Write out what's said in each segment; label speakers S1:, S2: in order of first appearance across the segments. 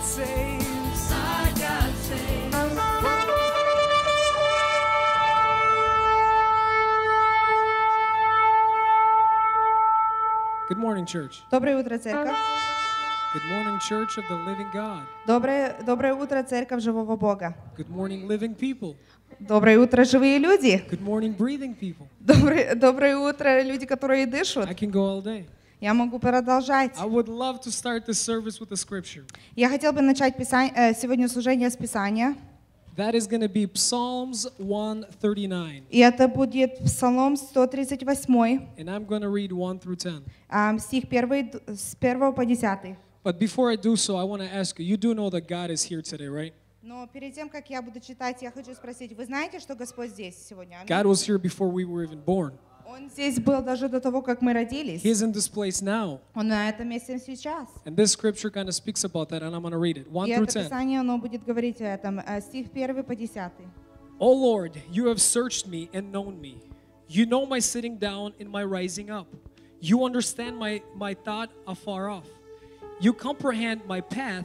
S1: saves.
S2: Our God saves.
S1: Good morning, church.
S3: Доброе утро, церковь.
S1: Good morning, church of the living God.
S3: Доброе, доброе утро, церковь живого Бога.
S1: Good morning, living people.
S3: Доброе утро, живые люди.
S1: Good morning, breathing people.
S3: Доброе, доброе утро, люди, которые дышат.
S1: I can go all day.
S3: Я могу продолжать.
S1: I would love to start this service with a scripture.
S3: Я хотел бы начать писа- э, сегодня служение с Писания.
S1: That is going to be Psalms 139.
S3: И это будет Псалом 138,
S1: And I'm going to read 1 through 10.
S3: ам, а, стих 1, с 1 по 10.
S1: But before I do so, I want to ask you you do know that God is here today, right?
S3: Но перед тем, как я буду читать, я хочу спросить, вы знаете, что Господь здесь сегодня? Аминь.
S1: God was here before we were even born.
S3: Он здесь был даже до того, как мы
S1: He
S3: родились.
S1: is in this place now.
S3: Он на этом месте сейчас.
S1: And this scripture kind of speaks about that, and I'm going to read it. 1
S3: И
S1: through
S3: это
S1: 10.
S3: Писание, оно будет говорить о этом. Э, Стих 1 по 10.
S1: O Lord, you have searched me and known me. You know my sitting down and my rising up. You understand my, my thought afar off. You comprehend my path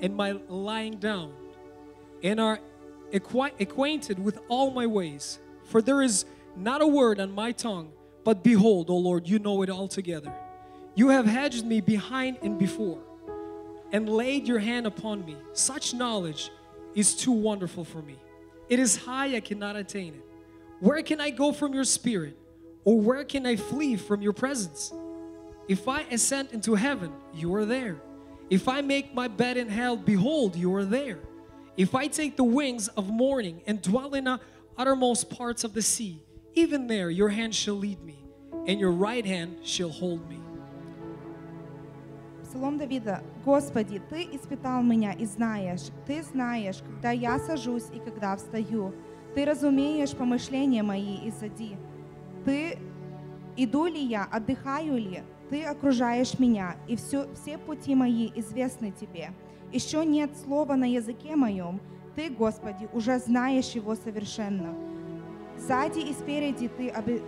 S1: and my lying down, and are acqui- acquainted with all my ways. For there is not a word on my tongue, but behold, O Lord, you know it altogether. You have hedged me behind and before, and laid your hand upon me. Such knowledge is too wonderful for me. It is high, I cannot attain it. Where can I go from your spirit? Or where can I flee from your presence? If I ascend into heaven, you are there. If I make my bed in hell, behold, you are there. If I take the wings of morning and dwell in the uttermost parts of the sea, even there your hand shall lead me, and your right hand shall hold me.
S3: Псалом Давида. «Господи, Ты испытал меня и знаешь, Ты знаешь, когда я сажусь и когда встаю. Ты разумеешь помышления мои и сади. Ты, иду ли я, отдыхаю ли, Ты окружаешь меня, и все, все пути мои известны Тебе. Еще нет слова на языке моем, Ты, Господи, уже знаешь его совершенно. Сзади и спереди Ты обе-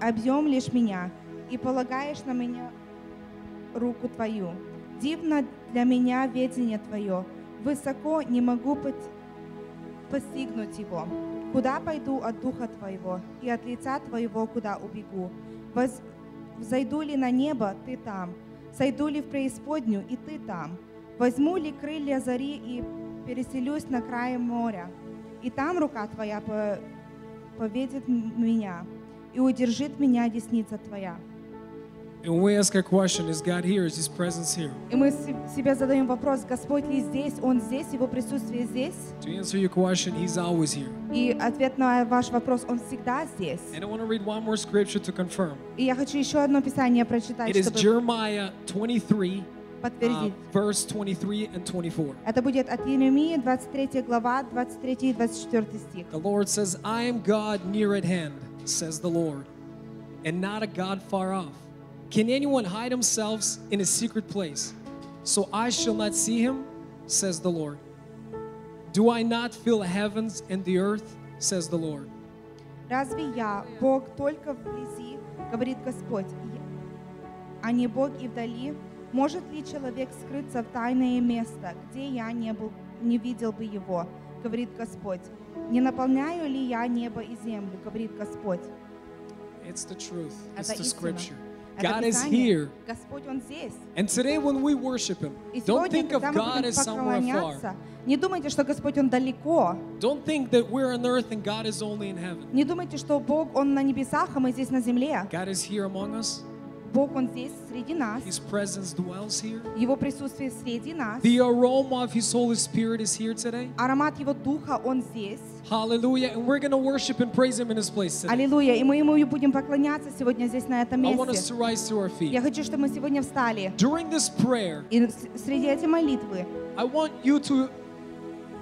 S3: объемлешь меня и полагаешь на меня руку Твою. Дивно для меня ведение Твое. Высоко не могу пот- постигнуть его. Куда пойду от Духа Твоего и от лица Твоего, куда убегу? Воз... Взойду ли на небо, Ты там. Сойду ли в преисподнюю, и Ты там. Возьму ли крылья зари и переселюсь на край моря. И там рука Твоя по- поведет м- меня и удержит меня десница Твоя.
S1: And we ask a question Is God here? Is His presence here?
S3: И мы се- себе задаем вопрос, Господь ли здесь, Он здесь, Его присутствие здесь?
S1: To answer your question, He's always here.
S3: И ответ на ваш вопрос, Он всегда здесь.
S1: And I want to read one more scripture to confirm.
S3: И я хочу еще одно писание прочитать,
S1: It is
S3: чтобы
S1: Jeremiah 23, uh,
S3: подтвердить.
S1: verse 23 and 24.
S3: Это будет от Еремии, 23 глава, 23 и 24 стих.
S1: The Lord says, I am God near at hand, says the Lord, and not a God far off. Can anyone hide themselves in a secret place? So I shall not see him, says the Lord. Do I not fill the heavens and the earth, says the Lord?
S3: Разве я, Бог только вблизи, говорит Господь, и- а не Бог и вдали? Может ли человек скрыться в тайное место, где я не, был, не видел бы его, говорит Господь? Не наполняю ли я небо и землю, говорит Господь?
S1: It's the truth, it's
S3: Это
S1: the
S3: истина.
S1: scripture.
S3: Это
S1: God is
S3: Писание.
S1: here.
S3: Господь, Он здесь.
S1: And today, when we worship Him,
S3: И
S1: don't
S3: сегодня,
S1: think of
S3: когда мы
S1: God
S3: будем
S1: as somewhere
S3: поклоняться,
S1: far.
S3: не думайте, что Господь, Он далеко.
S1: Don't think that we're on earth and God is only in heaven.
S3: Не думайте, что Бог, Он на небесах, а мы здесь на земле.
S1: God is here among us,
S3: Бог, Он здесь среди нас.
S1: His presence dwells here.
S3: Его присутствие среди нас.
S1: The aroma of His Holy Spirit is here today.
S3: Аромат Его Духа, Он здесь.
S1: Hallelujah. And we're going to worship and praise Him in His place today.
S3: Аллилуйя. И мы Ему и будем поклоняться сегодня здесь, на этом
S1: I want us to
S3: месте.
S1: rise to our
S3: Я
S1: feet.
S3: хочу, чтобы мы сегодня встали.
S1: During this prayer,
S3: И с- среди этой молитвы
S1: I want you to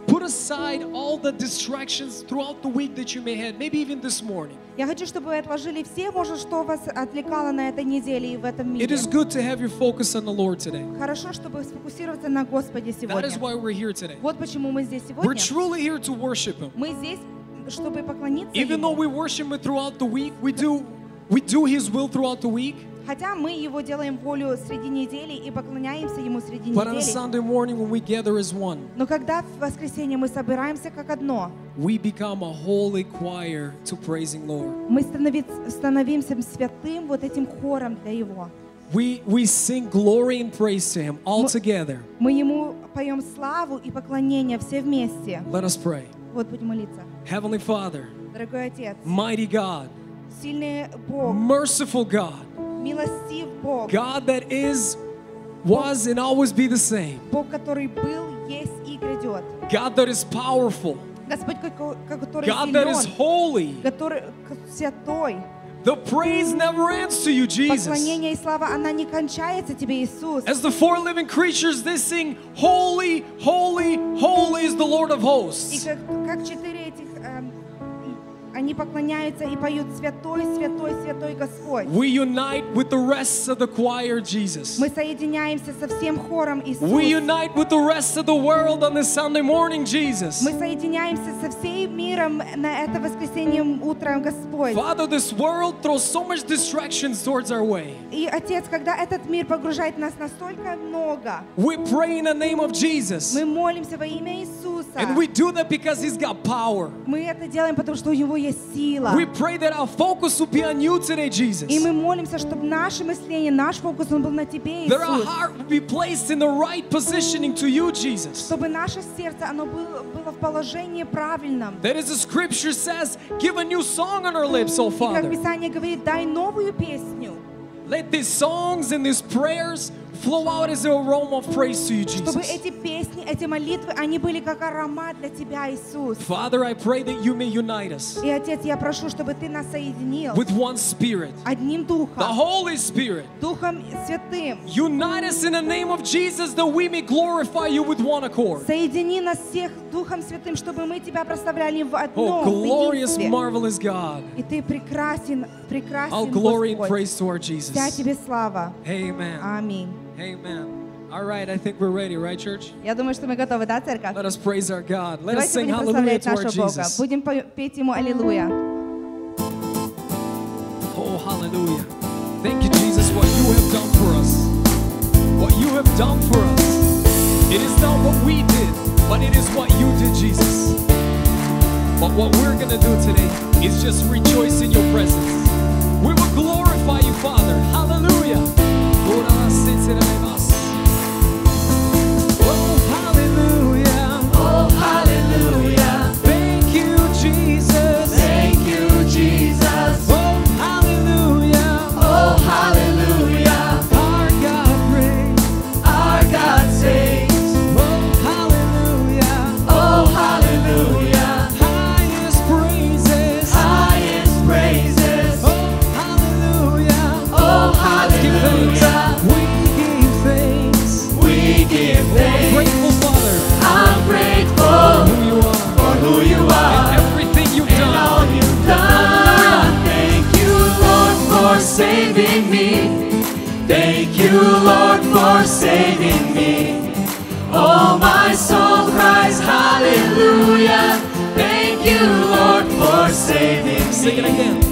S1: put aside all the distractions throughout the week that you may have, maybe even this morning.
S3: я хочу, чтобы вы отложили все, может, что вас отвлекало на этой неделе и в этом
S1: It
S3: мире.
S1: is good to have your focus on the Lord today.
S3: Хорошо, чтобы сфокусироваться на Господе
S1: That is
S3: сегодня.
S1: why we're here today.
S3: Вот почему мы здесь
S1: We're
S3: сегодня.
S1: truly here to worship Him.
S3: Мы здесь, чтобы поклониться
S1: Even though
S3: Ему.
S1: we worship Him throughout the week, we do we do His will throughout the week.
S3: Хотя мы его делаем волю среди недели и поклоняемся ему среди
S1: But on a
S3: недели.
S1: Sunday morning, when we gather as one,
S3: Но когда в воскресенье мы собираемся как одно,
S1: we become a holy choir to praising Lord.
S3: мы станови- становимся святым вот этим хором для Его.
S1: We we sing glory and praise to Him all
S3: Mo-
S1: together.
S3: Мы Ему поем славу и поклонение все вместе.
S1: Let us pray.
S3: Вот будем молиться.
S1: Heavenly Father,
S3: Дорогой Отец,
S1: mighty God,
S3: сильный Бог,
S1: merciful God,
S3: милостив Бог,
S1: God that is, was, and always be the same.
S3: Бог, который был, есть и грядет.
S1: God that is powerful.
S3: Господь, како- который
S1: God that is
S3: силен,
S1: holy.
S3: который к- святой.
S1: The praise never ends to you, Jesus.
S3: Поклонение и слава, она не кончается тебе, Иисус.
S1: As the four living creatures, they sing, Holy, holy, holy is the Lord of
S3: И
S1: hosts.
S3: как, как четыре этих, эм, они поклоняются и поют «Святой, святой, святой Господь».
S1: We unite with the rest of the choir, Jesus.
S3: Мы соединяемся со всем хором Иисус.
S1: We unite with the rest of the world on this Sunday morning, Jesus.
S3: Мы соединяемся со всем миром на это воскресенье утром, Господь.
S1: Father, this world throws so much distractions towards our way.
S3: И, Отец, когда этот мир погружает нас настолько много,
S1: We pray in the name of Jesus.
S3: мы молимся во имя Иисуса.
S1: And we do that because He's got power.
S3: Мы это делаем, потому что у Него есть сила.
S1: We pray that our focus will be on you today,
S3: И
S1: Jesus.
S3: мы молимся, чтобы наше мышление, наш фокус, он был на Тебе,
S1: That our
S3: Иисус.
S1: heart will be placed in the right positioning to you, Jesus.
S3: Чтобы наше сердце, оно было, было в положении правильном.
S1: That as the scripture says, give a new song on our lips, oh
S3: И как
S1: Father.
S3: Писание говорит, дай новую песню,
S1: Let these songs and these prayers flow out as an aroma of praise to you,
S3: чтобы
S1: Jesus.
S3: эти песни, эти молитвы, они были как аромат для Тебя, Иисус.
S1: Father, I pray that you may unite us
S3: И, Отец, я прошу, чтобы Ты нас соединил
S1: with one spirit,
S3: одним
S1: the
S3: Духом,
S1: Holy Spirit.
S3: Духом Святым.
S1: Unite us in the name of Jesus that we may glorify you with one accord.
S3: Соедини нас всех Духом Святым, чтобы мы Тебя прославляли в
S1: Oh,
S3: одном в
S1: glorious,
S3: единстве.
S1: marvelous God.
S3: И Ты прекрасен,
S1: All
S3: прекрасен,
S1: glory and
S3: Господь.
S1: praise to our
S3: Вся
S1: Jesus.
S3: Тебе слава.
S1: Amen.
S3: Аминь.
S1: Amen. All right, I think we're ready, right, church?
S3: Я думаю, что мы готовы, да, церковь?
S1: Let us praise our God. Let us
S3: Давайте
S1: sing
S3: будем
S1: hallelujah
S3: прославлять
S1: to our
S3: нашего Бога.
S1: Jesus.
S3: Будем по- петь Ему «Аллилуйя».
S1: Oh, hallelujah. Thank you, Jesus, what you have done for us. What you have done for us. It is not what we did, but it is what you did, Jesus. But what we're going to do today is just rejoice in your presence. We will glorify you, Father. Hallelujah. Lord, I sit in the name of us. Oh, hallelujah.
S2: Oh, hallelujah.
S1: Thank you, Jesus.
S2: Thank you, Jesus.
S1: Oh, hallelujah.
S2: Oh, hallelujah.
S1: Our God reigns.
S2: Our God saves.
S1: Oh, hallelujah.
S2: Oh, hallelujah.
S1: Highest praises.
S2: Highest praises.
S1: Oh, hallelujah.
S2: Oh,
S1: Let's give thanks.
S2: hallelujah.
S1: We give thanks.
S2: We give thanks.
S1: Grateful Father,
S2: I'm grateful
S1: who you are,
S2: for who you are
S1: and everything you've
S2: and all
S1: done.
S2: you've done. Thank you, Lord, for saving me. Thank you, Lord, for saving me. Oh, my soul cries hallelujah. Thank you, Lord, for saving
S1: Sing it
S2: me.
S1: again.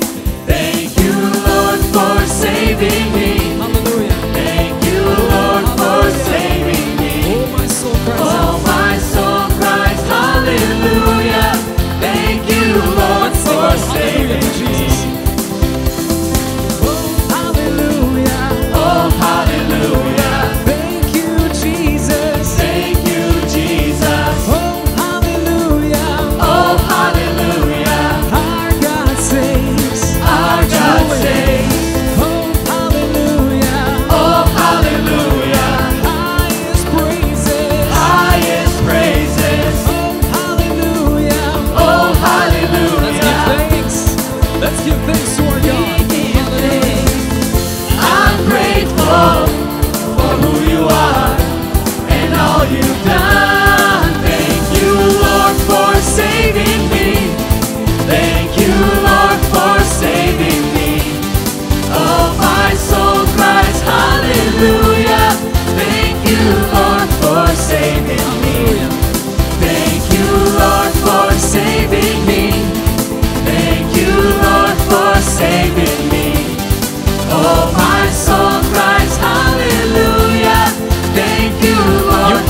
S2: Thank you, Lord, for saving me.
S1: Hallelujah.
S2: Thank you, Lord, for saving me.
S1: Oh, my soul cries out.
S2: Oh, my soul cries hallelujah. Thank you, Lord,
S1: Let's sing
S2: for
S1: hallelujah
S2: saving
S1: to Jesus.
S2: me.
S1: Oh, hallelujah.
S2: Oh, hallelujah.
S1: Thank you, Jesus.
S2: Thank you, Jesus.
S1: Oh, hallelujah.
S2: Oh, hallelujah.
S1: Our God saves.
S2: Our God saves. Oh,
S1: Oh, hallelujah.
S2: Oh, Oh,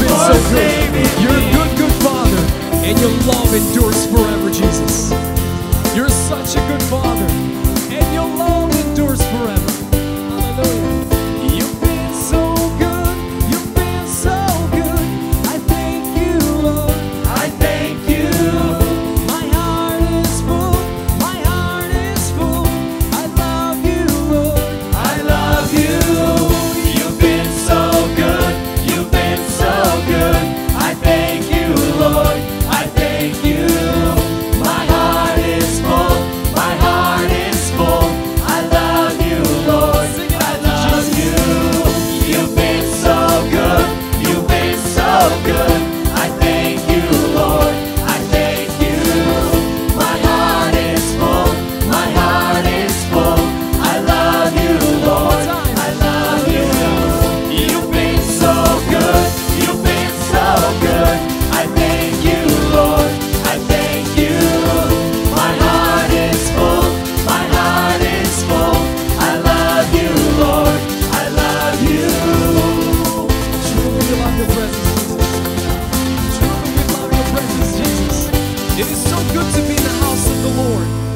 S2: Oh, oh.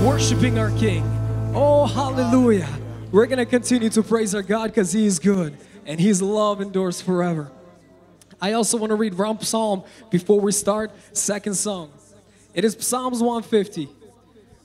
S1: worshiping our King. Oh, hallelujah. We're going to continue to praise our God because He is good and His love endures forever. I also want to read one psalm before we start, second song. It is Psalms 150.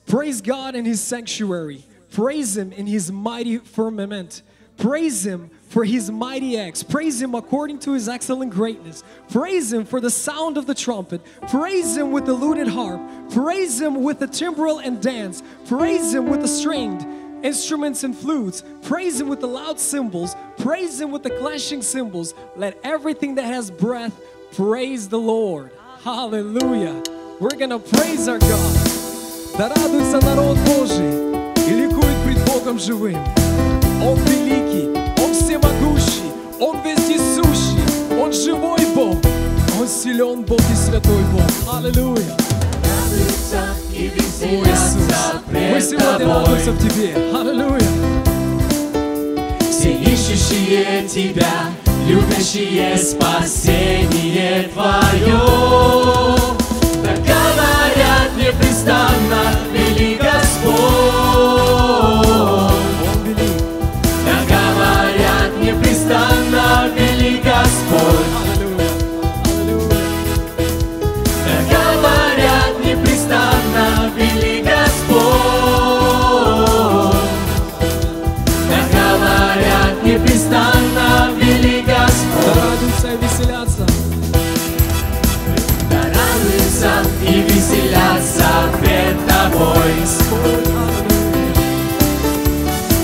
S1: Praise God in His sanctuary. Praise Him in His mighty firmament. Praise Him for His mighty acts. Praise Him according to His excellent greatness. Praise Him for the sound of the trumpet. Praise Him with the looted harp. Praise Him with the timbrel and dance. Praise Him with the stringed instruments and flutes. Praise Him with the loud cymbals. Praise Him with the clashing cymbals. Let everything that has breath praise the Lord. Hallelujah. We're gonna praise our God. Да радуется народ Божий и ликует пред Богом живым. Он великий, Он всемогущий, Он вездесущий, Он живой Бог, Он силен Бог и святой Бог. Аллилуйя!
S2: радуются и
S1: О,
S2: веселятся
S1: Иисус, мы
S2: пред
S1: сегодня радуемся
S2: Тобой.
S1: в Тебе. Аллилуйя!
S2: Все ищущие Тебя, любящие спасение Твое. Так говорят непрестанно, велик Господь.
S1: Он велик.
S2: Так говорят непрестанно, велик Господь.
S1: Аллилуйя! Аллилуйя!
S2: Так говорят непрестанно, велик Господь. Так говорят непрестанно, велик
S1: Да
S2: Господь.
S1: радуются и веселятся.
S2: Да радуются и веселятся пред тобой.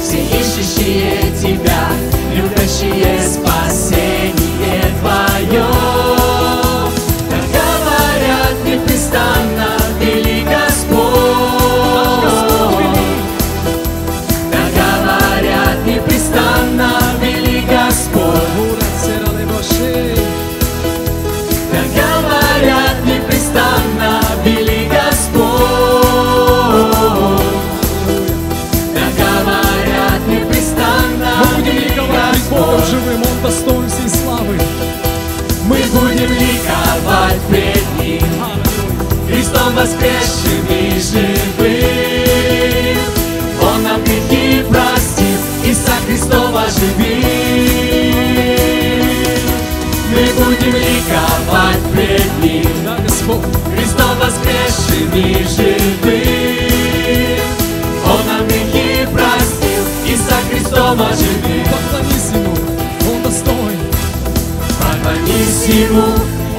S2: Все ищущие тебя, любящие спасение твое. Так говорят непрестанно, велик Господь. Так говорят непрестанно, велик Господь.
S1: Ура, сера, левоши.
S2: Так говорят непрестанно, вели Господь. Так говорят непрестанно,
S1: Мы будем
S2: вели
S1: ликовать пред Богом
S2: Господь.
S1: живым, Он достоин всей славы.
S2: Мы будем ликовать пред Ним,
S1: Аллилуйя!
S2: Христом воскресшим и живым. Он нам грехи простит, и со Христом оживит. Мы будем ликовать пред Ним,
S1: Да, Господь!
S2: Христом воскресшим и живым. Он нам грехи простил и со Христом оживил.
S1: Поклонись Ему, Он достоин.
S2: Поклонись Ему,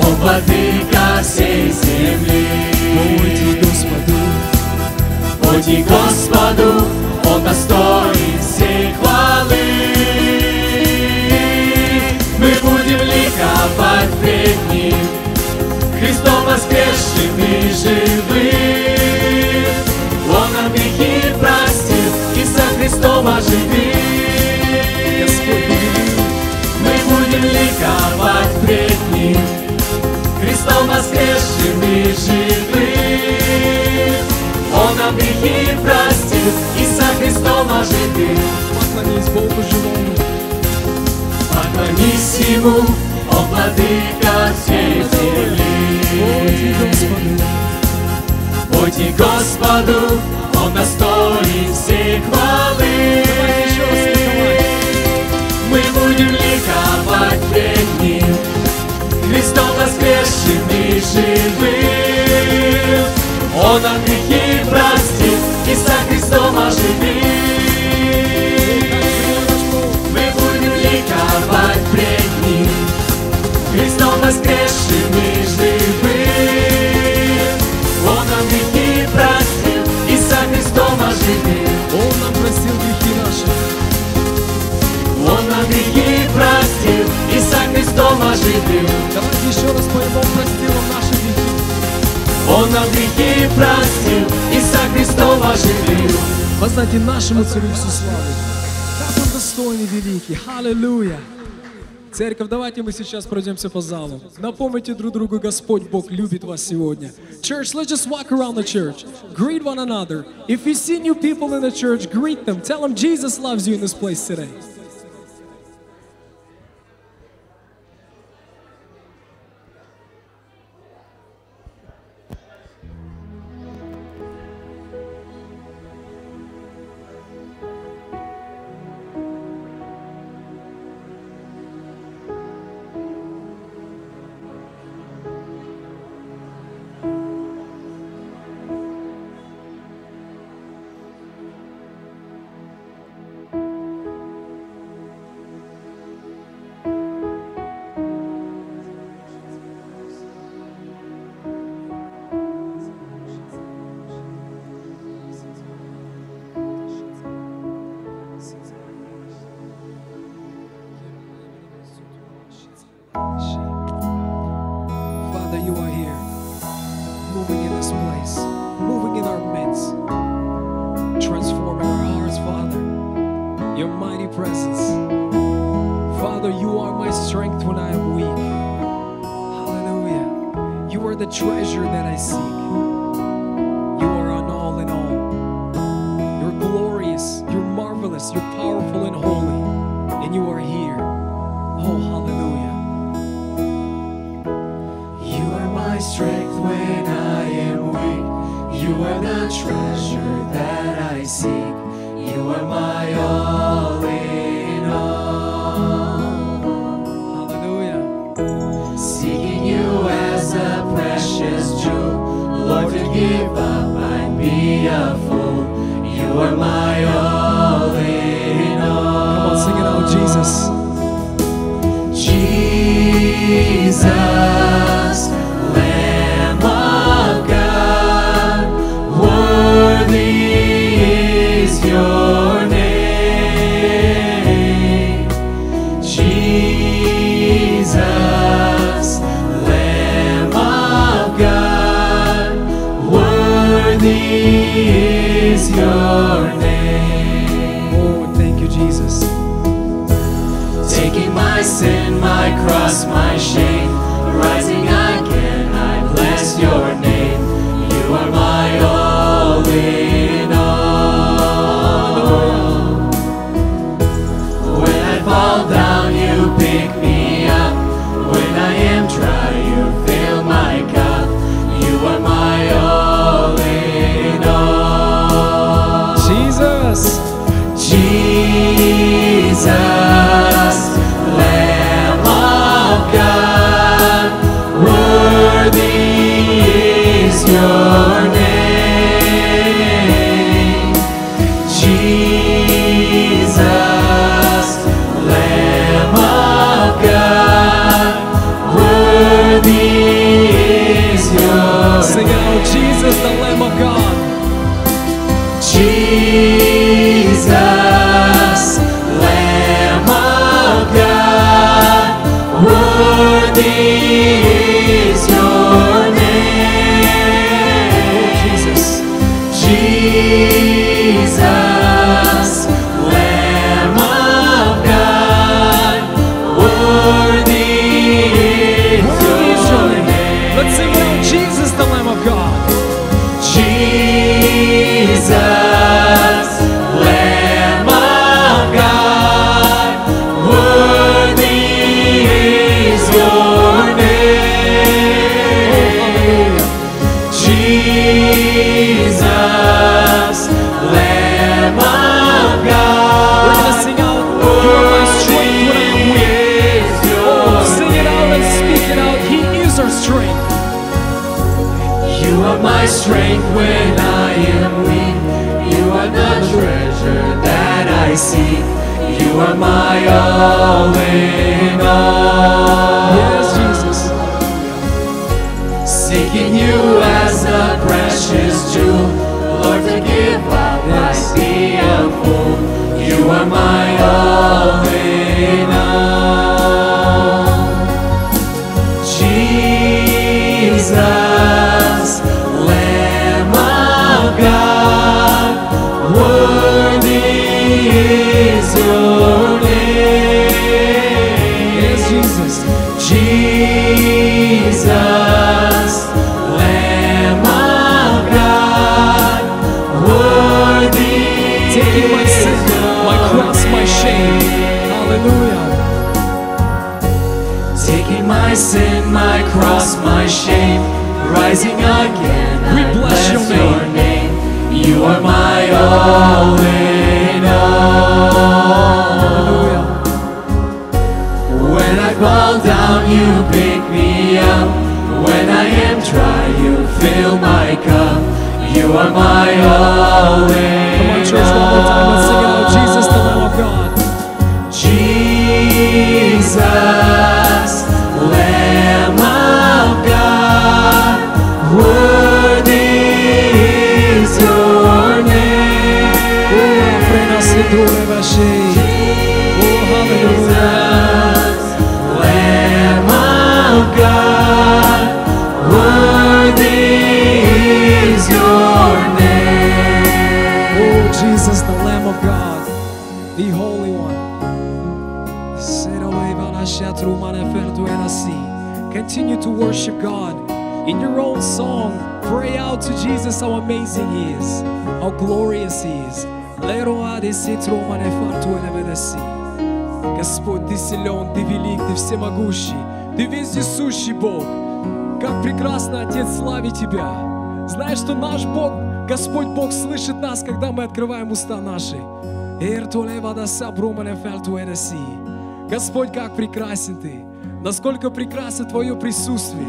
S2: о владыка всей земли.
S1: Уйди, Господу,
S2: Уйди Господу, Он достоин всей хвалы. Мы будем ликовать пред Ним, Христом воскресшим и живым. Он нам грехи простил и со Христом оживил.
S1: Господь велик.
S2: Мы будем ликовать пред Ним, Христом воскресшим и живым. Он нам грехи простил и со Христом оживил.
S1: Поклонись Богу живому.
S2: Поклонись Ему, о владыка всей
S1: Уйди,
S2: земли.
S1: Господу,
S2: Пути Господу, Он достоин всей хвалы.
S1: Давайте еще раз
S2: Мы будем ликовать пред Ним, Христом воскресшим и живым. Он нам грехи простит и со Христом оживит. Мы будем ликовать пред Ним, Христом воскресшим и живым. Он нам грехи простил и со Христом оживил.
S1: Он нам простил грехи наши.
S2: Он нам грехи простил и со Христом оживил.
S1: Давайте еще раз поем, Он простил нам наши грехи.
S2: Он нам грехи простил и со Христом оживил.
S1: Воздайте нашему царю всю славу. Как Он достойный, великий. Аллилуйя. Церковь, давайте мы сейчас пройдемся по залу. Напомните друг другу, Господь Бог любит вас сегодня. Church, let's just walk around the church. Greet one another. If you see new people in the church, greet them. Tell them Jesus loves you in this place today. Father, you are here, moving in this place, moving in our midst, transforming our hearts, Father. Your mighty presence. Father, you are my strength when I am weak. Hallelujah. You are the treasure that I seek. You are an all in all. You're glorious, you're marvelous, you're powerful and holy, and you are here. Oh, hallelujah.
S2: You are my strength when I am weak. You are the treasure that I seek. You are my all in all.
S1: Hallelujah.
S2: Seeking you as a precious jewel. Lord, to give up, I'd be a fool. You are my all in all.
S1: Come on, sing it out, Jesus.
S2: Jesus, Lamb of God, worthy is your name. Jesus, Lamb of God, worthy is your name
S1: Oh, thank you, Jesus.
S2: taking my sin, my cross, my shame. Rising again, I bless your name. You are my all in all. When I fall down, you pick me up. When I am dry, you fill my cup. You are my all in all.
S1: Jesus.
S2: Jesus, Lamb of God, worthy is your name. Jesus, Lamb of God, worthy is your
S1: Sing it out, Jesus, the Lamb of God.
S2: Jesus, Lamb of God, worthy is your name.
S1: Jesus.
S2: Jesus, Lamb of God, worthy
S1: Worthy is
S2: is
S1: your
S2: your
S1: name.
S2: name.
S1: Let's sing it out, Jesus, the Lamb of God.
S2: Jesus, Lamb of God, worthy is your name. Jesus, Lamb of
S1: We're
S2: God,
S1: gonna sing out, You are my strength when I am weak.
S2: is
S1: Oh, sing it out and speak it out. He is our strength.
S2: You are my strength when I am weak. You are the treasure that I seek. You are my all in all.
S1: Yes, Jesus.
S2: Seeking you as a precious jewel. Lord, to give up
S1: Yes.
S2: I be a fool. You are my all in all. Jesus, Lamb of God, worthy is your name.
S1: Yes, Jesus.
S2: Jesus, Lamb of God, worthy
S1: Taking my sin,
S2: is your
S1: my cross, my shame.
S2: name.
S1: Hallelujah.
S2: Taking my sin, my cross, my shame, rising again.
S1: We
S2: I
S1: bless your
S2: your name. You are my all in all.
S1: Hallelujah.
S2: When I fall down, you pick me up. When I am dry, you fill my cup. You are my all
S1: Come on,
S2: in
S1: church, one more time. Let's sing it out, Jesus, the Lamb of God.
S2: Jesus, Lamb of God, worthy is your
S1: Oh,
S2: name.
S1: Oh, hallelujah.
S2: Jesus, Lamb
S1: Oh, Manashatru Manafertu Enasi. e Continue to worship God in your own song. Pray out to Jesus how amazing He is, how glorious He is. Леруа деситру Манефарту Энаведаси. Господь, Ты силен, Ты велик, Ты всемогущий, Ты вездесущий Бог. Как прекрасно, Отец, слави Тебя. Знаешь, что наш Бог, Господь Бог слышит нас, когда мы открываем уста наши. Эртуле вадаса брумане фельту эреси. Господь, как прекрасен Ты, насколько прекрасно Твое присутствие.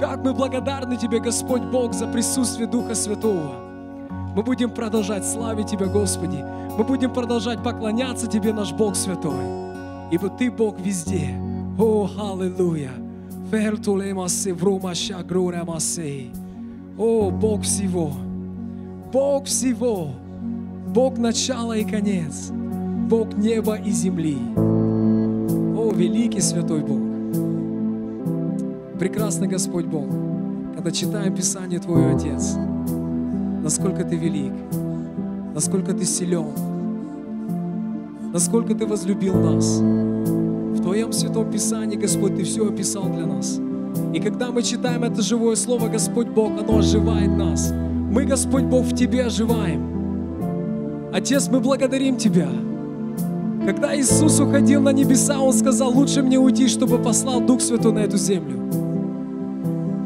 S1: Как мы благодарны Тебе, Господь Бог, за присутствие Духа Святого. Мы будем продолжать славить Тебя, Господи. Мы будем продолжать поклоняться Тебе, наш Бог Святой. Ибо Ты Бог везде. О, аллилуйя. Фертулемасе врумаша груремасе. О, Бог всего. Бог всего. Бог начала и конец. Бог неба и земли. О, великий святой Бог. Прекрасный Господь Бог, когда читаем Писание Твое, Отец, насколько Ты велик, насколько Ты силен, насколько Ты возлюбил нас. В Твоем Святом Писании, Господь, Ты все описал для нас. И когда мы читаем это живое Слово, Господь Бог, оно оживает нас. Мы, Господь Бог, в Тебе оживаем. Отец, мы благодарим Тебя. Когда Иисус уходил на небеса, Он сказал, лучше мне уйти, чтобы послал Дух Святой на эту землю.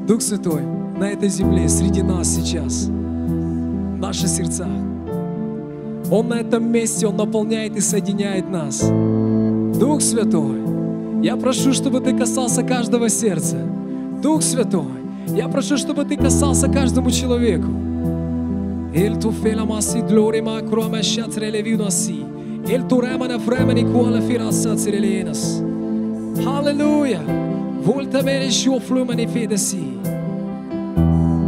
S1: Дух Святой на этой земле, среди нас сейчас – в наших сердцах. Он на этом месте, Он наполняет и соединяет нас. Дух Святой, я прошу, чтобы Ты касался каждого сердца. Дух Святой, я прошу, чтобы Ты касался каждому человеку. El tu felamasi glorima cruame shatrele vinasi. El tu remane fremeni quale firasa cirelenas. Hallelujah. Volta mere shoflumani fedesi.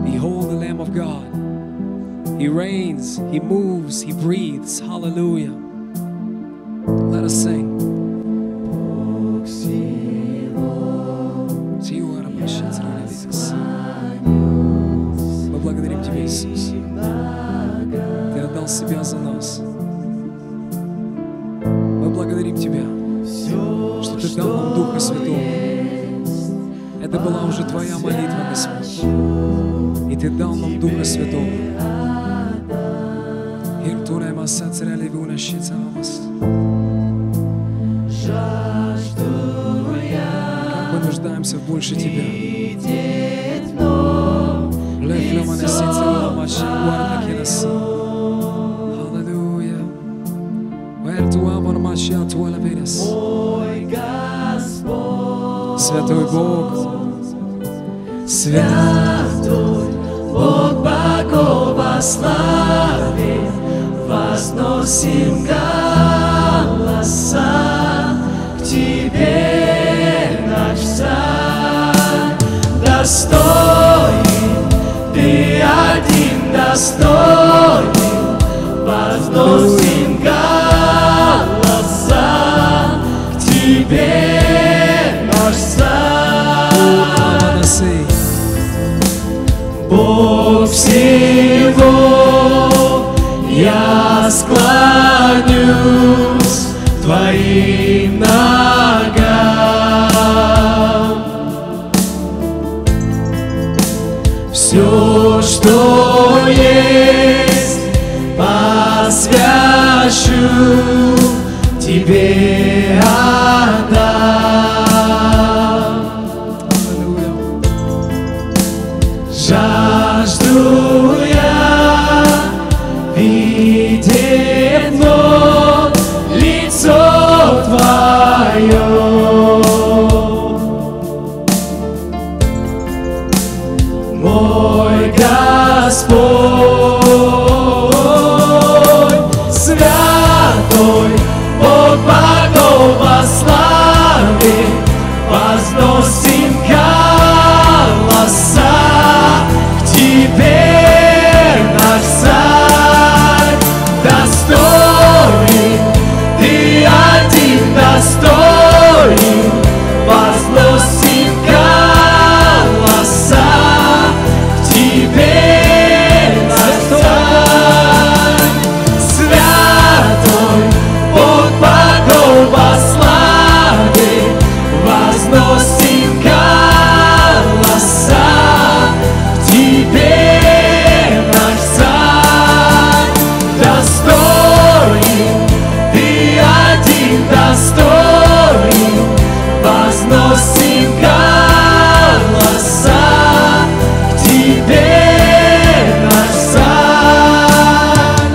S1: Behold the Lamb of God. He reigns, He moves, He breathes. Hallelujah. Let us sing. Сию аромаши царя Левитас. Мы благодарим Тебя, Иисус. Ты отдал себя за нас. Мы благодарим Тебя, что Ты дал нам Духа Святого. Это была уже Твоя молитва, Господь. И Ты дал нам Духа Святого. Иртуре масса царя Левиуна щица амас. Как мы нуждаемся в больше Тебя. Лефлю манесица ламаши гуарда келеси. Аллилуйя. Вертуа бармаши атуала верес. Святой Бог,
S2: Святой Бог богов во славе, Возносим голоса к Тебе, наш Царь. Достоин, Ты один достоин, Возносим голоса к Тебе, наш Царь.
S1: Манасей,
S2: Бог всего, я склонюсь к Твоим ногам. Все, что есть, посвящу Тебе отдам.
S1: Аллилуйя.
S2: Жажду я видеть вновь лицо Твое. Мой Господь, святой Бог богов во славе, возносим голоса к Тебе, наш Царь. Достоин, Ты один достоин, возносим голоса к Тебе,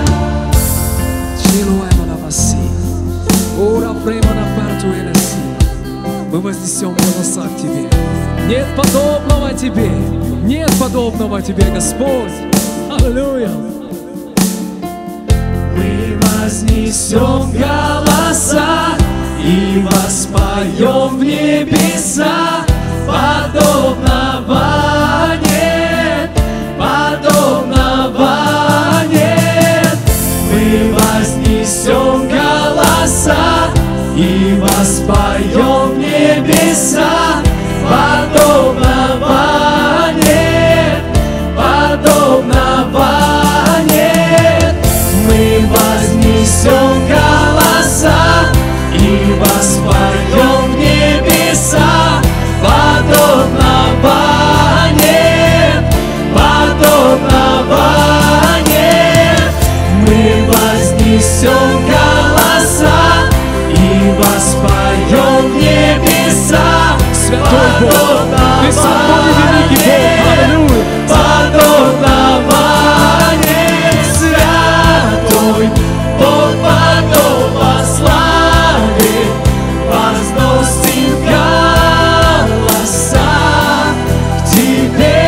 S1: e поем голоса к Тебе. Нет подобного Тебе, нет подобного Тебе, Господь. Аллилуйя.
S2: Мы вознесем голоса и воспоем в небеса. Подобного нет, подобного нет. Мы вознесем голоса и воспоем в небеса. Подобного нет, подобного нет. Мы вознесем голоса и воспоем в небеса. Подобного нет, подобного нет. Мы вознесем голоса и воспоем в небеса.
S1: Святой Бог, Ты святой и великий Бог. Аллилуйя.
S2: Подобного нет, святой Бог подобно славе, возносим голоса к Тебе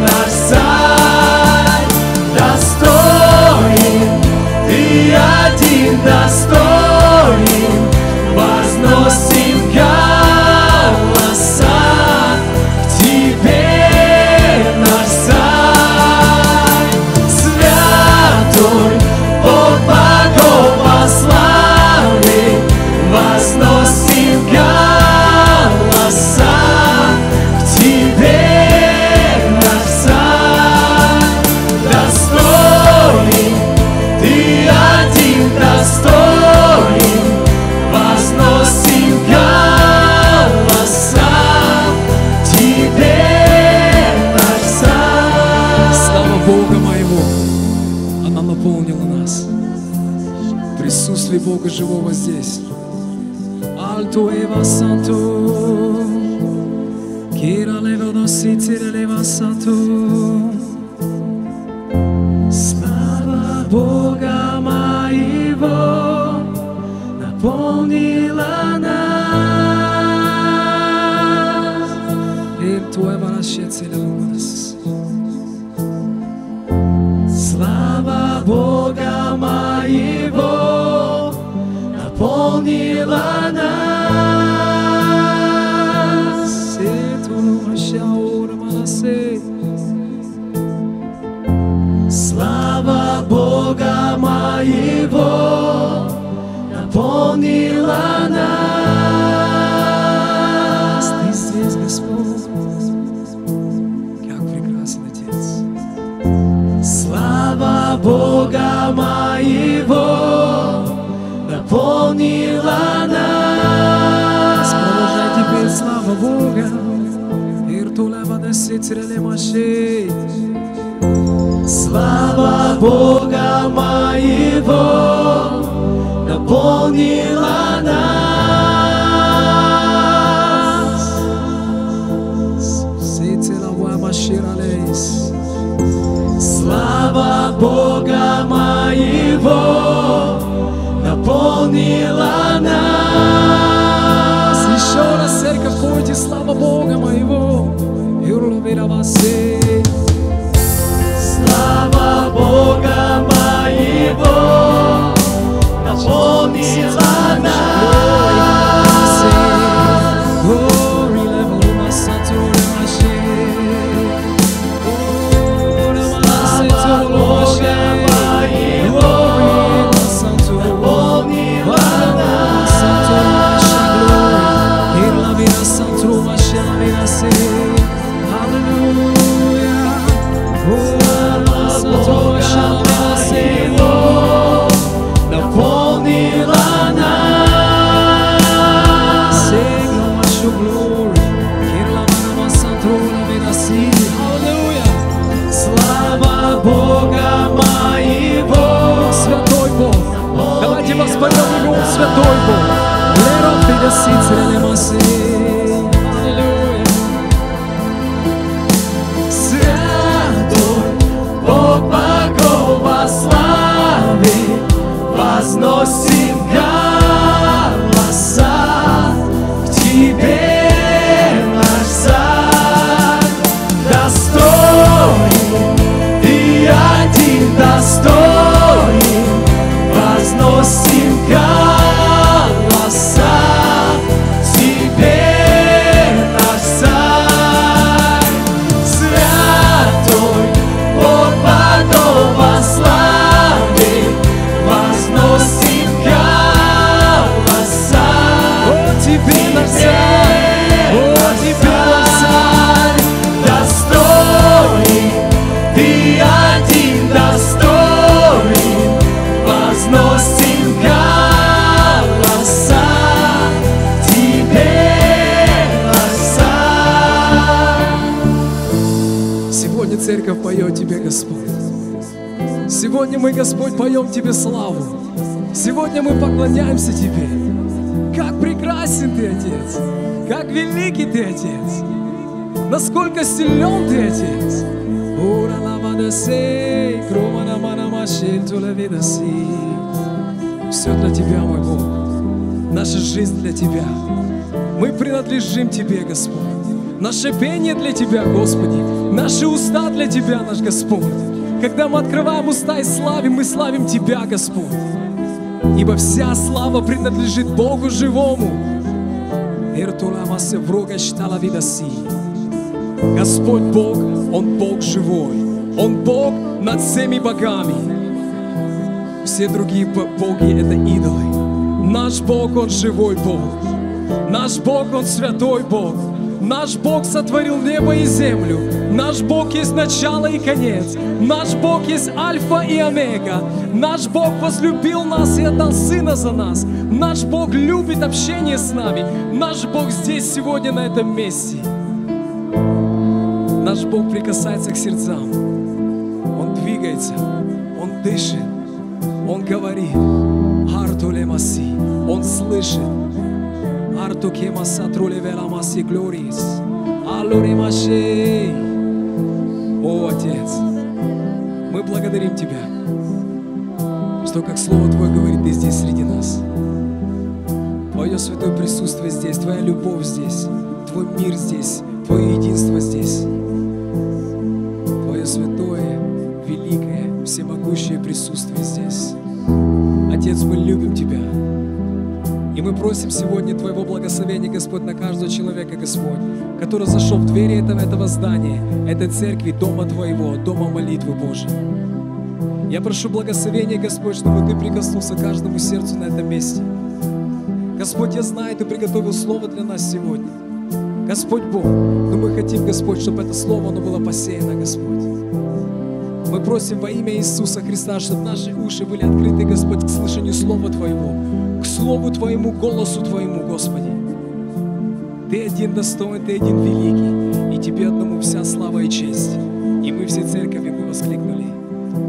S2: наш царь. Достоин Ты один достоин, возносим голоса к Тебе наш царь. Святой Бог подобно славе, возносим голоса к Тебе наш царь. Достоин Ты один достоин, возносим голоса к Тебе наш царь.
S1: Слава Бога моего, она наполнила нас. Присутствие Бога живого здесь. Alto e va santo, che la leva dosi te la leva santo. Слава Бога моего, наполнила нас. Il tuo evanescente luminas.
S2: Слава Бога моего наполнила нас.
S1: Se tu non lascia ora ma la sei.
S2: Слава Бога моего наполнила нас.
S1: Ты здесь, Господь. Как прекрасен Отец.
S2: Слава Бога моего наполнила нас.
S1: Продолжай теперь слава Бога. Иртуля ванеситреле машей.
S2: Слава Бога моего наполнила нас.
S1: Ситила вамаширалейс.
S2: Слава Бога моего наполнила нас.
S1: Еще раз церковь пойте, слава Бога моего. Юрлу виравасей.
S2: Слава Бога моего наполнила нас. Слава Бога моего наполнила моего наполнила нас. Слава Бога моего
S1: Святой Бог, давайте воспоем Его, Святой Бог. Лерон приносит Аллилуйя.
S2: Святой Бог Богова славы, Возносим голоса к Тебе,
S1: мое Тебе, Господь. Сегодня мы, Господь, поем Тебе славу. Сегодня мы поклоняемся Тебе. Как прекрасен Ты, Отец. Как великий Ты, Отец. Насколько силен Ты, Отец. Ура ла ба да сей, крома на ма на ма шель ту ла ви да си. Все для Тебя, мой Бог. Наша жизнь для Тебя. Мы принадлежим Тебе, Господь. Наше пение для Тебя, Господи. Наши уста для Тебя, наш Господь. Когда мы открываем уста и славим, мы славим Тебя, Господь. Ибо вся слава принадлежит Богу живому. Иртурамасе врага считала видаси. Господь Бог, Он Бог живой. Он Бог над всеми богами. Все другие бо- боги — это идолы. Наш Бог, Он живой Бог. Наш Бог, Он святой Бог. Наш Бог сотворил небо и землю. Наш Бог есть начало и конец. Наш Бог есть альфа и омега. Наш Бог возлюбил нас и отдал Сына за нас. Наш Бог любит общение с нами. Наш Бог здесь сегодня на этом месте. Наш Бог прикасается к сердцам. Он двигается, Он дышит, Он говорит. Артуле маси. Он слышит. Арту кема сатруле вела маси глорис. Аллури маши. О, Отец, мы благодарим Тебя, что, как Слово Твое говорит, Ты здесь среди нас. Твое святое присутствие здесь, Твоя любовь здесь, Твой мир здесь, Твое единство здесь. Твое святое, великое, всемогущее присутствие здесь. Отец, мы любим Тебя. И мы просим сегодня Твоего благословения, Господь, на каждого человека, Господь, который зашел в двери этого, этого здания, этой церкви, дома Твоего, дома молитвы Божьей. Я прошу благословения, Господь, чтобы Ты прикоснулся к каждому сердцу на этом месте. Господь, я знаю, Ты приготовил слово для нас сегодня. Господь Бог, но мы хотим, Господь, чтобы это слово, оно было посеяно, Господь. Мы просим во имя Иисуса Христа, чтобы наши уши были открыты, Господь, к слышанию Слова Твоего, к Слову Твоему, голосу Твоему, Господи. Ты один достоин, Ты один великий, и Тебе одному вся слава и честь. И мы все церкови, мы воскликнули.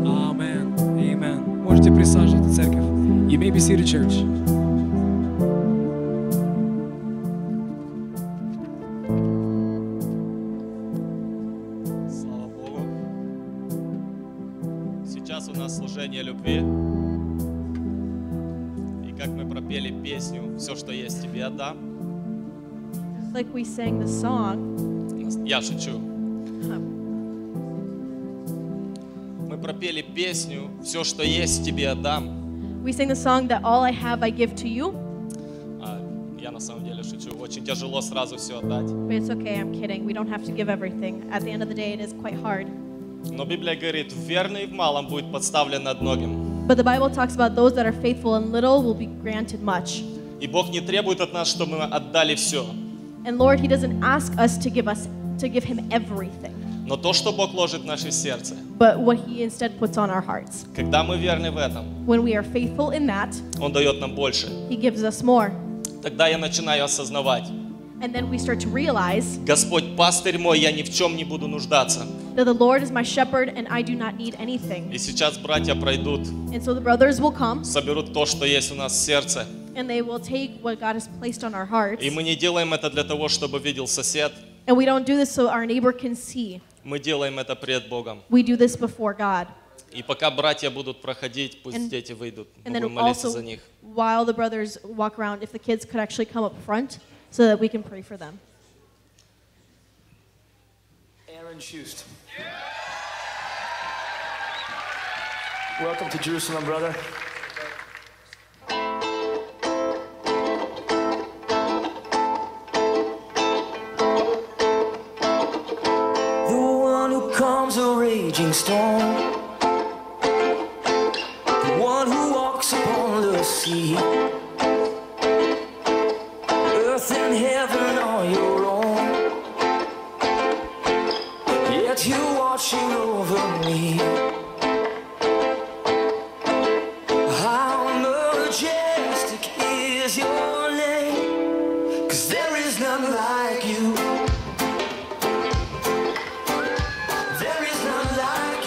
S1: Амен, амен. Можете присаживаться, церковь. You may be seated, church.
S4: Слава Богу. Сейчас у нас служение любви. И как мы пропели песню «Все, что есть, тебе отдам».
S5: Just like we sang the song,
S4: Я шучу.
S5: um,
S4: Мы пропели песню «Все, что есть, тебе отдам».
S5: we sang the song that all I have I give to you.
S4: А, я на самом деле шучу. Очень тяжело сразу все отдать.
S5: But it's okay, I'm kidding. We don't have to give everything. At the end of the day, it is quite hard.
S4: Но Библия говорит, верный в малом будет подставлен над многим.
S5: But the Bible talks about those that are faithful in little will be granted much.
S4: И Бог не требует от нас, чтобы мы отдали все.
S5: And Lord, He doesn't ask us to give us to give Him everything,
S4: Но то, что Бог ложит в наше сердце,
S5: but what He instead puts on our hearts.
S4: когда мы верны в этом,
S5: When we are faithful in that,
S4: Он дает нам больше.
S5: He gives us more.
S4: Тогда я начинаю осознавать,
S5: And then we start to realize
S4: Господь, пастырь мой, я ни в чем не буду нуждаться.
S5: that the Lord is my shepherd and I do not need anything.
S4: И сейчас братья пройдут,
S5: And so the brothers will come
S4: соберут то, что есть у нас в сердце.
S5: and they will take what God has placed on our hearts.
S4: И мы не делаем это для того, чтобы видел сосед.
S5: And we don't do this so our neighbor can see.
S4: Мы делаем это пред Богом.
S5: We do this before God.
S4: И пока братья будут проходить, пусть
S5: And-
S4: дети выйдут. Мы
S5: And then
S4: будем молиться за
S5: also,
S4: них.
S5: while the brothers walk around, if the kids could actually come up front so that we can pray for them.
S6: Aaron Schust. Welcome to Jerusalem, brother. The one who calms a raging storm. The one who walks upon the sea. Earth and heaven are your own. Yet you're watching over me. How majestic is your name? Cause there is none like you. There is none like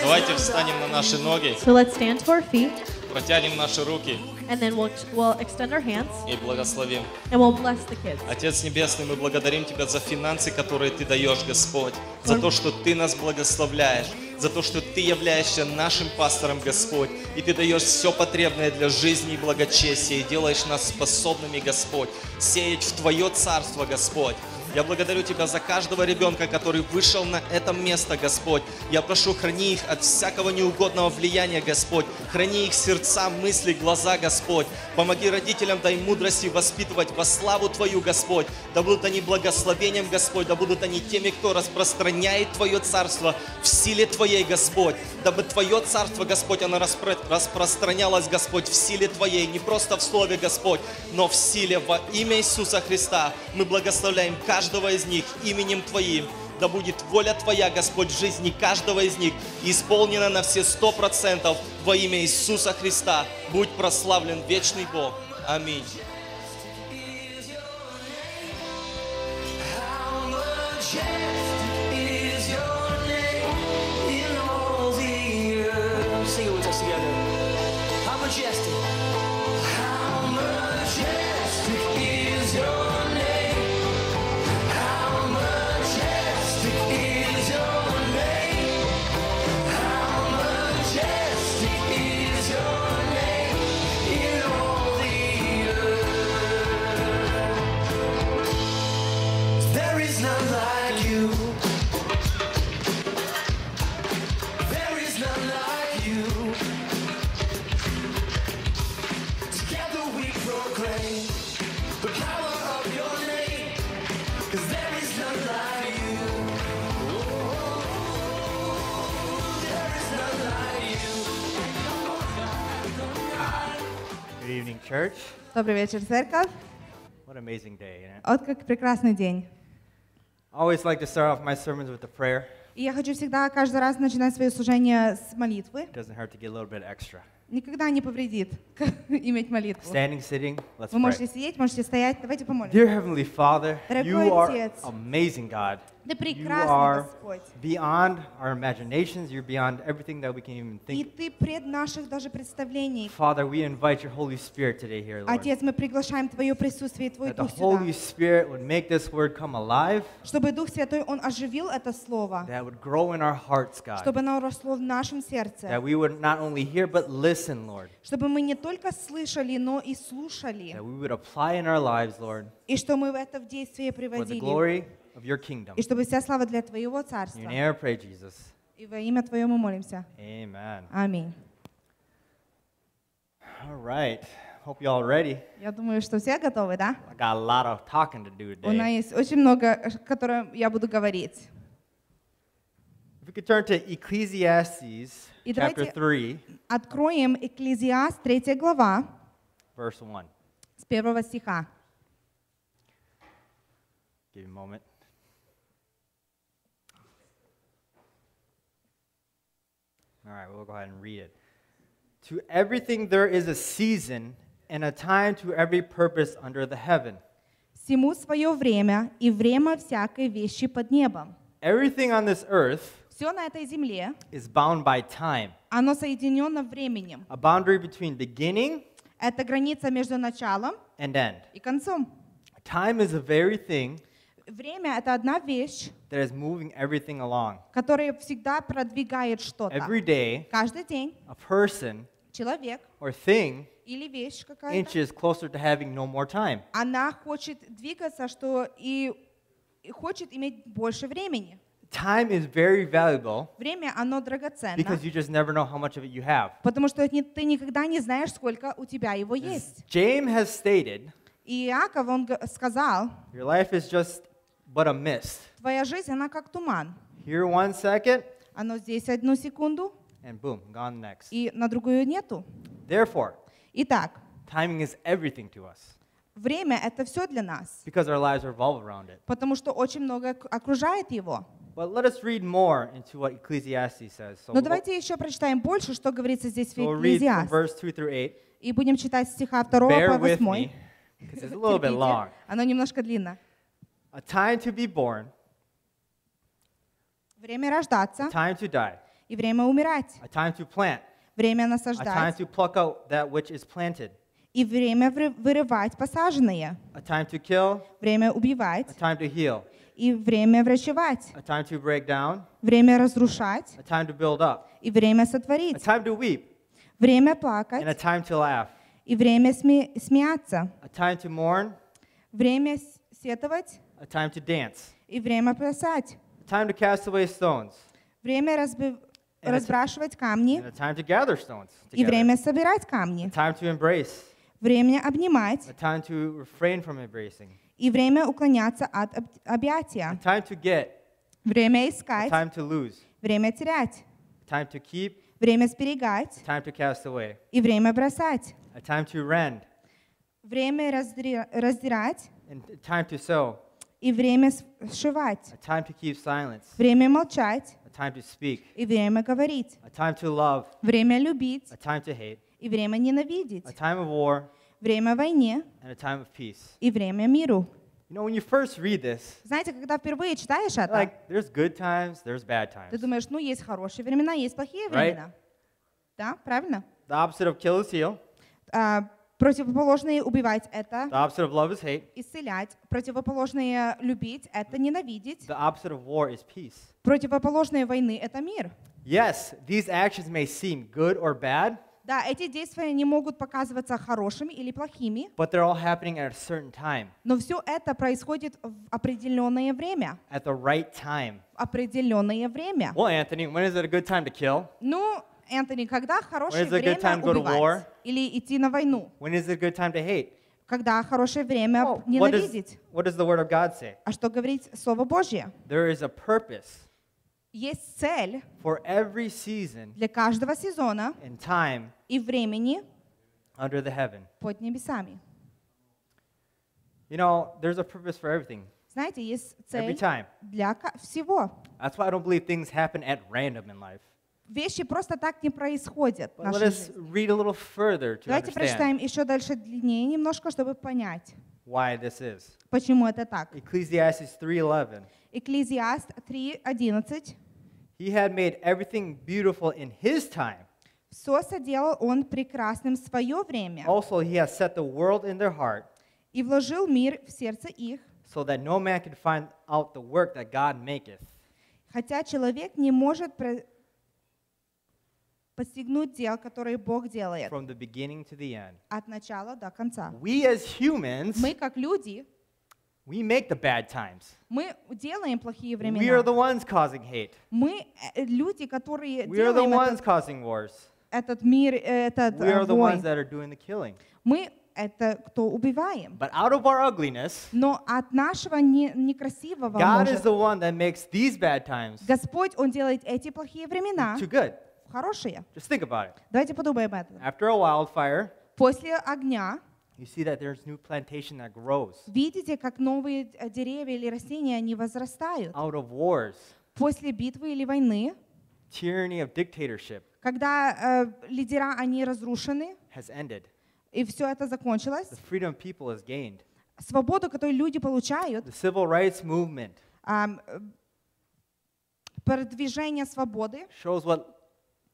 S4: Давайте встанем на наши ноги,
S5: So let's stand to our feet,
S4: протянем наши руки
S5: and then we'll, we'll extend our hands
S4: и благословим.
S5: and we'll bless the kids.
S4: Отец Небесный, мы благодарим Тебя за финансы, которые Ты даешь, Господь, за то, что Ты нас благословляешь, за то, что Ты являешься нашим пастором, Господь, и Ты даешь все потребное для жизни и благочестия, и делаешь нас способными, Господь, сеять в Твое Царство, Господь. Я благодарю Тебя за каждого ребенка, который вышел на это место, Господь. Я прошу, храни их от всякого неугодного влияния, Господь. Храни их сердца, мысли, глаза, Господь. Помоги родителям, дай мудрости воспитывать во славу Твою, Господь. Да будут они благословением, Господь. Да будут они теми, кто распространяет Твое Царство в силе Твоей, Господь. Дабы Твое Царство, Господь, оно распро- распространялось, Господь, в силе Твоей, не просто в слове, Господь, но в силе во имя Иисуса Христа. Мы благословляем каждого из них именем Твоим. Да будет воля Твоя, Господь, в жизни каждого из них и исполнена на все сто процентов во имя Иисуса Христа. Будь прославлен вечный Бог. Аминь.
S6: How majestic is your name in all the earth? Sing it with us together. How majestic. How majestic is your name? How majestic is your name? How majestic is your name in all the earth? There is none like you. There is none like you. Together we proclaim the power of your name. Cause there is none like you. Oh, there is none like you.
S7: Good evening, church.
S3: Добрый вечер, церковь.
S7: What an amazing day. isn't it?
S3: Вот как прекрасный день.
S7: I always like to start off my sermons with a prayer.
S3: И я хочу всегда каждый раз начинать свое служение с молитвы.
S7: It doesn't hurt to get a little bit extra.
S3: Никогда не повредит иметь молитву.
S7: Standing, sitting, let's
S3: Вы можете
S7: pray.
S3: сидеть, можете стоять. Давайте помолимся.
S7: Dear Heavenly Father,
S3: Дорогой
S7: you are
S3: Отец,
S7: amazing, God.
S3: Ты
S7: You
S3: прекрасный
S7: are
S3: Господь.
S7: beyond our imaginations. You're beyond everything that we can even
S3: И
S7: think.
S3: ты пред наших даже представлений.
S7: Father, we invite your Holy Spirit today here, Lord.
S3: Отец, мы приглашаем Твое присутствие и Твой
S7: That the
S3: Дух сюда,
S7: Holy Spirit would make this word come alive,
S3: чтобы Дух Святой, Он оживил это слово,
S7: that would grow in our hearts, God.
S3: чтобы оно росло в нашем сердце,
S7: That we would not only hear but listen, Lord.
S3: чтобы мы не только слышали, но и слушали,
S7: That we would apply in our lives, Lord.
S3: и что мы это в действие
S7: for the
S3: приводили,
S7: glory of your kingdom.
S3: и чтобы вся слава для Твоего
S7: In your
S3: Царства.
S7: name I pray, Jesus.
S3: И во имя Твое мы молимся.
S7: Amen.
S3: Аминь.
S7: All right. Hope y'all ready.
S3: Я думаю, что все готовы, да?
S7: I got a lot of talking to do
S3: У нас
S7: today.
S3: есть очень много, э, которое я буду говорить.
S7: If we could turn to Ecclesiastes
S3: И
S7: chapter
S3: давайте-
S7: 3,
S3: Откроем Экклезиаст, 3 глава,
S7: verse 1.
S3: с первого стиха.
S7: Give me a moment. All right, we'll go ahead and read it. To everything there is a season and a time to every purpose under the heaven.
S3: «Всему свое время и время всякой вещи под небом».
S7: Everything on this earth
S3: Все на этой земле,
S7: is bound by time.
S3: оно соединено временем.
S7: a boundary between beginning
S3: Это граница между началом
S7: and end.
S3: и концом.
S7: Time is the very thing
S3: Время — это одна вещь,
S7: that is moving everything along.
S3: которая всегда продвигает что-то.
S7: Every day,
S3: Каждый день
S7: a person
S3: человек
S7: or thing
S3: или вещь какая-то,
S7: inches closer to having no more time.
S3: она хочет двигаться, что и, и хочет иметь больше времени.
S7: Time is very valuable
S3: Время, оно драгоценно,
S7: because you just never know how much of it you have.
S3: потому что ни- ты никогда не знаешь, сколько у тебя его есть.
S7: James has stated,
S3: И Иаков, он г- сказал,
S7: Your life is just but a mist.
S3: твоя жизнь, она как туман.
S7: Here one second,
S3: Оно здесь одну секунду,
S7: and boom, gone next.
S3: и на другую нету.
S7: Therefore,
S3: Итак,
S7: timing is everything to us
S3: время — это все для нас,
S7: because our lives revolve around it.
S3: потому что очень много к- окружает его.
S7: But let us read more into what Ecclesiastes says. So
S3: Но
S7: we'll-
S3: давайте еще прочитаем больше, что говорится здесь в
S7: So we'll read from
S3: Екклезиаст.
S7: verse 2 through 8.
S3: И будем читать с стиха 2 по
S7: Bear with
S3: 8.
S7: me, because it's a little bit long.
S3: Оно немножко длинно.
S7: A time to be born,
S3: Время рождаться
S7: time to die,
S3: и и время умирать,
S7: a time to plant,
S3: время
S7: a time
S3: насаждать
S7: to pluck out that which is planted,
S3: и время вры- вырывать посаженное,
S7: a time to kill,
S3: время
S7: a
S3: убивать
S7: time to heal,
S3: и время врачевать,
S7: a time to break down,
S3: время разрушать
S7: a time to build up,
S3: и время
S7: a
S3: сотворить,
S7: time to weep,
S3: время
S7: and a
S3: плакать
S7: time to laugh,
S3: и время сме- смеяться,
S7: a time to mourn,
S3: время с- сетовать
S7: a time to dance,
S3: и время бросать,
S7: a time to cast away stones,
S3: время разбив-
S7: это-
S3: разбрашивать камни
S7: and a time to gather stones
S3: и
S7: together,
S3: время собирать
S7: a
S3: камни,
S7: time to embrace,
S3: время обнимать
S7: a time to refrain from embracing,
S3: и время уклоняться от об-
S7: a
S3: объятия,
S7: time to get,
S3: время
S7: a
S3: искать,
S7: time to lose,
S3: время терять,
S7: a time to keep,
S3: время сберегать
S7: a time to cast away,
S3: и время бросать,
S7: a time to rend,
S3: время раздри- раздирать
S7: and a time to sow,
S3: и время с- сшивать,
S7: a time to keep silence,
S3: время молчать
S7: a time to speak,
S3: и время говорить,
S7: a time to love,
S3: время любить
S7: a time to hate,
S3: и время ненавидеть,
S7: a time of war,
S3: время войне
S7: and a time of peace.
S3: и время миру.
S7: You know, when you first read this,
S3: Знаете, когда впервые читаешь это,
S7: like there's good times, there's bad
S3: ты
S7: times.
S3: думаешь, ну есть хорошие времена, есть плохие
S7: Right.
S3: времена. Да, правильно?
S7: The opposite of kill is heal,
S3: А, противоположные убивать это
S7: the opposite of love is hate,
S3: исцелять, противоположные любить — это ненавидеть,
S7: the opposite of war is peace.
S3: противоположные войны — это мир.
S7: Yes, these actions may seem good or bad,
S3: Да, эти действия не могут показываться хорошими или плохими,
S7: but they're all happening at a certain time,
S3: но все это происходит в определенное время.
S7: at the right time.
S3: В определенное время.
S7: Well, Anthony, when is it a good time to kill?
S3: Ну, Энтони, когда хорошее
S7: When is a good time
S3: время
S7: to go to war?
S3: убивать или идти на войну?
S7: When is it a good time to hate?
S3: Когда хорошее время
S7: Well, what, does,
S3: ненавидеть?
S7: what does the Word of God say?
S3: А что говорит Слово Божье?
S7: There is a purpose
S3: Есть цель
S7: for every season
S3: для каждого сезона
S7: and time
S3: и времени
S7: under the heaven.
S3: под небесами.
S7: You know, there's a purpose for everything,
S3: Знаете, есть
S7: every
S3: цель
S7: time.
S3: для ка- всего.
S7: That's why I don't believe things happen at random in life.
S3: Вещи просто так не происходят. в
S7: But
S3: нашей
S7: let us
S3: жизни.
S7: read a little further to
S3: Давайте
S7: understand
S3: прочитаем еще дальше длиннее немножко, чтобы понять,
S7: why this is.
S3: почему это так.
S7: Ecclesiastes 3:11.
S3: Экклезиаст 3.11.
S7: He had made everything beautiful in his time.
S3: «Все соделал он прекрасным в свое время
S7: Also, he has set the world in their heart
S3: и вложил мир в сердце их,
S7: so that no man can find out the work that God maketh.
S3: хотя человек не может про- постигнуть дел, которые Бог делает
S7: From the beginning to the end.
S3: от начала до конца».
S7: We as humans,
S3: Мы, как люди,
S7: we make the bad times.
S3: мы делаем плохие
S7: We are the
S3: времена.
S7: ones causing hate.
S3: Мы э, люди, которые
S7: We are the
S3: делаем этот
S7: ones causing wars.
S3: этот мир, э, этот
S7: We are
S3: э,
S7: the
S3: войн.
S7: ones that are doing the killing.
S3: Мы это кто убиваем.
S7: But out of our ugliness,
S3: Но от нашего не- некрасивого
S7: God
S3: мужа
S7: is the one that makes these bad times
S3: Господь, Он делает эти плохие времена
S7: too good.
S3: в хорошие.
S7: Just think about it.
S3: Давайте подумаем об этом.
S7: After a wildfire,
S3: После огня
S7: you see that there's new plantation that grows.
S3: видите, как новые э, деревья или растения, они возрастают.
S7: Out of wars,
S3: После битвы или войны,
S7: tyranny of dictatorship
S3: когда э, лидера, они разрушены,
S7: has ended.
S3: и все это закончилось,
S7: The freedom of people is gained.
S3: свободу, которую люди получают,
S7: The civil rights movement
S3: ам, э, продвижение свободы,
S7: shows what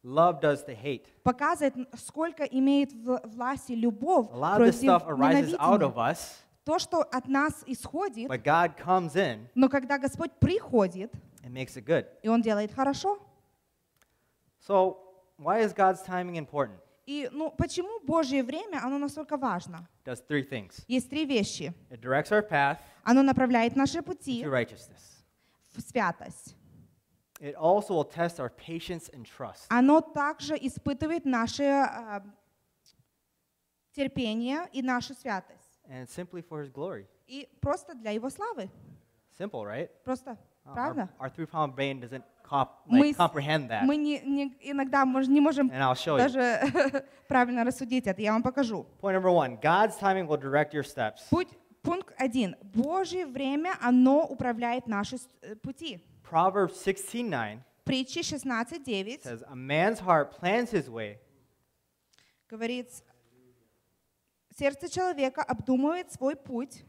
S7: love does to hate.
S3: показывает, н- сколько имеет вла- власти любовь
S7: A lot of this
S3: против
S7: stuff arises out of
S3: ненавидения.
S7: us,
S3: То, что от нас исходит,
S7: but God comes in
S3: но когда Господь приходит,
S7: and makes it good.
S3: и Он делает хорошо.
S7: So, why is God's timing important?
S3: И ну, почему Божье время, оно настолько важно?
S7: It does three things
S3: Есть три вещи.
S7: it directs our path
S3: Оно направляет наши пути
S7: to righteousness,
S3: в святость.
S7: it also will test our patience and trust.
S3: Оно также испытывает наше а, терпение и нашу святость.
S7: and it's simply for his glory.
S3: И просто для Его славы.
S7: Simple, right?
S3: Просто,
S7: Uh,
S3: правда?
S7: Our, our three-pound brain doesn't comp- like,
S3: Мы с-
S7: comprehend that.
S3: Мы не, не- иногда мож- не можем
S7: And I'll show you.
S3: даже правильно рассудить это. Я вам покажу.
S7: Point number one: God's timing will direct your steps.
S3: Путь, пункт один. Божье время, оно управляет наши с- э, пути.
S7: Proverbs 16:9
S3: Притчи 16.9
S7: says, "A man's heart plans his way,
S3: говорит, сердце человека обдумывает свой путь,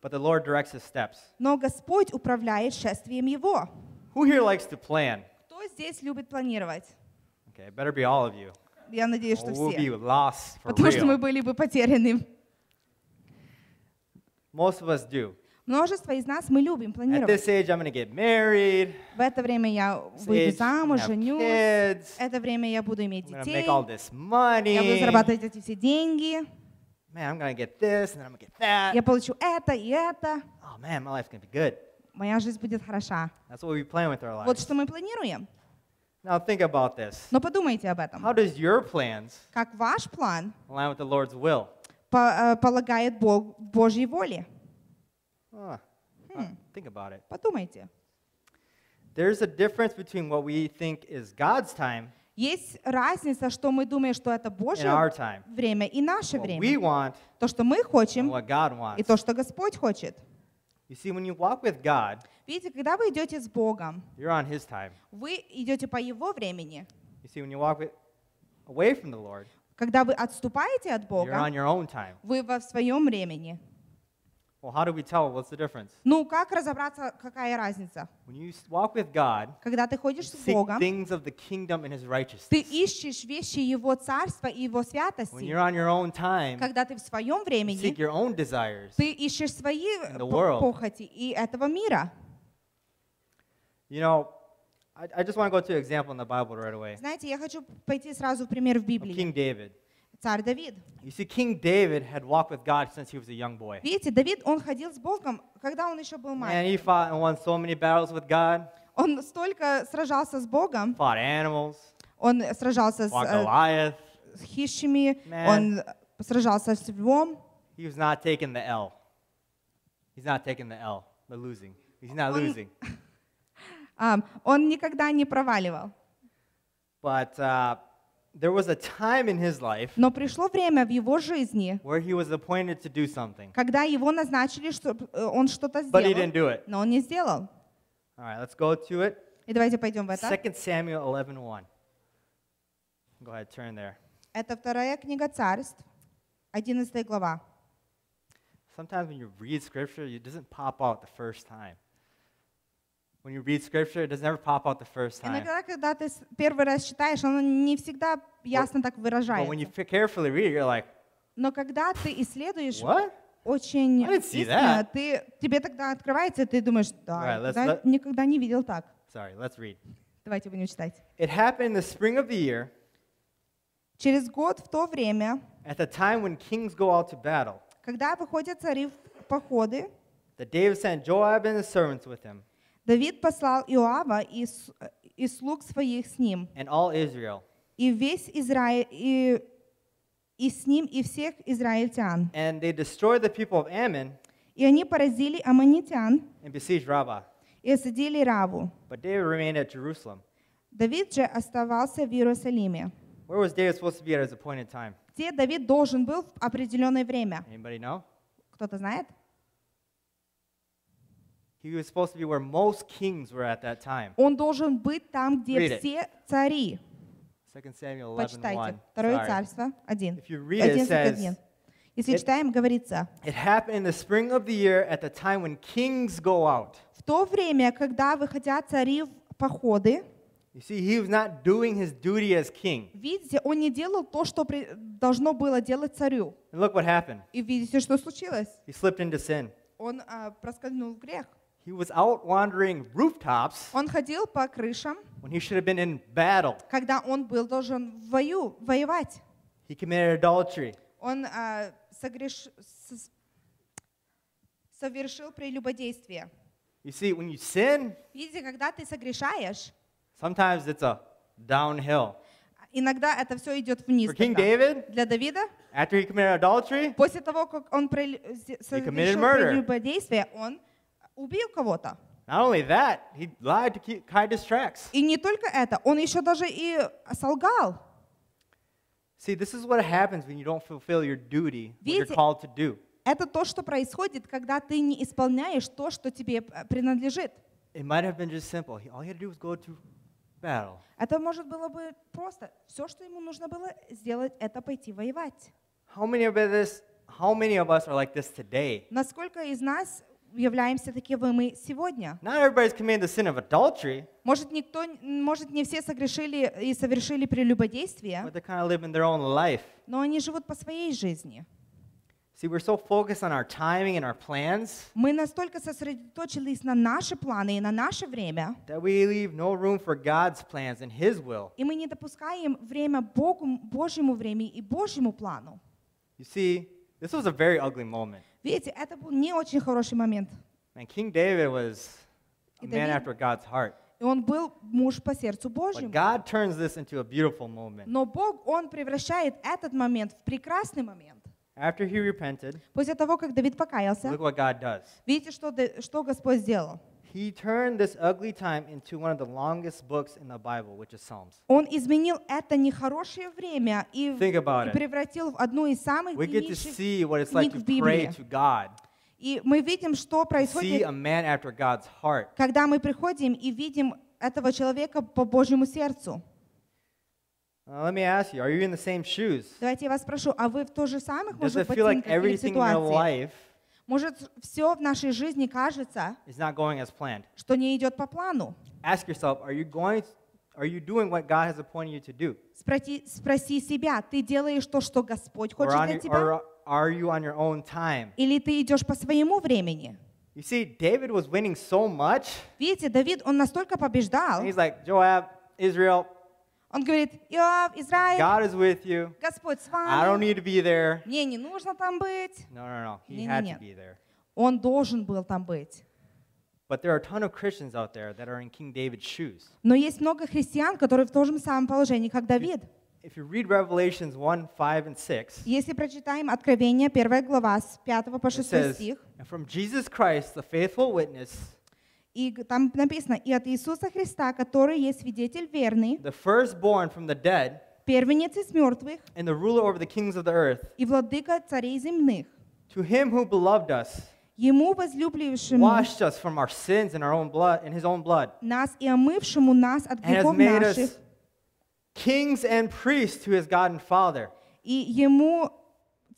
S7: but the Lord directs his steps."
S3: но Господь управляет шествием его.
S7: Who here likes to plan?
S3: Кто здесь любит планировать?
S7: Okay, it better be all of you.
S3: Я надеюсь,
S7: Or
S3: что
S7: we'll be
S3: все.
S7: lost for
S3: Потому что мы
S7: real.
S3: были бы потеряны.
S7: Most of us do.
S3: Множество из нас мы любим
S7: At
S3: планировать.
S7: this age, I'm going to get married.
S3: В это время я
S7: This
S3: выйду
S7: age, I'm
S3: замуж,
S7: gonna have
S3: женюсь.
S7: kids.
S3: Это время я буду иметь
S7: I'm going to
S3: детей.
S7: make all this
S3: Я буду
S7: money.
S3: зарабатывать эти все деньги.
S7: Man, I'm going to get this, and then I'm going to get that.
S3: Я получу это и это.
S7: Oh, man, my life's going to be good.
S3: Моя жизнь будет хороша.
S7: That's what we plan with our
S3: Вот
S7: lives.
S3: что мы планируем.
S7: Now, think about this.
S3: Но подумайте об этом.
S7: How does your plans
S3: Как ваш план
S7: align with the Lord's will?
S3: по- э, полагает Бог Божьей воле?
S7: Huh. Huh. Think about it.
S3: Подумайте.
S7: There's a difference between what we think is God's time
S3: Есть разница, что мы думаем, что это
S7: and our
S3: Божье
S7: time.
S3: время и наше
S7: What we
S3: время.
S7: want
S3: То, что мы
S7: and
S3: хотим,
S7: what God
S3: и
S7: wants.
S3: то, что Господь хочет.
S7: You see, when you walk with God,
S3: Видите, когда вы идете с Богом,
S7: you're on His time.
S3: вы идете по Его времени.
S7: You see, when you walk with, away from the Lord,
S3: Когда вы отступаете от
S7: you're
S3: Бога,
S7: on your own time.
S3: вы во своем времени.
S7: Well, how do we tell? What's the difference?
S3: Ну, как разобраться, какая разница?
S7: When you s- walk with God,
S3: Когда ты
S7: you
S3: ходишь с
S7: seek
S3: Богом,
S7: things of the kingdom and His
S3: ты
S7: righteousness.
S3: ищешь вещи Его Царства и Его
S7: When you're
S3: святости.
S7: on your own time,
S3: Когда ты в своем
S7: you seek
S3: времени,
S7: your own desires.
S3: ты ищешь свои э,
S7: the
S3: по-
S7: world.
S3: похоти и этого mira.
S7: You know, I, I just want to go to an example in the Bible right away.
S3: Знаете, я хочу пойти сразу в пример в
S7: Of
S3: Библии.
S7: King David.
S3: Царь Давид.
S7: You see, King David had walked with God since he was a young boy.
S3: Видите, Давид, он ходил с Богом, когда он еще был
S7: Man,
S3: маленьким.
S7: he fought and won so many battles with God.
S3: Он столько сражался с Богом,
S7: Fought animals,
S3: он сражался с,
S7: fought
S3: э,
S7: Goliath.
S3: с хищами,
S7: Man.
S3: он сражался с львом.
S7: He was not taking the L. He's not taking the L. The losing. He's not
S3: Он-
S7: losing.
S3: А, он никогда не проваливал.
S7: But uh, there was a time in his life
S3: Но пришло время в его жизни,
S7: where he was appointed to do something,
S3: когда его назначили, чтобы он что-то
S7: but he didn't
S3: сделал,
S7: do it.
S3: но он не сделал.
S7: All right, let's go to it.
S3: И давайте пойдем в это.
S7: 2 Samuel 11:1. Go ahead, turn there.
S3: Это вторая книга царств, 11 глава.
S7: Sometimes when you read scripture, it doesn't pop out the first time. When you read scripture, it doesn't ever pop out the first time.
S3: Иногда, когда ты с- первый раз читаешь, оно не всегда ясно так
S7: But when you
S3: выражается.
S7: f- carefully read it, you're like,
S3: Но когда ты исследуешь
S7: what?
S3: очень
S7: I didn't see
S3: пристально,
S7: that.
S3: ты, тебе тогда открывается, и ты думаешь, да,
S7: Alright,
S3: я
S7: let's-
S3: тогда
S7: let-
S3: никогда не видел так.
S7: Sorry, let's read.
S3: Давайте будем читать.
S7: It happened in the spring of the year,
S3: Через год в то время,
S7: at the time when kings go out to battle,
S3: когда выходят цари в походы,
S7: that David sent Joab and his servants with him,
S3: Давид послал Иоава и, с- и слуг своих с ним,
S7: and all Israel,
S3: и весь Израиль, и, и с ним, и всех израильтян.
S7: and they destroyed the people of Ammon
S3: И они поразили аммонитян
S7: and besieged Rabbah.
S3: и осадили Раву.
S7: But David remained at Jerusalem.
S3: Давид же оставался в Иерусалиме,
S7: Where was David supposed to be at his appointed time?
S3: где Давид должен был в определенное время.
S7: Anybody know?
S3: Кто-то знает?
S7: He was supposed to be where most kings were at that time.
S3: Он должен быть там, где
S7: Read it.
S3: все цари.
S7: 2 Samuel 11
S3: Почитайте. Второе царство, 1.
S7: If you read it, it says,
S3: Если
S7: it-
S3: читаем, говорится,
S7: It happened in the spring of the year at the time when kings go out.
S3: в то время, когда выходят цари в походы,
S7: You see, he was not doing his duty as king.
S3: видите, он не делал то, что при- должно было делать царю.
S7: And look what happened.
S3: И видите, что случилось?
S7: He slipped into sin.
S3: Он а, проскользнул в грех.
S7: He was out wandering rooftops
S3: Он ходил по крышам,
S7: when he should have been in battle.
S3: когда он был должен в бою воевать.
S7: He committed adultery.
S3: Он а, согреш- с- совершил прелюбодействие.
S7: You see, when you sin,
S3: Видите, когда ты согрешаешь,
S7: sometimes it's a downhill.
S3: иногда это все идет вниз.
S7: For King
S3: тогда.
S7: David,
S3: Для Давида,
S7: after he committed adultery,
S3: после того, как он прелю- зе-
S7: committed
S3: совершил
S7: murder.
S3: прелюбодействие, он убил кого-то.
S7: not only that, he lied to keep, hide his tracks.
S3: И не только это, он еще даже и солгал.
S7: See, this is what happens when you don't fulfill your duty, what you're
S3: Видите?
S7: called to do.
S3: Это то, что происходит, когда ты не исполняешь то, что тебе э, принадлежит.
S7: It might have been just simple. He- All he had to do was go to battle.
S3: Это может было бы просто. Все, что ему нужно было сделать, это пойти воевать.
S7: How many of us, how many of us are like this today?
S3: Насколько из нас являемся таковыми сегодня.
S7: Not everybody's committed the sin of adultery,
S3: Может, никто, может, не все согрешили и совершили прелюбодействие,
S7: but they're kind of living their own life.
S3: но они живут по своей жизни.
S7: See, we're so focused on our timing and our plans
S3: Мы настолько сосредоточились на наши планы и на наше время,
S7: that we leave no room for God's plans and His will.
S3: и мы не допускаем время Богу, Божьему времени и Божьему плану.
S7: You see, this was a very ugly moment.
S3: Видите, это был не очень хороший момент.
S7: And King David was a
S3: David-
S7: man after God's heart.
S3: И он был муж по сердцу
S7: But
S3: Божьему.
S7: God turns this into a beautiful moment.
S3: Но Бог, Он превращает этот момент в прекрасный момент.
S7: After he repented,
S3: После того, как Давид покаялся,
S7: look what God does.
S3: видите, что, Да- что Господь сделал?
S7: He turned this ugly time into one of the longest books in the Bible, which is Psalms.
S3: Он изменил это нехорошее время и, в-
S7: Think about
S3: и
S7: it.
S3: превратил в одну из самых
S7: We get to
S3: древнейших
S7: see what it's like
S3: книг в
S7: to pray
S3: Библии.
S7: to God,
S3: И мы видим, что
S7: see
S3: происходит,
S7: a man after God's heart.
S3: когда мы приходим и видим этого человека по Божьему сердцу.
S7: Uh, let me ask you: Are you in the same shoes?
S3: Давайте я вас спрошу, а вы в то же самых,
S7: Does
S3: может,
S7: it feel like
S3: ботинках или
S7: everything in your
S3: ситуации?
S7: life
S3: Может, все в нашей жизни кажется,
S7: is not going as planned?
S3: что не идет по плану?
S7: Ask yourself: Are you going? Are you doing what God has appointed you to do?
S3: Спроси, спроси себя, ты делаешь то, что Господь
S7: Or
S3: хочет
S7: on
S3: для
S7: your-
S3: тебя,
S7: or are you on your own time?
S3: или ты идешь по своему времени?
S7: You see, David was winning so much.
S3: Видите, Давид, он настолько побеждал,
S7: And he's like, Joab, Israel,
S3: он говорит, Иоав, Израиль,
S7: God is with you.
S3: Господь с
S7: I don't
S3: вами,
S7: need to be there.
S3: мне не нужно там быть.
S7: No, no, no. He
S3: Не, не,
S7: had to
S3: нет.
S7: be there.
S3: Он должен был там быть.
S7: But there are a ton of Christians out there that are in King David's shoes.
S3: Но есть много христиан, которые в том же самом положении, как Давид.
S7: If you read Revelations 1, 5, and 6,
S3: Если прочитаем Откровение, первая глава, с 5 по
S7: it
S3: 6
S7: says,
S3: стих,
S7: And from Jesus Christ, the faithful witness,
S3: и г- там написано, «И от Иисуса Христа, который есть свидетель верный,
S7: the firstborn from the dead,
S3: первенец из мертвых
S7: and the ruler over the kings of the earth,
S3: и владыка царей земных,
S7: to him who beloved us,
S3: ему возлюблившему
S7: washed us from our sins in our own blood, in his own blood,
S3: нас и омывшему нас от
S7: and has
S3: грехов
S7: made us
S3: наших,
S7: kings and priests to his God and Father.
S3: и ему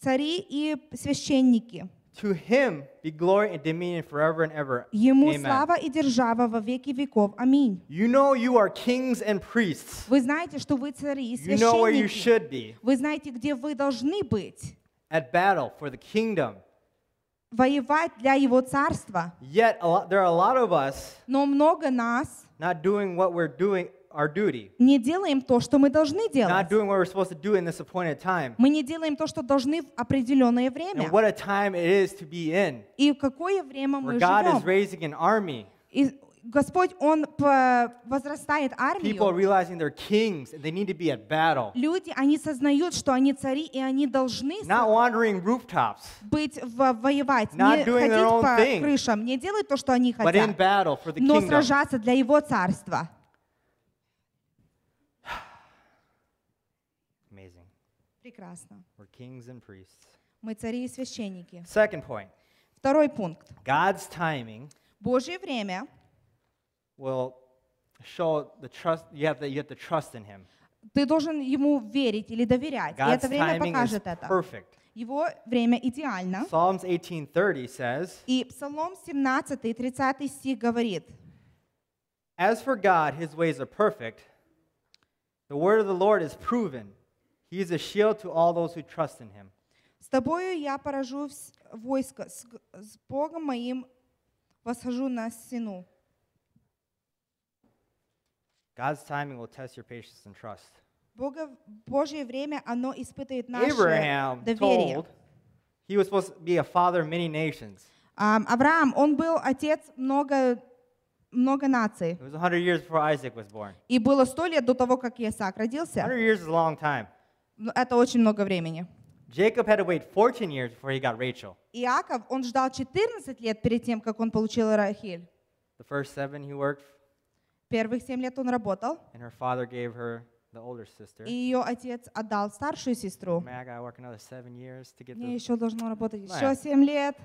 S3: цари и священники».
S7: To him be glory and dominion forever and ever.
S3: Ему
S7: Amen.
S3: слава и держава во веки веков. Аминь.
S7: You know you are kings and priests.
S3: Вы знаете, что вы цари и
S7: You know where you
S3: священники.
S7: should be
S3: Вы знаете, где вы должны быть,
S7: at battle for the kingdom.
S3: воевать для Его царства.
S7: Yet a lot, there are a lot of us
S3: Но много нас
S7: not doing what we're doing, our duty,
S3: не делаем то, что мы должны
S7: not
S3: делать.
S7: doing what we're supposed to do in this appointed time.
S3: Мы не делаем то, что должны в определенное время.
S7: And what a time it is to be in,
S3: И в какое время мы
S7: where God is
S3: живем.
S7: raising an army,
S3: И Господь, Он п- возрастает
S7: people
S3: армию.
S7: realizing they're kings and they need to be at battle,
S3: Люди, они сознают, что они цари, и они должны
S7: not wandering rooftops,
S3: быть в- воевать,
S7: Not
S3: не
S7: doing their own
S3: ходить по
S7: thing.
S3: крышам, не делать то, что они
S7: but in
S3: хотят,
S7: battle for the
S3: но
S7: kingdom.
S3: сражаться для Его царства.
S7: Amazing.
S3: Прекрасно.
S7: We're kings and priests.
S3: Мы цари и священники.
S7: Second point
S3: Второй пункт.
S7: God's timing
S3: Божье время
S7: will show the trust you have to, you have to trust in him.
S3: ты должен ему верить или доверять. и
S7: God's
S3: это время
S7: timing is
S3: покажет это.
S7: perfect.
S3: Его время идеально.
S7: Psalms 18:30 says,
S3: И Псалом 17, и 30 стих говорит,
S7: "As for God, his ways are perfect. The word of the Lord is proven. He is a shield to all those who trust in him."
S3: «С тобою я поражу вс- войско, с, г- с Богом моим восхожу на стену».
S7: God's timing will test your patience and trust.
S3: Бога- Божье время, оно испытывает наше
S7: Abraham
S3: доверие.
S7: told he was supposed to be a father of many nations.
S3: Ам, Авраам, он был отец много, много наций.
S7: It was 100 years before Isaac was born.
S3: И было сто лет до того, как Исаак родился.
S7: 100 years is a long time.
S3: Но Это очень много времени.
S7: Jacob had to wait 14 years before he got Rachel.
S3: Иаков, он ждал 14 лет перед тем, как он получил Рахиль.
S7: The first seven he worked,
S3: Первых семь лет он работал,
S7: and her father gave her the older sister.
S3: и ее отец отдал старшую сестру.
S7: Man, I gotta work another seven years to get
S3: Мне
S7: this.
S3: еще должно работать
S7: Понятно.
S3: еще семь лет.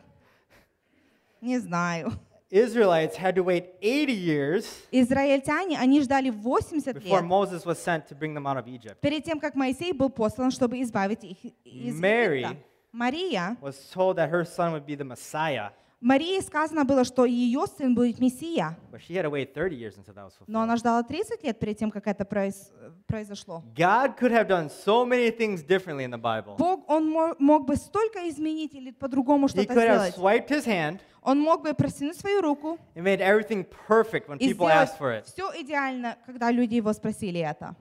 S3: Не знаю.
S7: Israelites had to wait 80 years
S3: Израильтяне, они ждали 80
S7: before
S3: лет
S7: Moses was sent to bring them out of Egypt.
S3: перед тем, как Моисей был послан, чтобы избавить их из
S7: Mary
S3: Египта. Мария,
S7: Was told that her son would be the Messiah,
S3: Марии сказано было, что ее сын будет Мессия.
S7: But she had to wait 30 years until that was fulfilled.
S3: Но она ждала 30 лет перед тем, как это произ- произошло.
S7: God could have done so many things differently in the Bible.
S3: Бог, Он мо- мог бы столько изменить или по-другому
S7: He
S3: что-то
S7: could have
S3: сделать.
S7: swiped his hand
S3: Он мог бы протянуть свою руку
S7: and made everything perfect when
S3: и
S7: people
S3: сделать
S7: asked for it.
S3: все идеально, когда люди его спросили это.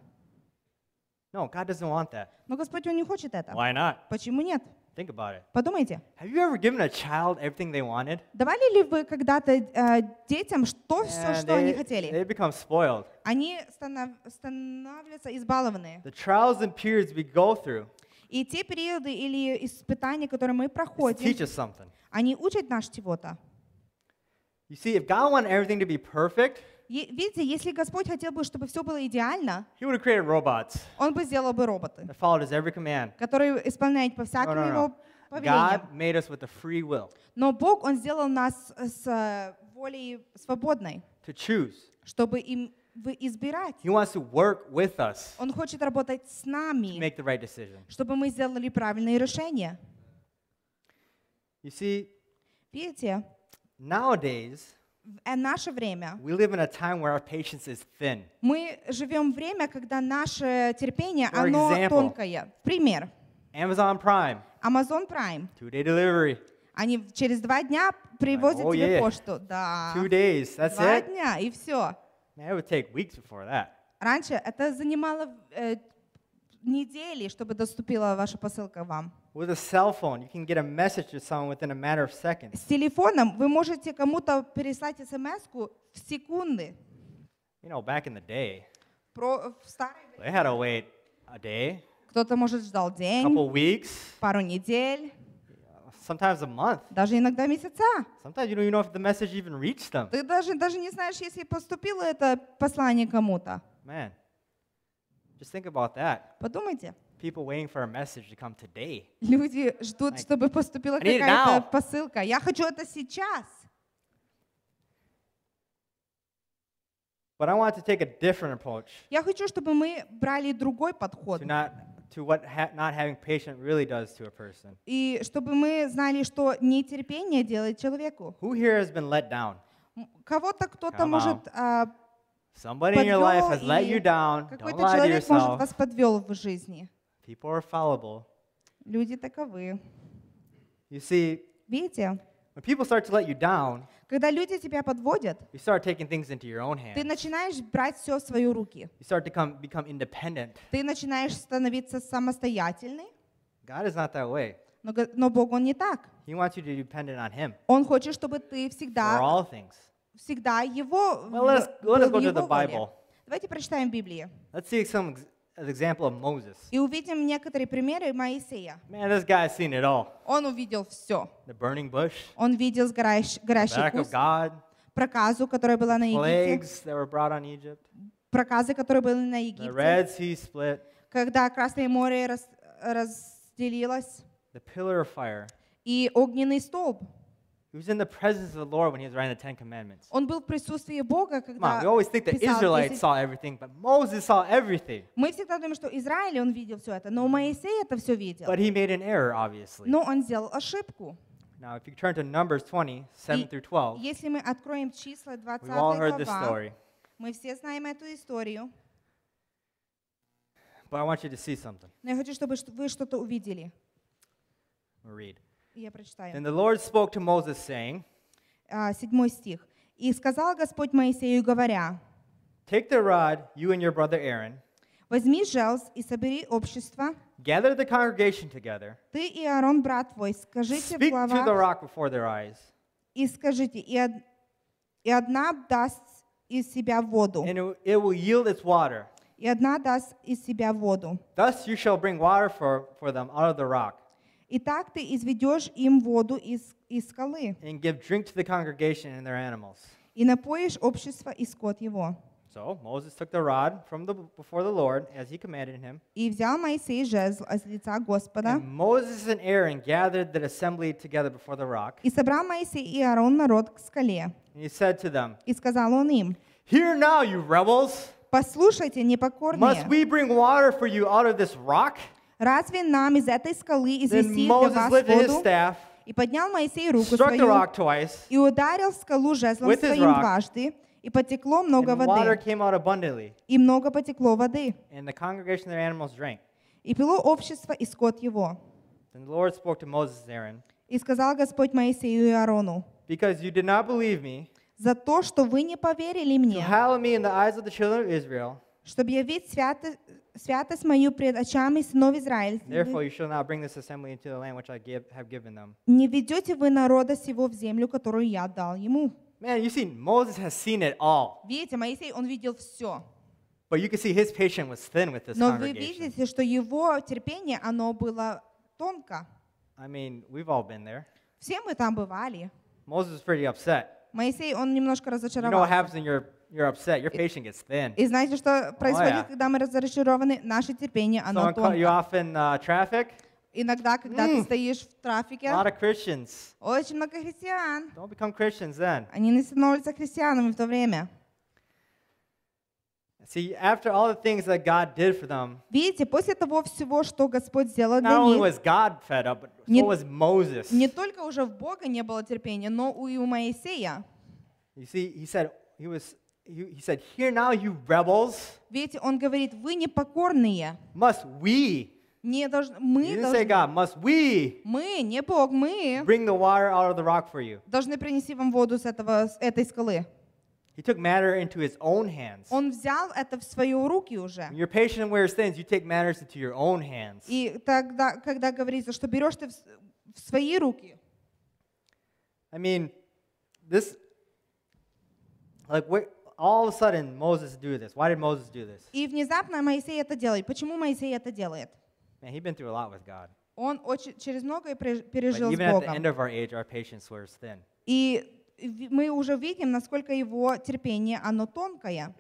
S7: No, God doesn't want that.
S3: Но Господь, Он не хочет это.
S7: Why not?
S3: Почему нет?
S7: Think about it.
S3: Подумайте.
S7: Have you ever given a child everything they wanted?
S3: Давали ли вы когда-то э, детям что все,
S7: And
S3: что они
S7: they,
S3: хотели?
S7: they become spoiled.
S3: Они станов- становятся избалованные.
S7: The trials and periods we go through
S3: И те периоды или испытания, которые мы
S7: is to teach
S3: проходим,
S7: us something.
S3: они учат нас чего-то.
S7: You see, if God wanted everything to be perfect,
S3: Е- Видите, если Господь хотел бы, чтобы все было идеально,
S7: He would have created robots
S3: Он бы сделал бы роботы,
S7: that followed His every command.
S3: которые исполняют по
S7: No,
S3: всякому
S7: no,
S3: Его
S7: no. God
S3: повелению.
S7: made us with a free will
S3: Но Бог, Он сделал нас с э, волей свободной,
S7: to choose.
S3: чтобы им вы- избирать.
S7: He wants to work with us
S3: Он хочет работать с
S7: to
S3: нами,
S7: make the right decision.
S3: чтобы мы сделали правильные решения.
S7: You see,
S3: Видите,
S7: nowadays
S3: в э, наше время,
S7: we live in a time where our patience is thin.
S3: мы живем время, когда наше терпение,
S7: For
S3: оно
S7: example.
S3: тонкое. Пример.
S7: Amazon Prime,
S3: Amazon Prime.
S7: two-day delivery,
S3: Они в- через два дня привозят
S7: Oh,
S3: тебе
S7: yeah.
S3: пошту. Да.
S7: two days. That's
S3: Два
S7: it.
S3: дня, и все.
S7: Man, it would take weeks before that.
S3: Раньше это занимало э, недели, чтобы доступила ваша посылка вам.
S7: With a cell phone, you can get a message to someone within a matter of seconds.
S3: С телефоном вы можете кому-то переслать смс в секунды.
S7: You know, back in the day,
S3: Про, в старые времена
S7: they had to wait a day,
S3: Кто-то, может, ждал
S7: a
S3: день,
S7: couple weeks,
S3: пару недель,
S7: sometimes a month.
S3: даже иногда месяца.
S7: Sometimes you don't even know if the message even reached them.
S3: Ты даже, даже не знаешь, если поступило это послание кому-то.
S7: Man, just think about that.
S3: Подумайте.
S7: People waiting for a message to come today.
S3: Люди ждут,
S7: Like,
S3: чтобы поступила
S7: I need it
S3: какая-то
S7: now.
S3: посылка. Я хочу это сейчас.
S7: But I want to take a different approach
S3: Я хочу, чтобы мы brali другой подход.
S7: to not to what ha- not having patience really does to a person.
S3: И чтобы мы знали, что нетерпение делает человеку.
S7: Who here has been let down?
S3: М, Кого-то кто-то
S7: Come
S3: может а,
S7: Somebody in your life
S3: подвел,
S7: has let you
S3: или
S7: down. Don't
S3: какой-то
S7: lie to
S3: человек, может,
S7: yourself.
S3: вас подвел в жизни.
S7: People are fallible.
S3: Люди таковы.
S7: You see,
S3: Видите,
S7: when people start to let you down,
S3: когда люди тебя подводят,
S7: you start taking things into your own
S3: ты
S7: hands.
S3: начинаешь брать все в свои руки.
S7: You start to come, become independent.
S3: Ты начинаешь становиться самостоятельный,
S7: God is not that way.
S3: но, го- но Бог, Он не так.
S7: He wants you to be dependent on Him
S3: Он хочет, чтобы ты
S7: for
S3: всегда,
S7: all things.
S3: всегда Его...
S7: Well, let us-
S3: в-
S7: let us
S3: был в
S7: go to
S3: Его
S7: the
S3: воле.
S7: Bible.
S3: Давайте прочитаем Библию
S7: Let's see some ex- an example of Moses.
S3: и увидим некоторые примеры Моисея.
S7: Man, this guy's seen it all.
S3: Он увидел все.
S7: The burning bush,
S3: Он видел сгорающ-
S7: the
S3: горящий
S7: back of
S3: куст,
S7: God,
S3: проказу, которая была на Египте,
S7: plagues that were brought on Egypt,
S3: проказы, которые были на
S7: the
S3: Египте,
S7: Red Sea split,
S3: когда Красное море рас- разделилось,
S7: the pillar of fire.
S3: и огненный столб.
S7: He was in the presence of the Lord when he was writing the Ten Commandments.
S3: Он был в присутствии Бога,
S7: Come on,
S3: когда
S7: we always think the
S3: писал
S7: Israelites
S3: 10
S7: saw everything, but Moses saw everything.
S3: Мы всегда думаем, что Израиль, он видел все это, но Моисей это все видел.
S7: But he made an error, obviously.
S3: Но он сделал ошибку.
S7: Now, if you turn to Numbers 20, 7
S3: И
S7: through 12,
S3: Если мы откроем числа 20
S7: we've all heard this
S3: глава,
S7: story.
S3: мы все знаем эту историю,
S7: But I want you to see something.
S3: но я хочу, чтобы ш- вы что-то увидели.
S7: We'll read.
S3: Я прочитаю.
S7: Then the Lord spoke to Moses, saying,
S3: А, Седьмой стих. «И сказал Господь Моисею, говоря,
S7: Take the rod, you and your brother Aaron,
S3: возьми желз и собери общество,
S7: gather the congregation together,
S3: ты и Аарон, брат твой, скажите в
S7: speak to the
S3: главах
S7: rock before their eyes,
S3: и скажите, и, од- и одна даст из себя воду,
S7: and it, it will yield its water.
S3: и одна даст из себя воду».
S7: Thus you shall bring water for, for them out of the rock,
S3: И так ты изведешь им воду из, из скалы,
S7: and give drink to the congregation and their animals.
S3: и напоишь общество и скот его.
S7: So Moses took the rod from the before the Lord as he commanded him.
S3: И взял Моисей жезл из лица Господа,
S7: And Moses and Aaron gathered the assembly together before the rock,
S3: и собрал Моисей и Аарон народ к скале.
S7: and he said to them,
S3: И сказал он им,
S7: Hear now, you rebels!
S3: «Послушайте,
S7: Must
S3: непокорные,
S7: we bring water for you out of this rock?
S3: разве нам из этой скалы
S7: Then
S3: извести для
S7: Moses
S3: вас
S7: lifted his
S3: воду?»
S7: staff
S3: И поднял Моисей руку
S7: struck the
S3: свою
S7: rock twice,
S3: и ударил в скалу жезлом
S7: With his
S3: своим
S7: rock.
S3: дважды, и потекло много
S7: and water
S3: воды,
S7: came out abundantly,
S3: и много потекло воды.
S7: and the congregation of their animals drank.
S3: И пило общество и скот его.
S7: Then the Lord spoke to Moses and Aaron,
S3: И сказал Господь Моисею и Аарону,
S7: Because you did not believe me,
S3: за то, что вы не поверили
S7: to
S3: мне,
S7: hallow me in the eyes of the children of Israel,
S3: чтобы явить свято- святость мою пред очами сынов
S7: therefore
S3: Израиля.
S7: you shall not bring this assembly into the land which I give, have given them.
S3: Не ведете вы народа сего в землю, которую я дал ему.
S7: Man, you see, Moses has seen it all.
S3: Видите, Моисей, он видел все.
S7: But you can see his patience was thin with this
S3: Но вы
S7: congregation.
S3: видите, что его терпение, оно было тонко.
S7: I mean, we've all been there.
S3: Все мы там бывали.
S7: Moses was pretty upset.
S3: Моисей, он немножко
S7: You know what
S3: разочаровался.
S7: happens when you're, you're upset? Your patience gets thin.
S3: И знаете, что происходит,
S7: Oh, yeah.
S3: когда мы разочарованы? Наше терпение, оно
S7: Someone cut you
S3: тонко.
S7: off in uh, traffic?
S3: Иногда, когда ты стоишь в
S7: A lot
S3: трафике,
S7: of Christians.
S3: очень много христиан.
S7: Don't become Christians then.
S3: Они не становятся христианами в то время.
S7: See, after all the things that God did for them,
S3: Видите, после того всего, что Господь сделал
S7: not
S3: для
S7: only
S3: них,
S7: was God fed up, but
S3: Не-
S7: so was Moses.
S3: не только уже в Бога не было терпения, но и у Моисея.
S7: You see, he said, he was, he, he said, here now, you rebels,
S3: Видите, он говорит, вы непокорные.
S7: must we,
S3: Не должны,
S7: he
S3: мы
S7: didn't say
S3: должны,
S7: God, must we
S3: мы, не Бог, мы
S7: bring the water out of the rock for you.
S3: должны принести вам воду с, этого, с этой скалы.
S7: He took matter into his own hands.
S3: Он взял это в свои руки уже.
S7: When you're patient and wears things, you take matters into your own hands.
S3: И тогда, когда говорится, что берешь ты в, с- в свои руки,
S7: I mean, this, like, what, all of a sudden, Moses do this. Why did Moses do this?
S3: и внезапно Моисей это делает. Почему Moisей это делает?
S7: Man, he'd been through a lot with God.
S3: Он очень, через многое пре-
S7: Like,
S3: пережил
S7: even
S3: с
S7: at the
S3: Богом.
S7: end of our age, our patience wears thin.
S3: И ви- мы уже видим, насколько его терпение, оно тонкое.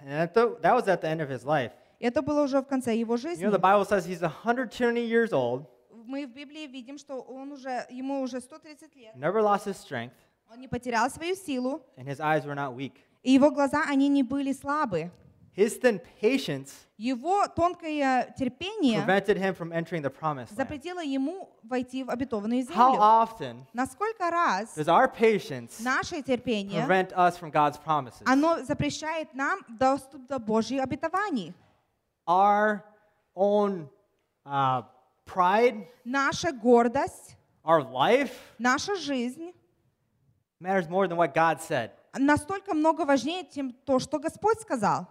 S7: And that, tho- that was at the end of his life.
S3: Это было уже в конце его
S7: You
S3: жизни.
S7: know, the Bible says he's 120 years old,
S3: Мы в Библии видим, что он уже, ему уже 130 лет.
S7: never lost his strength,
S3: Он не потерял свою силу,
S7: and his eyes were not weak.
S3: и его глаза, они не были слабы.
S7: His thin patience
S3: Его тонкое терпение
S7: prevented him from entering the promised land.
S3: запретило ему войти в обетованную
S7: How
S3: землю.
S7: often
S3: Naсколько раз
S7: does our patience
S3: наше терпение,
S7: prevent us from God's promises?
S3: оно запрещает нам доступ до Божьих обетований?
S7: Our own uh, pride,
S3: Наша гордость,
S7: our life
S3: наша жизнь,
S7: matters more than what God said.
S3: настолько много важнее, чем то, что Господь сказал.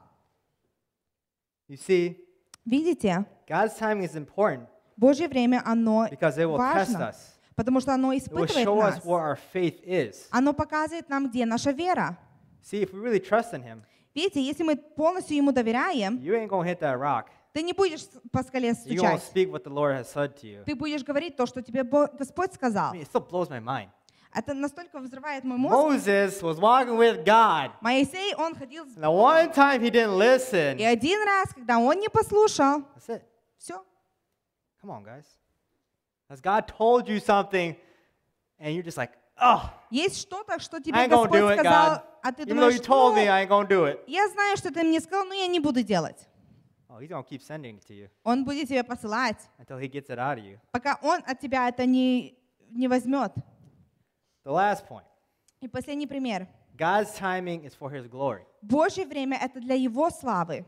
S7: You see,
S3: Видите,
S7: God's timing is important
S3: Божье время, оно
S7: because it will test
S3: важно,
S7: us.
S3: потому что оно
S7: It will
S3: испытывает
S7: show us
S3: нас.
S7: where our faith is.
S3: Оно показывает нам, где наша вера.
S7: See, if we really trust in Him,
S3: Видите, если мы полностью Ему доверяем,
S7: you ain't gonna hit that rock.
S3: ты не будешь с- по скале
S7: You're gonna
S3: стучать.
S7: speak what the Lord has said to you.
S3: Ты будешь говорить то, что тебе Бо- Господь
S7: I
S3: сказал.
S7: mean, it still blows my mind.
S3: Это настолько взрывает мой мозг.
S7: Moses was walking with God.
S3: Моисей, он ходил... с-
S7: And the one time he didn't listen,
S3: И один раз, когда он не послушал,
S7: that's it.
S3: все.
S7: Come on, guys. As God told you something, and you're just like, oh,
S3: Есть что-то, что
S7: I
S3: тебе
S7: ain't gonna do
S3: Господь
S7: it,
S3: сказал,
S7: God.
S3: а ты
S7: Even though you
S3: думаешь,
S7: told me,
S3: «Ну,
S7: I ain't gonna do it.
S3: Я знаю, что ты мне сказал, но я не буду делать.
S7: Oh, he's gonna keep sending it to you
S3: Он будет тебя посылать,
S7: until he gets it out of you.
S3: пока он от тебя это не, не возьмет.
S7: The last point
S3: И последний пример.
S7: God's timing is for his glory.
S3: Божье время — это для Его славы.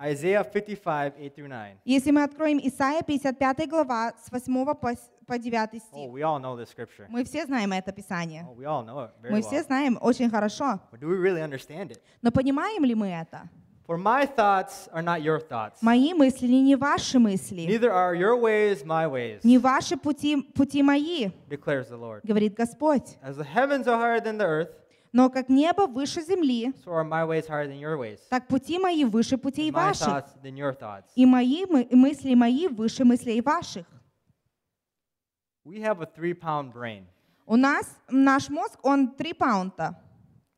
S7: Isaiah 55, 8 through 9.
S3: Если мы откроем Исаия 55 глава с 8 по, с- по 9
S7: Oh,
S3: стих,
S7: we all know this scripture.
S3: мы все знаем это Писание.
S7: Oh, we all know it very
S3: Мы все
S7: well.
S3: знаем очень хорошо.
S7: But do we really understand it?
S3: Но понимаем ли мы это?
S7: For my thoughts are not your thoughts.
S3: Мои мысли не ваши мысли,
S7: Neither are your ways my ways,
S3: не ваши пути, пути мои,
S7: declares the Lord.
S3: говорит Господь.
S7: As the heavens are higher than the earth,
S3: Но как небо выше земли,
S7: so are my ways higher than your ways.
S3: так pути мои выше путей
S7: and my
S3: ваших.
S7: thoughts than your thoughts.
S3: и мои мы- и мысли мои выше мыслей ваших.
S7: We have a three pound brain.
S3: У нас наш мозг, он 3 паунта.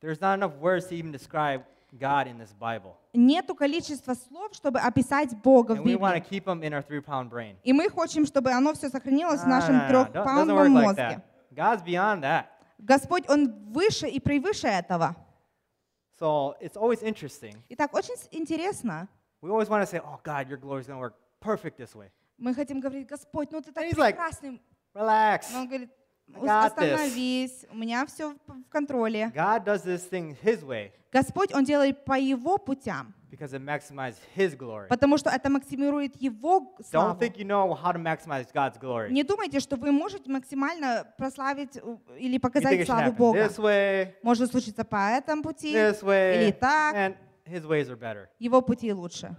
S7: There's not enough words to even describe God in this Bible.
S3: Нету количества слов, чтобы описать Бога в
S7: And we want
S3: Библии.
S7: to keep them in our three pound brain.
S3: И мы хотим, чтобы оно все сохранилось в
S7: Nah,
S3: нашем
S7: nah, nah, nah. А, Don't- doesn't
S3: трехпаундном
S7: work like
S3: мозге.
S7: that. God's beyond that.
S3: Господь, Он выше и превыше этого.
S7: So it's always interesting.
S3: Итак, очень с- интересно.
S7: We always want to say, oh, God, your glory's going to work perfect this way.
S3: Мы хотим говорить, Господь, ну ты так
S7: And he's like-
S3: прекрасный.
S7: Relax.
S3: Но он говорит,
S7: I got this.
S3: остановись, у меня все в контроле.
S7: God does this thing His way
S3: Господь, Он делает по Его путям,
S7: because it maximizes His glory.
S3: потому что это максимирует Его
S7: Don't
S3: славу.
S7: think you know how to maximize God's glory.
S3: Не думайте, что вы можете максимально прославить э, или
S7: You think
S3: показать
S7: it should
S3: славу
S7: happen
S3: Бога.
S7: this way,
S3: Может случиться по этому пути
S7: this way,
S3: или так.
S7: and His ways are better.
S3: Его пути лучше.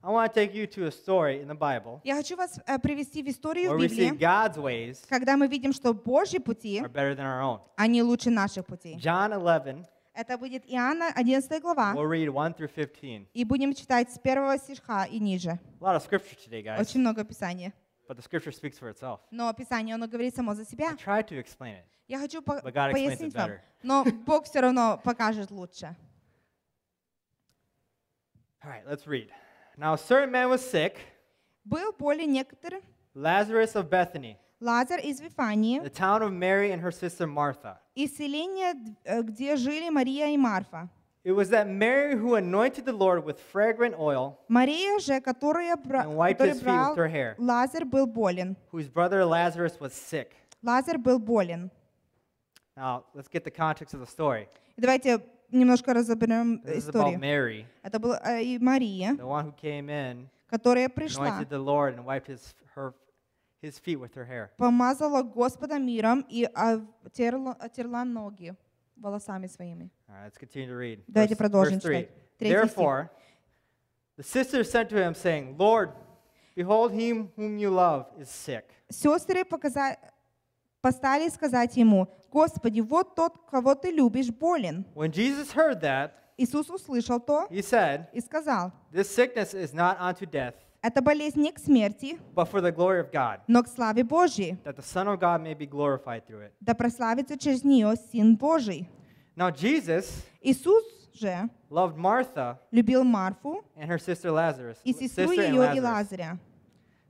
S7: I want to take you to a story in the Bible
S3: Я хочу вас э, привести в историю
S7: where
S3: в
S7: we see
S3: Библии,
S7: God's ways
S3: когда мы видим, что Божьи пути,
S7: are better than our own.
S3: они лучше наших путей.
S7: John 11,
S3: Это будет Иоанна 11 глава.
S7: we'll read 1 through 15.
S3: И будем читать с первого стиха и ниже.
S7: A lot of scripture today, guys,
S3: Очень много Писания.
S7: but the scripture speaks for itself.
S3: Но Писание, оно говорит само за
S7: I
S3: себя.
S7: tried to explain it.
S3: Я хочу по-
S7: But God explains it
S3: пояснить вам,
S7: better.
S3: но Бог все равно покажет лучше.
S7: All right, let's read. Now, a certain man was sick,
S3: Был более некоторый
S7: Lazarus of Bethany,
S3: Лазарь из Вифании,
S7: the town of Mary and her sister Martha.
S3: из селения, э, где жили Мария и Марфа.
S7: It was that Mary who anointed the Lord with fragrant oil,
S3: Мария же, которая бра-
S7: And wiped
S3: который
S7: his feet
S3: брал,
S7: with her hair.
S3: Лазарь был болен.
S7: whose brother Lazarus was sick.
S3: Лазарь был болен.
S7: Now, let's get the context of the story.
S3: И Давайте немножко разберем
S7: This is about
S3: историю.
S7: Mary,
S3: Это была э, и Мария,
S7: the one who came in,
S3: которая пришла,
S7: anointed the Lord, and wiped his, her, his feet with her hair.
S3: помазала Господа миром и отерла, отерла ноги волосами своими.
S7: All right, let's continue to read.
S3: Давайте продолжим
S7: verse 3.
S3: читать. Третий стих.
S7: Therefore, the sister sent to him, saying, Lord, behold, him whom you love is sick.
S3: Сестры показа- постали сказать ему, «Господи, вот тот, кого ты любишь, болен».
S7: When Jesus heard that,
S3: Иисус услышал то
S7: he said,
S3: и сказал,
S7: This sickness is not unto death,
S3: «Это болезнь не к смерти,
S7: but for the glory of God,
S3: но к славе Божьей,
S7: that the Son of God may be glorified through it.
S3: да прославится через нее Сын Божий».
S7: Now, Jesus
S3: Иисус же
S7: loved Martha
S3: любил Марфу
S7: and her sister Lazarus.
S3: и сестру
S7: Sister and
S3: ее и
S7: Lazarus.
S3: Лазаря.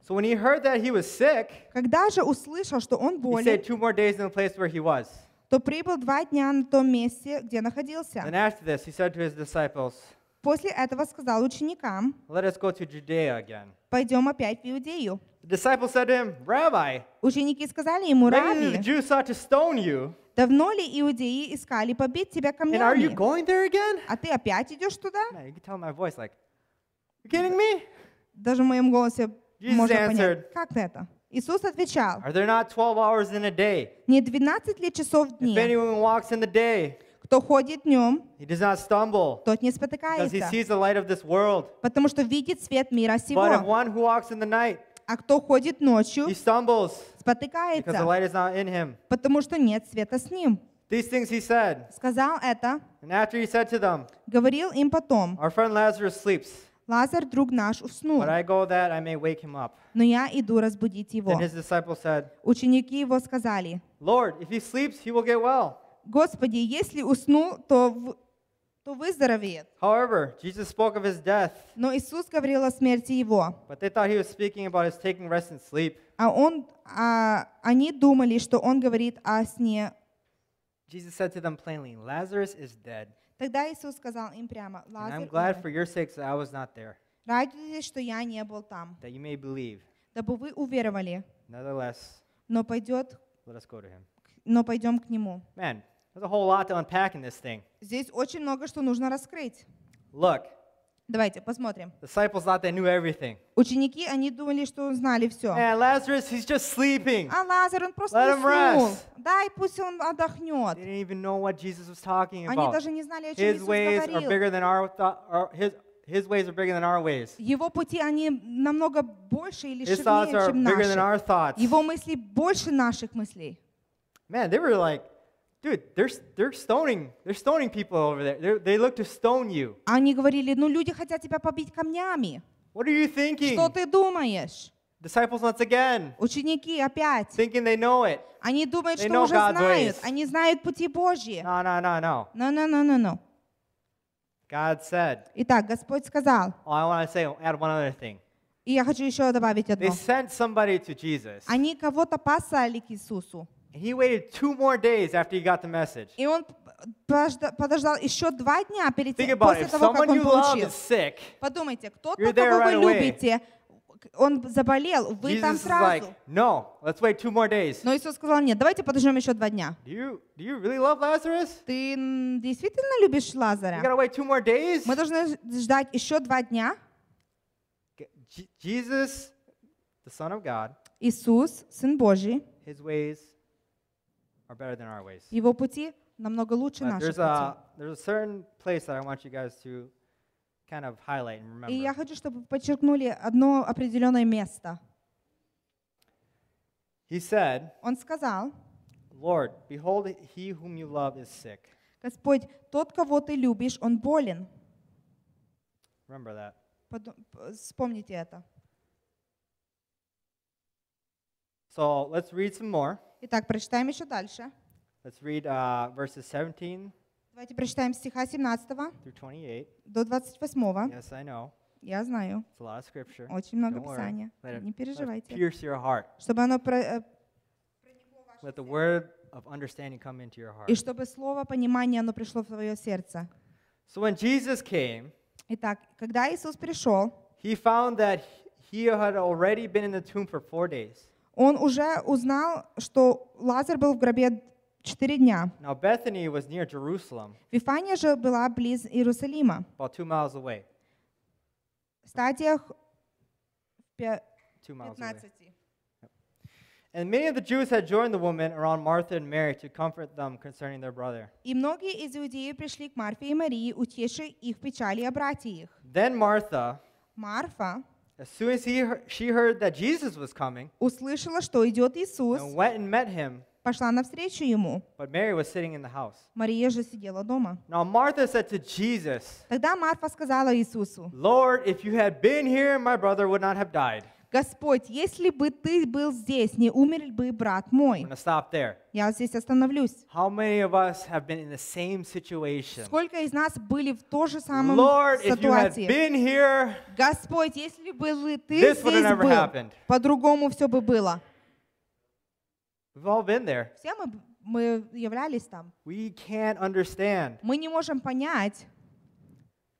S7: So when he heard that he was sick,
S3: Когда же услышал, что он
S7: he stayed
S3: болен,
S7: two more days in the place where he was.
S3: то прибыл два дня на том месте, где
S7: And
S3: находился.
S7: after this, he said to his disciples,
S3: После этого сказал ученикам,
S7: Let us go to Judea again.
S3: «Пойдем опять в Иудею».
S7: The disciples said to him, Rabbi,
S3: Ученики сказали ему,
S7: maybe the
S3: «Рави,
S7: Jews sought to stone you,
S3: Давно ли иудеи искали побить тебя
S7: and are you
S3: камнями?
S7: going there again?
S3: А ты опять идешь туда?
S7: No, you can tell my voice, like, you kidding me?
S3: Даже в моем голосе
S7: Jesus
S3: можно
S7: answered.
S3: понять, как ты это? Isus отвечал,
S7: Are there not 12 hours in a day?
S3: не 12 ли часов в
S7: If
S3: дне?
S7: anyone walks in the day,
S3: Кто ходит днем,
S7: he does not stumble,
S3: тот не
S7: because he
S3: спотыкается,
S7: sees the light of this world.
S3: потому что видит свет мира
S7: But if
S3: сего.
S7: one who walks in the night,
S3: А кто ходит ночью,
S7: he stumbles, because the
S3: спотыкается,
S7: light is not in him.
S3: потому что нет света с ним.
S7: These things he said.
S3: Сказал это,
S7: And after he said to them,
S3: говорил им потом,
S7: Our friend Lazarus sleeps,
S3: Лазарь, друг наш, уснул,
S7: but I go that I may wake him up.
S3: но я иду разбудить его.
S7: Then his disciples said,
S3: Ученики его сказали,
S7: Lord, if he sleeps, he will get well.
S3: Господи, если уснул, то, в- то выздоровеет.
S7: However, Jesus spoke of his death,
S3: Но Иисус говорил о смерти его,
S7: but they thought he was speaking about his taking rest and sleep.
S3: а он, а, они думали, что он говорит о сне.
S7: Jesus said to them plainly, Lazarus is dead.
S3: Тогда Иисус сказал им prямо,
S7: And I'm
S3: Лазарь,
S7: glad for
S3: умер.
S7: your sakes that I was not there,
S3: радуйтесь, что я не был там,
S7: that you may believe.
S3: дабы вы уверовали,
S7: Nevertheless,
S3: но, пойдет,
S7: let us go to him.
S3: но пойдем к нему.
S7: Man, there's a whole lot to unpack in this thing.
S3: Здесь очень много что нужно раскрыть.
S7: Look,
S3: Давайте посмотрим.
S7: disciples thought they knew everything.
S3: Ученики, они думали, что знали все.
S7: And Lazarus, he's just sleeping.
S3: А Лазарь, он просто
S7: Let him
S3: уснул.
S7: rest.
S3: Дай, пусть он
S7: They
S3: отдохнет.
S7: didn't even know what Jesus was talking
S3: Они
S7: about.
S3: даже не знали, о чем
S7: His
S3: Иисус
S7: ways are
S3: говорил.
S7: bigger than our, thought. our his, his ways are bigger than our ways.
S3: Его пути, они намного больше или
S7: His thoughts
S3: ширнее,
S7: are
S3: чем
S7: bigger than our
S3: наши.
S7: thoughts.
S3: Его мысли больше наших мыслей.
S7: Man, they were like, dude, they're, they're stoning, they're stoning people over there. They're, they look to stone you.
S3: Они говорили, ну люди хотят тебя побить камнями.
S7: What are you thinking?
S3: Что ты думаешь?
S7: Disciples once again,
S3: Ученики опять.
S7: thinking they know it.
S3: Они думают,
S7: They
S3: что
S7: know
S3: уже
S7: God's
S3: знают.
S7: ways.
S3: Они знают пути Божьи.
S7: No, no, no, no.
S3: Но, но, но, но, но.
S7: God said.
S3: Итак, Господь сказал,
S7: Oh, I want to say, add one other thing.
S3: и я хочу еще добавить
S7: They
S3: одно.
S7: sent somebody to Jesus,
S3: Они кого-то послали к Иисусу.
S7: and he waited two more days after he got the message.
S3: И он подожда- подождал еще два дня перед
S7: Think
S3: тем,
S7: about
S3: после
S7: it. If
S3: того, как
S7: someone
S3: он
S7: you love
S3: получил.
S7: is sick,
S3: Подумайте, кто-то,
S7: You're there
S3: кого вы
S7: right away.
S3: любите, он заболел, вы там
S7: Jesus is
S3: сразу.
S7: like, no, let's wait two more days.
S3: Но Иисус сказал, нет, давайте подождем еще два дня.
S7: Do you do you really love Lazarus?
S3: Ты м, действительно любишь
S7: You
S3: Лазаря?
S7: gotta wait two more days.
S3: Мы должны ж- ждать еще два дня.
S7: G- Je- Jesus, the Son of God,
S3: Иисус, Сын Божий,
S7: His ways are better than our ways.
S3: Его пути намного лучше
S7: Uh,
S3: наших
S7: there's
S3: путей.
S7: a there's a certain place that I want you guys to kind of highlight and
S3: И я
S7: remember.
S3: хочу, чтобы вы подчеркнули одно определенное место.
S7: He said,
S3: Он сказал,
S7: "Lord, behold, he whom you love is sick."
S3: Господь, тот, кого ты любишь, он болен.
S7: Remember that.
S3: Поду- п- Вспомните это.
S7: So let's read some more.
S3: Итак, прочитаем еще дальше.
S7: Let's read uh, verses 17
S3: Давайте прочитаем стиха 17
S7: through 28.
S3: до 28.
S7: Yes, I know.
S3: Я знаю,
S7: It's a lot of scripture.
S3: очень много
S7: Don't worry.
S3: писания.
S7: Let it-
S3: Не
S7: let it
S3: переживайте.
S7: pierce your heart.
S3: Чтобы оно про- э,
S7: Let the word of understanding come into your heart.
S3: и чтобы слово понимания оно пришло в твое сердце.
S7: So when Jesus came,
S3: Итак, когда Иисус пришел,
S7: he found that he had already been in the tomb for four days.
S3: он уже узнал, что Лазарь был в гробе четыре дня.
S7: Now Bethany was near Jerusalem,
S3: Вифания же была близ Иерусалима.
S7: about two miles away.
S3: В стадиях пе-
S7: Two miles away.
S3: 15.
S7: And many of the Jews had joined the woman around Martha and Mary to comfort them concerning their brother.
S3: И многие из иудеев пришли к Марфе и Марии, утеши их печали о братьях их.
S7: Then Martha,
S3: Марфа
S7: as soon as he hear- she heard that Jesus was coming,
S3: услышала, что идет Иисус,
S7: and went and met him,
S3: пошла навстречу ему.
S7: but Mary was sitting in the house.
S3: Мария же сидела дома.
S7: Now Martha said to Jesus,
S3: Тогда Марфа сказала Иисусу,
S7: Lord, if you had been here, my brother would not have died.
S3: «Господь, если бы ты был здесь, не умер бы брат
S7: I'm
S3: мой».
S7: going to stop there.
S3: Я здесь остановлюсь.
S7: How many of us have been in the same situation?
S3: Сколько из нас были в той же самой
S7: Lord, if you had
S3: ситуации?
S7: been here,
S3: Господь, если бы ты
S7: This would have
S3: здесь
S7: never
S3: был,
S7: happened.
S3: по-другому все бы было.
S7: we've all been there.
S3: Все мы, б- мы являлись там.
S7: We can't understand.
S3: Мы не можем понять,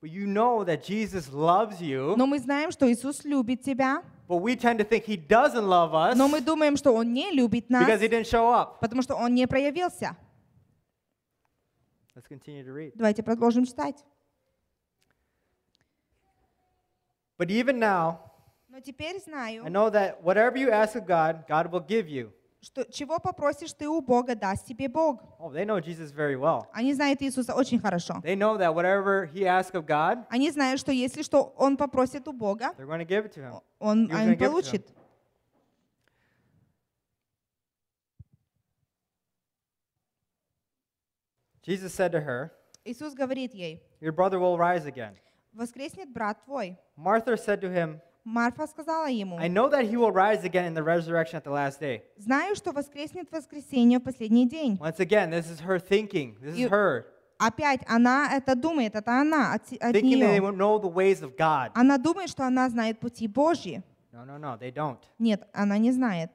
S7: But you know that Jesus loves you,
S3: но мы знаем, что Иисус любит тебя,
S7: but we tend to think he doesn't love us
S3: но мы думаем, что Он не любит нас,
S7: because he didn't show up.
S3: потому что Он не проявился.
S7: Let's continue to read.
S3: Давайте продолжим читать.
S7: But even now,
S3: Но теперь знаю,
S7: I know that whatever you ask of God, God will give you.
S3: что чего попросишь ты у Бога, даст тебе Бог.
S7: Oh, they know Jesus very well.
S3: Они знают Иисуса очень хорошо.
S7: They know that whatever he asks of God,
S3: Они знают, что если что он попросит у Бога,
S7: they're going to give it to him.
S3: он, он
S7: He was gonna give it to
S3: получит.
S7: him. Jesus said to her,
S3: Иисус говорит ей,
S7: Your brother will rise again.
S3: воскреснет брат твой.
S7: Martha said to him,
S3: Марфа сказала ему,
S7: I know that he will rise again in the resurrection at the last day.
S3: знаю, что воскреснет в воскресенье в последний день.
S7: Once again, this is her thinking. This
S3: You-
S7: is her
S3: Опять она это думает, это она от, се- от
S7: thinking that
S3: нее.
S7: they won't know the ways of God.
S3: Она думает, что она знает пути Божьи.
S7: No, no, no, they don't.
S3: Нет, она не знает.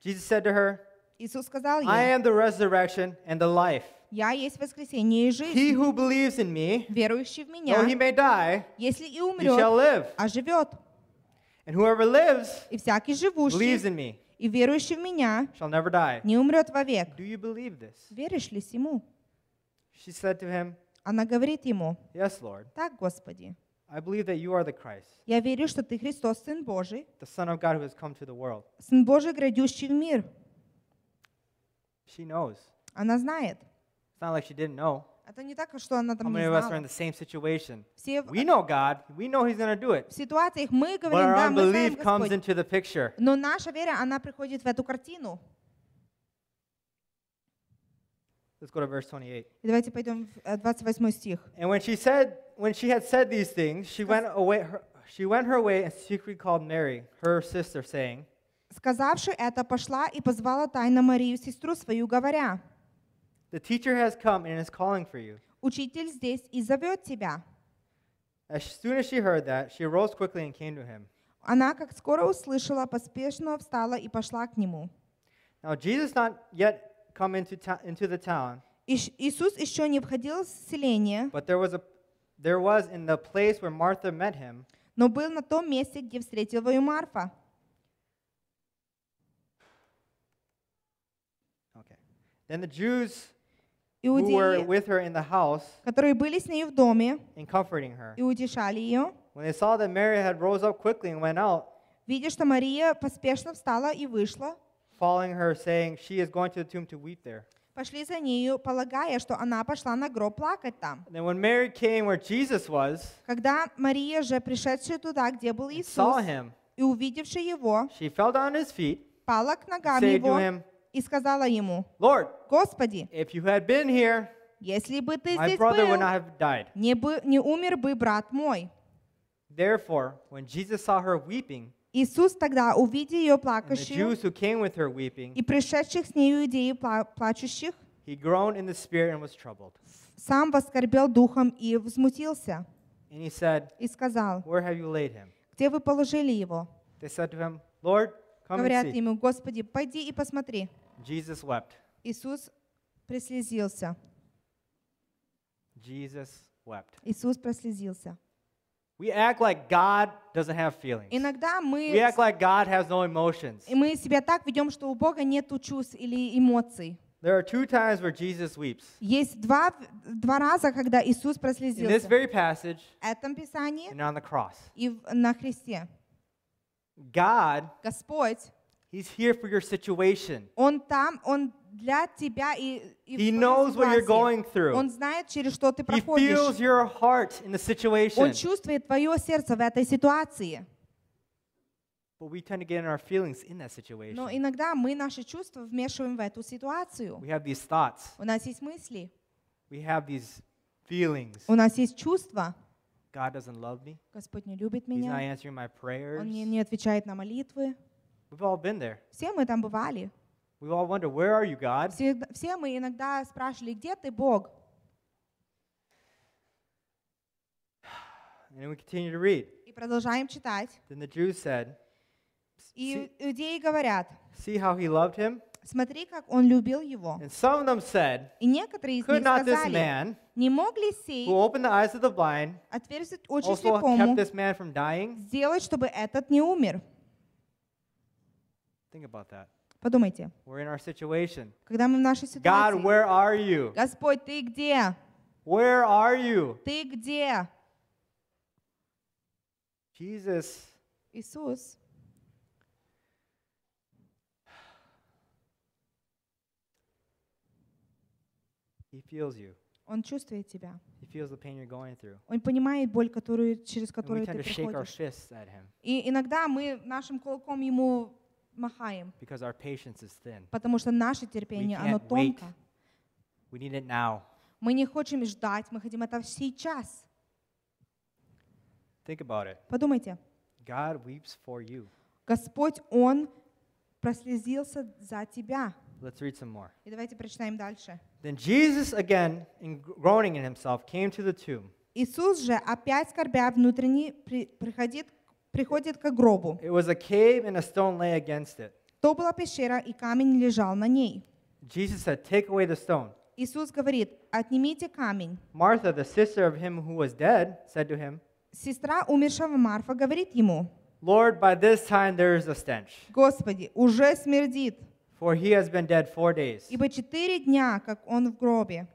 S7: Jesus said to her,
S3: Иисус сказал
S7: I
S3: ей,
S7: am the resurrection and the life.
S3: я есть воскресенье и
S7: He
S3: жизнь.
S7: who believes in me,
S3: Верующий в
S7: though he
S3: меня,
S7: may die,
S3: если и
S7: he shall
S3: умрет,
S7: live.
S3: а живет.
S7: And whoever lives,
S3: И всякий
S7: believes
S3: живущий
S7: in me,
S3: и верующий в меня
S7: shall never die.
S3: не умрет вовек.
S7: Do you believe this?
S3: Веришь ли сему?
S7: She said to him,
S3: Она говорит ему,
S7: Yes, Lord.
S3: так, Господи,
S7: I believe that you are the Christ,
S3: я верю, что Ты Христос, Сын Божий,
S7: the Son of God who has come to the world.
S3: Сын Божий, грядущий в мир.
S7: She knows. It's
S3: Она знает.
S7: not like she didn't know.
S3: Это не так, что она
S7: How
S3: там
S7: many
S3: не
S7: of us are
S3: знала.
S7: in the same situation?
S3: Все в,
S7: We know God. We know He's going to do
S3: в
S7: it.
S3: ситуациях мы
S7: But
S3: говорим,
S7: our
S3: да, мы знаем,
S7: unbelief comes
S3: Господь.
S7: into the picture.
S3: Но наша вера, она приходит в эту картину.
S7: Let's go to verse 28.
S3: И давайте пойдем в э, 28 стих.
S7: And when she said, when she had said these things, she went away. Her, she went her way and secretly called Mary, her sister, saying,
S3: «Сказавши это, пошла и позвала тайно Марию, сестру свою, говоря,
S7: "The teacher has come and is calling for you."
S3: «Учитель здесь и зовет тебя».
S7: As soon as she heard that, she arose quickly and came to him.
S3: Она, как скоро услышала, поспешно встала и пошла к нему.
S7: Now Jesus not yet come into to- into the town,
S3: Иш- Иисус еще не входил в селение,
S7: but there was a there was in the place where Martha met him
S3: но был на том месте, где встретила ее Марфа.
S7: Okay. Then the Jews who were
S3: Иудеи,
S7: with her in the house
S3: которые были с нею в доме
S7: and comforting her,
S3: и утешали ее,
S7: when they saw that Mary had rose up quickly and went out,
S3: видя, что Мария поспешно встала и вышла,
S7: following her, saying, She is going to the tomb to weep there.
S3: пошли за нею, полагая, что она пошла на гроб плакать там.
S7: And then when Mary came where Jesus was,
S3: Когда Мария же, пришедшая туда, где был
S7: and saw
S3: Иисус,
S7: him,
S3: и увидевши его,
S7: she fell down at his feet,
S3: пала к ногам
S7: said to
S3: его
S7: him,
S3: и сказала ему,
S7: Lord,
S3: «Господи,
S7: if you had been here,
S3: если бы ты
S7: my
S3: здесь
S7: brother
S3: был,
S7: would not have died.
S3: не, бы, не умер бы брат мой».
S7: Therefore, when Jesus saw her weeping,
S3: Иисус тогда, увидя ее
S7: and the
S3: плакавшую
S7: Jews who came with her
S3: и
S7: weeping,
S3: пришедших с нею идеи плачущих,
S7: he groaned in the spirit and was troubled.
S3: сам воскорбел духом и возмутился,
S7: And he said,
S3: и сказал,
S7: Where have you laid him?
S3: «Где вы положили его?»
S7: They said to him, Lord, come
S3: Говорят
S7: and see.
S3: ему, «Господи, пойди и посмотри».
S7: Jesus wept.
S3: Иисус прослезился.
S7: Jesus wept.
S3: Иисус прослезился.
S7: We act like God doesn't have feelings.
S3: Иногда мы,
S7: We act like God has no emotions.
S3: и мы себя так ведем, что у Бога нет чувств или эмоций.
S7: There are two times where Jesus weeps.
S3: Есть два, два раза, когда Иисус
S7: In this
S3: прослезился.
S7: very passage
S3: В этом Писании
S7: and on the cross.
S3: и в- на Христе.
S7: God,
S3: Господь,
S7: He's here for your situation.
S3: Он там, Он для тебя и, и в
S7: He
S3: твоей
S7: knows what you're
S3: ситуации.
S7: going through.
S3: Он знает, через что ты
S7: He feels
S3: проходишь.
S7: your heart in
S3: Он
S7: the situation.
S3: чувствует твое сердце в этой ситуации.
S7: But we tend to get in our feelings in that
S3: Но
S7: situation.
S3: иногда мы наши чувства вмешиваем в эту ситуацию.
S7: We have these thoughts,
S3: У нас есть мысли,
S7: we have these feelings.
S3: у нас есть чувства.
S7: God doesn't love me.
S3: Господь не любит
S7: He's not
S3: меня,
S7: answering my prayers.
S3: Он мне не отвечает на молитвы.
S7: We've all been there.
S3: Все мы там бывали.
S7: We all wonder, where are you, God?
S3: Все, все мы иногда спрашивали, где ты, Бог?
S7: And we continue to read.
S3: И продолжаем читать.
S7: Then the Jews said,
S3: И иудеи говорят,
S7: See how he loved him?
S3: смотри, как он любил его.
S7: And some of them said,
S3: И некоторые из них
S7: Could not this
S3: сказали,
S7: man
S3: не мог ли
S7: who
S3: сей
S7: opened the eyes of the blind
S3: отверзить очень
S7: also kept
S3: слепому
S7: this man from dying?
S3: сделать, чтобы этот не умер?
S7: Think about that.
S3: Подумайте,
S7: We're in our situation.
S3: когда мы в нашей
S7: God,
S3: ситуации.
S7: where are you?
S3: Господь, ты где?
S7: Where are you?
S3: Ты где?
S7: Jesus
S3: Иисус
S7: He feels you.
S3: Он чувствует тебя.
S7: He feels the pain you're going through.
S3: Он понимает боль, которую, через
S7: And we
S3: которую
S7: tend
S3: ты
S7: to shake our
S3: проходишь.
S7: fists at him
S3: И иногда мы нашим кулаком ему махаем,
S7: because our patience is thin.
S3: потому что наше терпение, оно
S7: can't wait.
S3: тонко.
S7: We need it now.
S3: Мы не хотим ждать, мы хотим это сейчас.
S7: Think about it.
S3: Подумайте,
S7: God weeps for you.
S3: Господь, Он прослезился за тебя.
S7: Let's read some more.
S3: И давайте прочитаем дальше.
S7: Then Jesus, again, in groaning in himself, came to the tomb.
S3: Иисус же, опять скорбя внутренне, при- приходит, приходит к гробу.
S7: It was a cave and a stone lay against it.
S3: То была пещера, и камень лежал на ней.
S7: Jesus said, Take away the stone.
S3: Иисус говорит, отнимите камень.
S7: Martha, the sister of him who was dead, said to him,
S3: Сестра умершего Марфа говорит ему,
S7: Lord, by this time there is a stench,
S3: Господи, уже смердит,
S7: for he has been dead four days.
S3: ибо четыре дня, как он в гробе.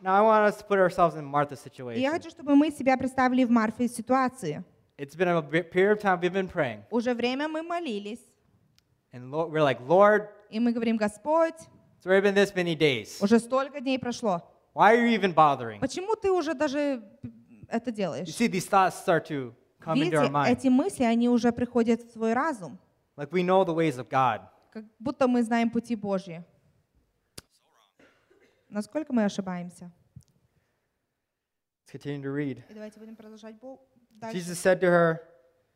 S7: Now I want us to put ourselves in Martha's
S3: И я
S7: situation.
S3: хочу, чтобы мы себя представили в Марфе ситуации.
S7: It's been a bit- period of time we've been praying,
S3: Уже время мы молились,
S7: and Lord, we're like, Lord,
S3: и мы говорим, Господь,
S7: it's already been this many days.
S3: уже столько дней прошло.
S7: Why are you even bothering?
S3: Почему ты уже даже это
S7: You
S3: делаешь?
S7: see, these thoughts start to come into our
S3: Видите, эти
S7: mind.
S3: мысли, они уже приходят в свой разум,
S7: Like we know the ways of God.
S3: как будто мы знаем пути Божьи. Насколько мы ошибаемся?
S7: Let's continue to read.
S3: И давайте будем продолжать Бо- дальше.
S7: Jesus said to her,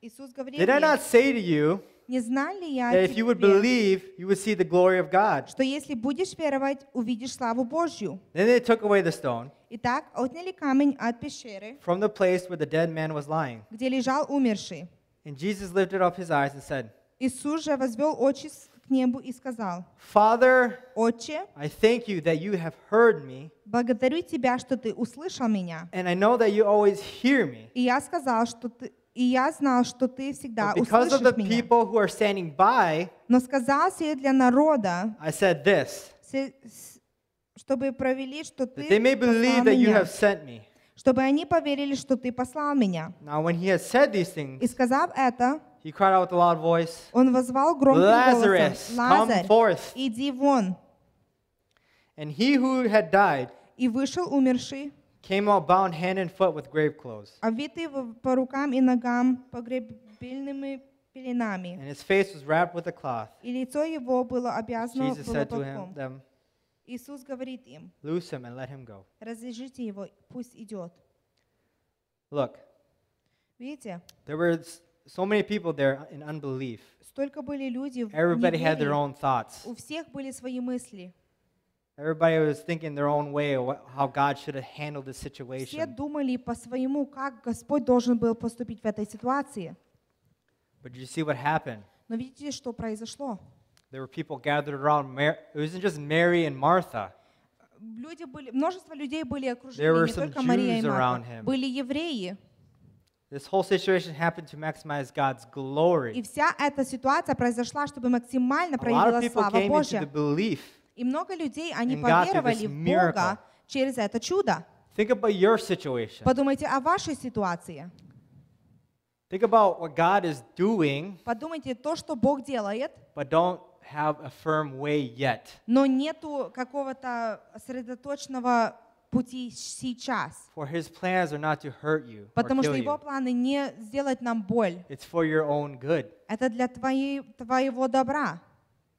S3: Иисус говорит,
S7: Did I
S3: ей,
S7: not say to you
S3: не знал ли я
S7: that if you would
S3: тебе,
S7: believe, you would see the glory of God?
S3: что если будешь веровать, увидишь славу Божью.
S7: Then they took away the stone
S3: Итак, отняли камень от пещеры,
S7: from the place where the dead man was lying.
S3: где lежал умерший.
S7: And Jesus lifted up his eyes and said,
S3: Иисус же возвел очи с- к небу и сказал,
S7: Father,
S3: «Отче,
S7: I thank you that you have heard me,
S3: благодарю Тебя, что Ты услышал меня.
S7: and I know that you always hear me.
S3: И я сказал, что ты, И я знал, что ты всегда
S7: But because of the
S3: услышишь меня.
S7: people who are standing by,
S3: Но сказал себе для народа,
S7: I said this
S3: се- с- чтобы провели, что ты
S7: that they may
S3: послал
S7: believe that you
S3: меня.
S7: have sent me.
S3: Чтобы они поверили, что ты послал меня.
S7: Now, when he had said these
S3: И
S7: things,
S3: сказав это,
S7: he cried out with a loud voice,
S3: он возвал громким
S7: Lazarus,
S3: голосом,
S7: come
S3: «Лазарь,
S7: forth!»
S3: иди вон!»
S7: and he who had died
S3: И вышел умерший,
S7: came out bound hand and foot with grave clothes,
S3: обвитый в- по рукам и ногам погребельными пеленами.
S7: and his face was wrapped with a cloth.
S3: И лицо его было обвязано
S7: Jesus said to
S3: волоком.
S7: him, them,
S3: Иисус говорит им,
S7: Loose him and let him go.
S3: развяжите его, пусть идет.
S7: Look,
S3: Видите,
S7: there were s- so many people there in unbelief.
S3: столько были люди в
S7: Everybody had their
S3: неверии.
S7: own thoughts.
S3: У всех были свои мысли.
S7: Everybody was thinking their own way of wha- how God should have handled the
S3: Все
S7: situation.
S3: думали по-своему, как Господь должен был поступить в этой ситуации.
S7: But you see what happened?
S3: Но видите, что произошло?
S7: There were people gathered around. Mar- it wasn't just Mary and Martha.
S3: Люди были, множество людей были
S7: There
S3: окружены,
S7: were
S3: не
S7: some
S3: только Мария и
S7: Jews around
S3: Марта.
S7: him.
S3: Были евреи.
S7: This whole situation happened to maximize God's
S3: И
S7: glory.
S3: вся эта ситуация произошла, чтобы максимально
S7: A lot
S3: проявила
S7: of people
S3: слава
S7: came into
S3: Божья.
S7: the belief.
S3: И много людей, они
S7: in God through
S3: поверовали
S7: this
S3: в
S7: miracle.
S3: Бога через это чудо.
S7: Think about your situation.
S3: Подумайте о вашей ситуации.
S7: Think about what God is doing,
S3: Подумайте то, что Бог делает,
S7: but don't have a firm way yet.
S3: но нету какого-то сосредоточенного пути сейчас.
S7: For his plans are not to hurt you or
S3: Потому что
S7: kill
S3: его
S7: you.
S3: планы не сделать нам боль.
S7: It's for your own good.
S3: Это для твоей, твоего добра.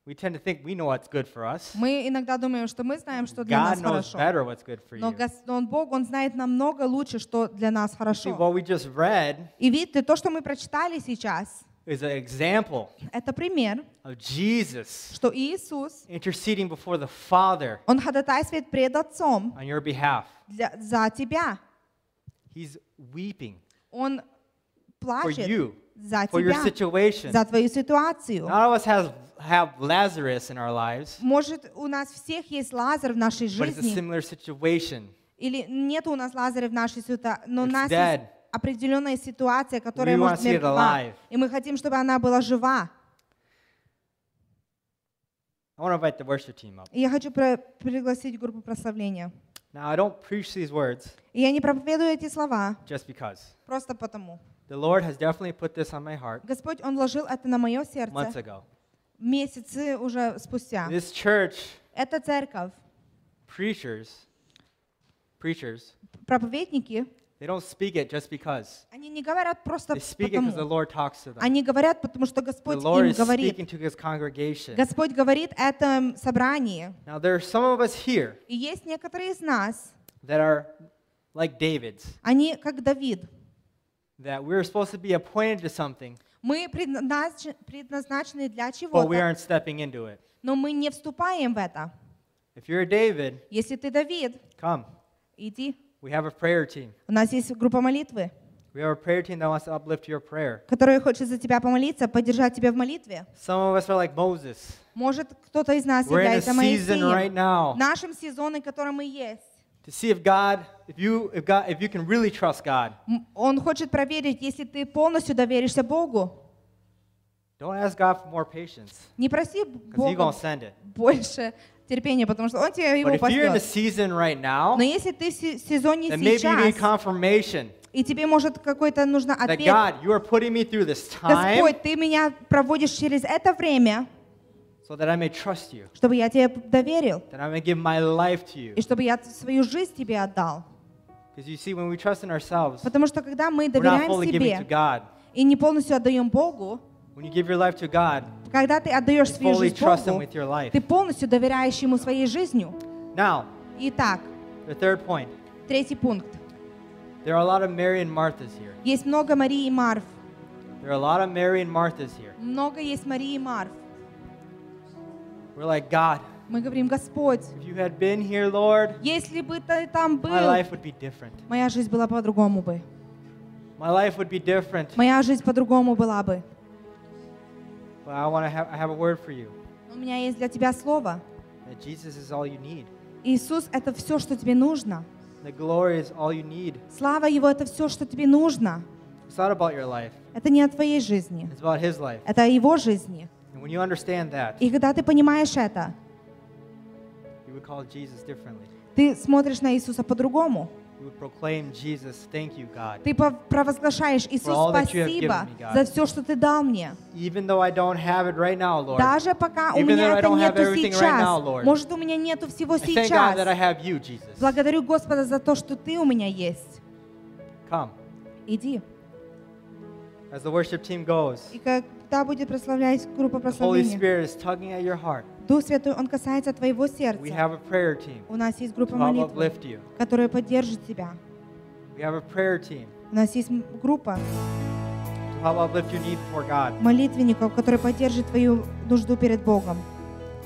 S7: We tend to think we know what's good for us.
S3: Мы иногда думаем, что мы знаем, что для
S7: God
S3: нас
S7: knows
S3: хорошо.
S7: better what's good for
S3: Но
S7: you.
S3: Гос- но он Бог, Он знает намного лучше, что для нас
S7: See,
S3: хорошо.
S7: what we just read
S3: И видите, то, что мы прочитали сейчас,
S7: is an example
S3: это пример,
S7: of Jesus
S3: что Иисус,
S7: interceding before the Father
S3: Он ходатайствует пред Отцом
S7: on your behalf.
S3: для- за тебя.
S7: He's weeping
S3: Он
S7: for
S3: плачет
S7: you,
S3: за
S7: for your
S3: тебя,
S7: situation.
S3: за твою ситуацию.
S7: Not all of us have, have Lazarus in our lives,
S3: Может, у нас всех есть Лазарь в нашей
S7: but it's a
S3: жизни,
S7: similar situation.
S3: или нет у нас Лазаря в нашей ситуации, но у
S7: It's
S3: нас
S7: dead.
S3: есть определенная ситуация, которая
S7: We wanna
S3: может
S7: see it
S3: мертва,
S7: alive.
S3: и мы хотим, чтобы она была жива.
S7: I want to invite the worship team up.
S3: И я хочу про- пригласить группу прославления.
S7: Now, I don't preach these words
S3: И я не проповедую эти слова
S7: just because.
S3: просто потому.
S7: The Lord has definitely put this on my heart
S3: Господь, Он вложил это на мое
S7: months
S3: сердце
S7: ago.
S3: месяцы уже спустя.
S7: This church,
S3: Эта церковь,
S7: preachers, preachers,
S3: проповедники,
S7: they don't speak it just because.
S3: они не говорят просто
S7: They speak it because the
S3: потому.
S7: Lord talks to them.
S3: Они говорят, потому что
S7: The
S3: Господь
S7: Lord
S3: им
S7: is speaking
S3: говорит.
S7: to his congregation.
S3: Господь говорит этом собрании.
S7: Now, there are some of us here
S3: И есть некоторые из нас,
S7: that are like David's,
S3: они как Давид.
S7: that we're supposed to be appointed to something,
S3: Мы предназнач- предназначены для
S7: but we
S3: чего-то,
S7: aren't stepping into it.
S3: но мы не вступаем в это.
S7: If you're a David,
S3: Если ты Давид,
S7: come.
S3: иди.
S7: We have a prayer team.
S3: У нас есть группа молитвы,
S7: We have a prayer team that wants to uplift your prayer.
S3: которая хочет за тебя помолиться, поддержать тебя в молитве.
S7: Some of us are like Moses.
S3: Может, кто-то из нас
S7: We're in a
S3: является
S7: season right
S3: Моисеем.
S7: now
S3: В нашем сезоне, который мы есть,
S7: to see if God, if you, if God, if you can really trust God.
S3: м, он хочет проверить, если ты полностью доверишься Богу,
S7: Don't ask God for more patience
S3: не проси
S7: because He's
S3: Бога
S7: gonna send it.
S3: больше терпения, потому что Он тебе
S7: But
S3: его
S7: if you're in a
S3: пошлет.
S7: season right now,
S3: Но если ты в се- сезоне
S7: then maybe you need
S3: сейчас,
S7: confirmation
S3: и тебе может какой-то нужно
S7: that
S3: ответ,
S7: God, you are putting me through this time
S3: Господь, ты меня проводишь через это время,
S7: so that I may trust you,
S3: чтобы я тебе доверил,
S7: that I may give my life to you.
S3: и чтобы я свою жизнь тебе отдал.
S7: Because you see, when we trust in ourselves,
S3: Потому что когда мы
S7: we're not
S3: доверяем
S7: fully giving to
S3: себе
S7: God.
S3: и не полностью отдаем Богу,
S7: When you give your life to God,
S3: когда ты отдаешь
S7: you
S3: свою
S7: fully
S3: жизнь
S7: trust Him
S3: Богу,
S7: with your life.
S3: ты полностью доверяешь Ему своей жизнью.
S7: Now,
S3: Итак,
S7: the third point.
S3: третий пункт.
S7: There are a lot of Mary and Marthas here.
S3: Есть много Марии и Марв.
S7: There are a lot of Mary and Marthas here.
S3: Много есть Марии и Марв.
S7: We're like, God,
S3: Мы говорим, Господь,
S7: if you had been here, Lord,
S3: если бы ты там
S7: my
S3: был,
S7: life would be different.
S3: моя жизнь была по-другому бы.
S7: My life would be different.
S3: Моя жизнь по-другому была бы.
S7: But I want to have I have a word for you.
S3: Но у меня есть для тебя слово.
S7: That Jesus is all you need.
S3: Иисус — это все, что тебе нужно.
S7: The glory is all you need.
S3: Слава Его — это все, что тебе нужно.
S7: It's not about your life,
S3: Это не о твоей жизни,
S7: it's about His life.
S3: это о Его жизни.
S7: And when you understand that,
S3: И когда ты понимаешь это,
S7: you would call Jesus differently.
S3: ты смотришь на Иисуса по-другому.
S7: You would proclaim Jesus, thank you, God.
S3: Ты пов- провозглашаешь, Иисус,
S7: all that you have
S3: спасибо
S7: given me, God.
S3: за все, что ты дал мне.
S7: Even though I don't have it right now, Lord, I
S3: Даже пока у
S7: Even though
S3: меня
S7: I
S3: это
S7: don't have
S3: нету
S7: everything right
S3: сейчас.
S7: now, Lord.
S3: Может, у меня нету всего
S7: thank God that I
S3: сейчас.
S7: have you, Jesus.
S3: Благодарю Господа за то, что ты у меня есть.
S7: Come.
S3: Иди.
S7: As the worship team goes,
S3: И когда будет прославлять группа
S7: the Holy
S3: прославления,
S7: Spirit is tugging at your heart.
S3: Дух Святой, Он касается твоего
S7: We
S3: сердца.
S7: have a prayer team
S3: У нас есть
S7: to
S3: группа
S7: help
S3: молитвы,
S7: uplift you.
S3: которая поддержит тебя.
S7: We have a prayer team
S3: У нас есть м- группа
S7: to help uplift your need before God.
S3: молитвенников, которая поддержит твою нужду перед Богом.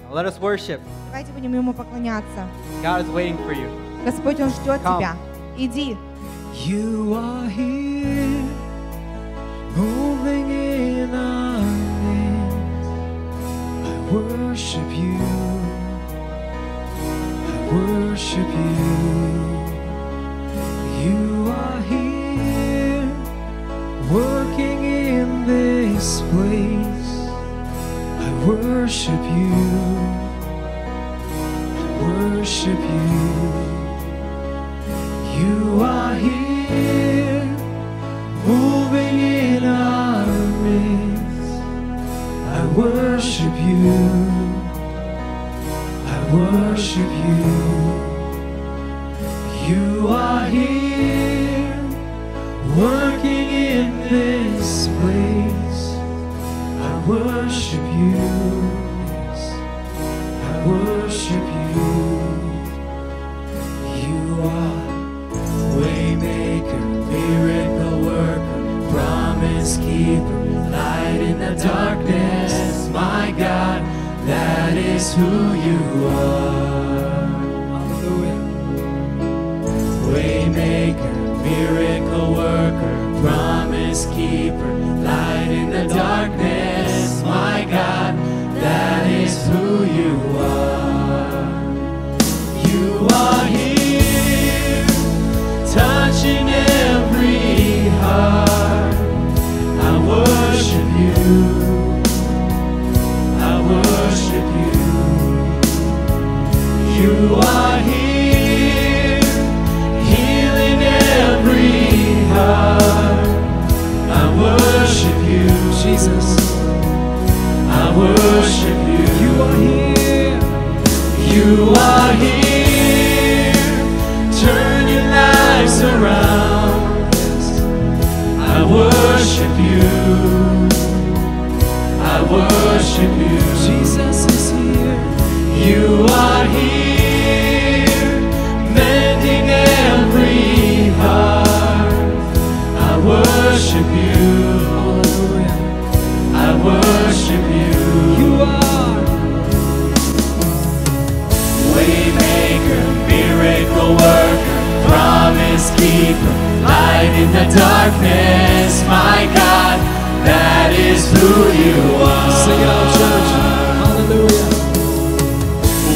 S7: Now let us worship.
S3: Давайте будем Ему поклоняться.
S7: God is waiting for you.
S3: Господь, Он ждет
S7: Come.
S3: тебя. Иди.
S2: You are here, moving in our midst. I worship you. I worship you. You are here, working in this place. I worship you. I worship you. You are here, moving in our midst. I worship you. I worship you. You are here, working in this place. I worship you. Yes, I worship you. You are. Waymaker, miracle worker, promise keeper, light in the darkness, my God, that is who you are. Waymaker, miracle worker, promise keeper, light in the darkness, my God, that is who you are. You are here touching every heart. I worship you. I worship you. You are here, healing every heart. I worship you, Jesus. I worship you. You are here. You are here. Turn your lives around. I worship you. I worship you. Jesus is here. You are here. Mending every heart. I worship you. I worship you. You are. Waymaker, miracle worker, promise keeper, light in the darkness, my God, that is who you are. Sing out, church. Hallelujah.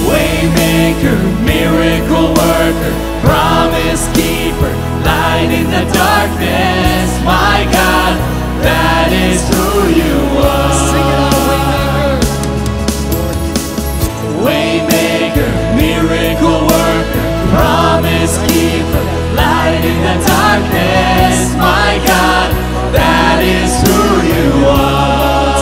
S2: Waymaker, miracle worker, promise keeper, light in the darkness, my God, that is who you are. Sing out, Waymaker. Waymaker, miracle worker, promise keeper, light in the darkness, my God, that is who you are.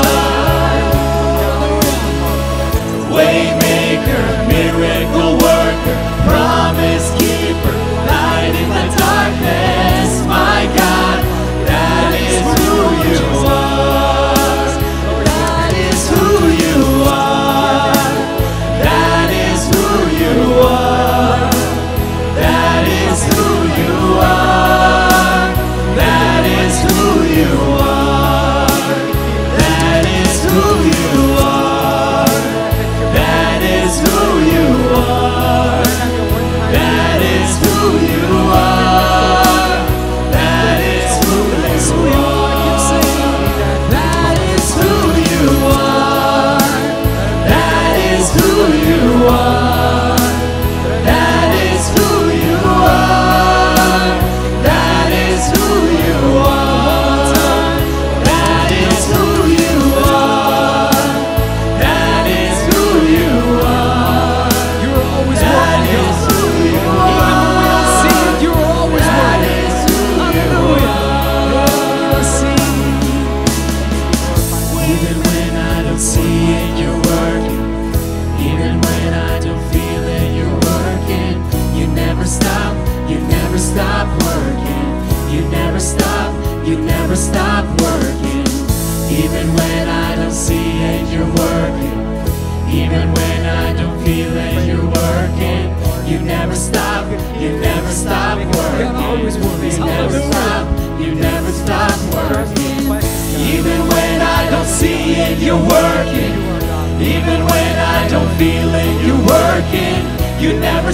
S2: Waymaker, miracle worker, promise keeper, light in the darkness, my God, that is and you're working. Even when I don't feel it, you're working. You never stop, you never stop working.
S1: always works.
S2: You never
S1: Hallelujah.
S2: stop, you never stop working. Even when I don't see it, you're working. Even when I don't feel it, you're working. You never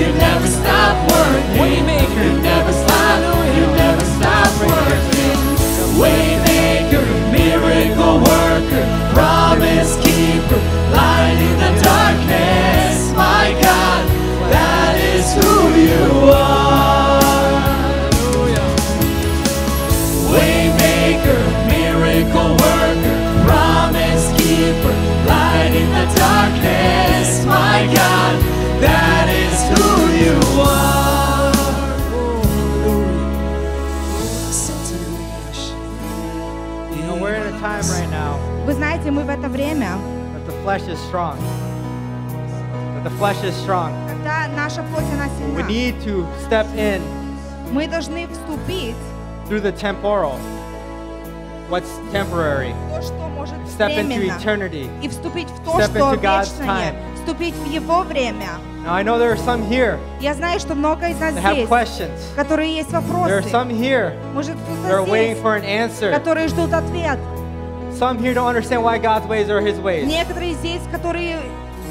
S2: you never stop working. Waymaker, you never stop, you never stop working. Waymaker, miracle worker, promise keeper, light in the darkness. My God, that is who you are. Waymaker, miracle worker, promise keeper, light in the darkness. My God, that is who you are.
S7: You know, we're in a time right now
S3: Вы знаете, мы в это время,
S7: that the flesh is strong. That the flesh is strong.
S3: когда наша плоть, она
S7: We
S3: сильна,
S7: need to step in
S3: мы должны вступить
S7: through the temporal, what's temporary,
S3: в то, что может
S7: step into
S3: временно,
S7: eternity.
S3: и вступить в то,
S7: Step
S3: что
S7: into God's
S3: вечное,
S7: time.
S3: вступить в Его время.
S7: Now, I know there are some here
S3: Я знаю, что много из нас
S7: that have
S3: здесь,
S7: questions.
S3: которые есть
S7: There are
S3: вопросы,
S7: some here
S3: может
S7: that are
S3: кто-то
S7: waiting
S3: здесь,
S7: for an answer.
S3: которые ждут ответ.
S7: Some here don't understand why God's ways are His ways.
S3: Некоторые здесь, которые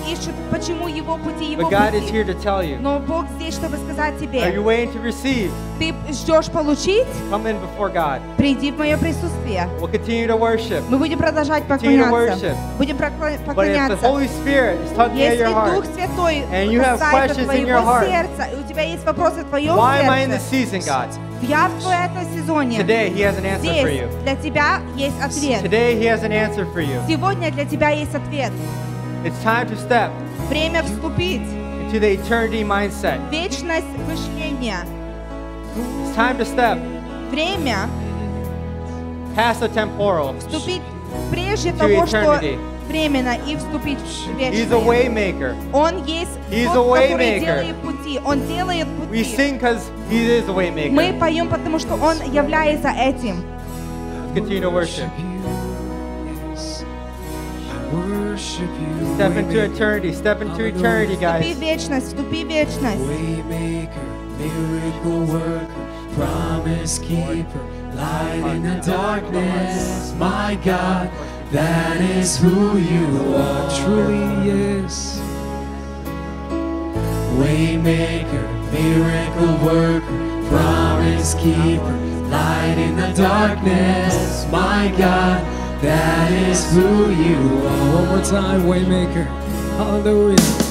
S3: ищут, почему Его пути, Его
S7: But God is here
S3: пути.
S7: to tell you.
S3: Но Бог здесь, чтобы сказать
S7: Are you
S3: тебе,
S7: waiting to receive?
S3: ты ждешь получить,
S7: Come in before God.
S3: приди в мое присутствие.
S7: We'll continue to worship.
S3: Мы будем продолжать
S7: Continue to
S3: поклоняться.
S7: worship.
S3: Будем прокла-
S7: But if the
S3: поклоняться.
S7: Holy Spirit is tugging at
S3: Если
S7: your
S3: Дух
S7: heart,
S3: Святой
S7: And you have
S3: касается
S7: questions in
S3: твоего
S7: your heart.
S3: сердца, и у тебя есть вопросы в твоем
S7: why am I in this
S3: сердце,
S7: season, God?
S3: я в этом сезоне.
S7: Today He has an answer for
S3: Здесь
S7: you.
S3: для тебя есть ответ.
S7: Today He has an answer for you.
S3: Сегодня для тебя есть ответ.
S7: It's time to step
S3: Время вступить
S7: into the eternity mindset.
S3: в вечность мышления.
S7: It's time to step
S3: Время
S7: past the temporal.
S3: вступить прежде того, что
S7: eternity.
S3: временно, и вступить в
S7: He's a way
S3: вечное.
S7: maker.
S3: Он есть
S7: He's a
S3: Бог, который
S7: waymaker.
S3: делает пути. Он делает
S7: We
S3: пути.
S7: sing because He is a way
S3: Мы
S7: maker.
S3: поем, потому что Он является этим.
S7: Let's continue to worship.
S2: Worship you.
S7: Step into eternity. Step into eternity,
S3: Вступи в
S7: guys.
S3: вечность, вступи в вечность.
S2: Waymaker, miracle worker, promise keeper, light in the darkness. My God, that is who you are. Truly is. Waymaker, miracle worker, promise keeper, light in the darkness. My God, that is who you are. One more time, Waymaker. Hallelujah.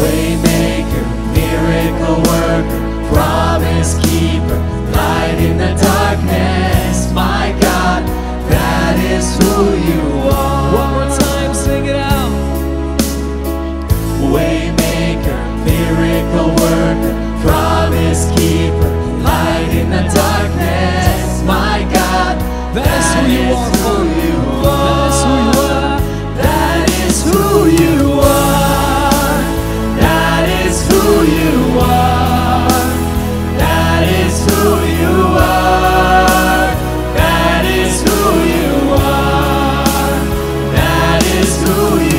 S2: Waymaker, miracle worker, promise keeper, light in the darkness. My God, that is who you are. One more time, sing it out. Waymaker, miracle worker, promise keeper, light in the darkness. My God, that is who you are. That is who you are. That is who you are. That is who you are. That is who you are. That is who you are. That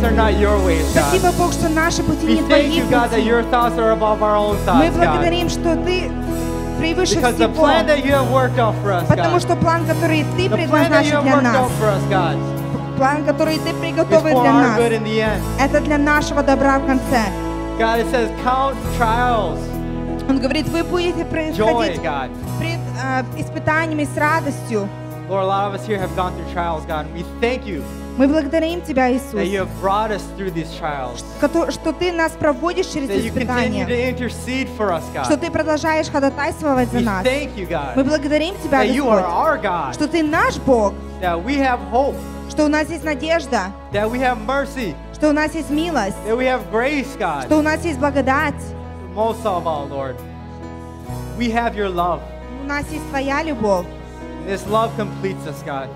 S3: А
S7: not your ways,
S3: Спасибо,
S7: God.
S3: Бог, что наши пути
S7: We
S3: не
S7: thank
S3: твои
S7: you, God, that
S3: пути.
S7: your thoughts are above our own
S3: Мы
S7: thoughts, God.
S3: благодарим, что Ты превыше
S7: Because the plan
S3: всего.
S7: that you have worked out for us,
S3: Потому
S7: God,
S3: что план, который Ты
S7: the plan that you
S3: предназначил
S7: have
S3: для
S7: worked
S3: нас,
S7: out for us, God,
S3: план, который Ты
S7: is
S3: приготовил
S7: for
S3: для
S7: our
S3: нас,
S7: good in the end.
S3: это для нашего добра в конце.
S7: God, it says count trials,
S3: Он говорит, вы будете
S7: joy,
S3: происходить
S7: God.
S3: пред э, испытаниями с радостью.
S7: Lord, a lot of us here have gone through trials, God, and we thank you
S3: Мы благодарим Тебя,
S7: that you
S3: Иисус,
S7: have brought us through these trials,
S3: кото- что Ты нас проводишь через
S7: that you continue
S3: испытания,
S7: to intercede for us,
S3: что
S7: God.
S3: Ты продолжаешь ходатайствовать за
S7: We
S3: нас.
S7: thank you,
S3: Мы
S7: God,
S3: благодарим Тебя,
S7: that you are
S3: Господь,
S7: our God,
S3: что Ты наш Бог,
S7: that we have hope,
S3: что у нас есть надежда,
S7: that we have mercy,
S3: что у нас есть милость,
S7: that we have grace, God.
S3: что у нас есть благодать,
S7: Most of all, Lord, we have your love.
S3: у нас есть Твоя любовь.
S7: This love completes us, God.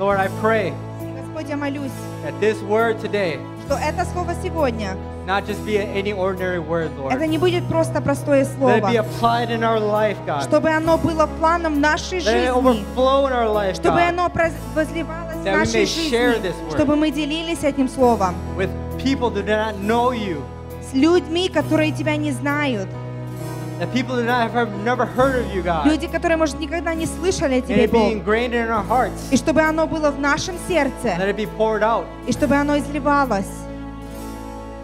S7: Lord, I pray
S3: И, Господь, я молюсь,
S7: that this word today
S3: что это слово сегодня,
S7: not just be any ordinary word, Lord.
S3: это не будет просто простое
S7: Let it be
S3: слово,
S7: applied in our life, God.
S3: чтобы оно было планом нашей
S7: Let
S3: жизни,
S7: it overflow in our life,
S3: чтобы
S7: God,
S3: оно проз- возливалось в
S7: That we may
S3: нашей
S7: share this
S3: жизни,
S7: word.
S3: чтобы мы делились этим словом
S7: with people that do not know you,
S3: с людьми, которые Тебя не знают,
S7: that people that not have never heard of you, God.
S3: люди, которые, может, никогда не слышали о
S7: Let
S3: Тебе,
S7: it be
S3: Бог.
S7: ingrained in our hearts.
S3: И чтобы оно было в нашем
S7: Let
S3: сердце,
S7: it be poured out.
S3: и чтобы оно изливалось,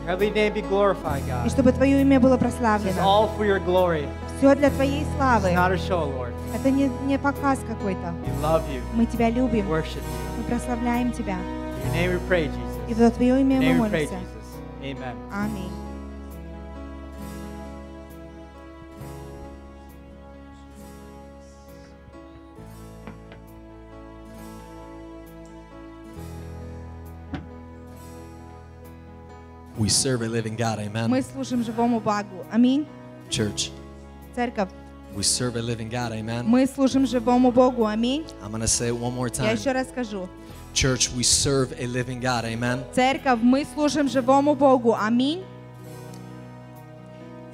S7: Your Heavenly name be glorified,
S3: и
S7: God.
S3: чтобы Твое имя было
S7: This is
S3: прославлено.
S7: all for your glory.
S3: Все для Твоей славы.
S7: It's not a show, Lord.
S3: Это не, не показ какой-то.
S7: We love you.
S3: Мы Тебя
S7: We
S3: любим,
S7: worship you.
S3: мы прославляем Тебя.
S7: In your name we pray,
S3: И
S7: Jesus.
S3: за Твое
S7: In
S3: имя
S7: your
S3: мы
S7: name we pray,
S3: молимся.
S7: Jesus. Amen.
S3: Аминь.
S8: We serve a living God, amen.
S3: Мы служим живому Богу. Аминь.
S8: Church,
S3: Церковь,
S8: we serve a living God, amen.
S3: мы служим живому Богу. Аминь.
S8: I'm going to say it one more
S3: Я
S8: time.
S3: еще раз скажу.
S8: Church, we serve a living God, amen.
S3: Церковь, мы служим живому Богу. Аминь.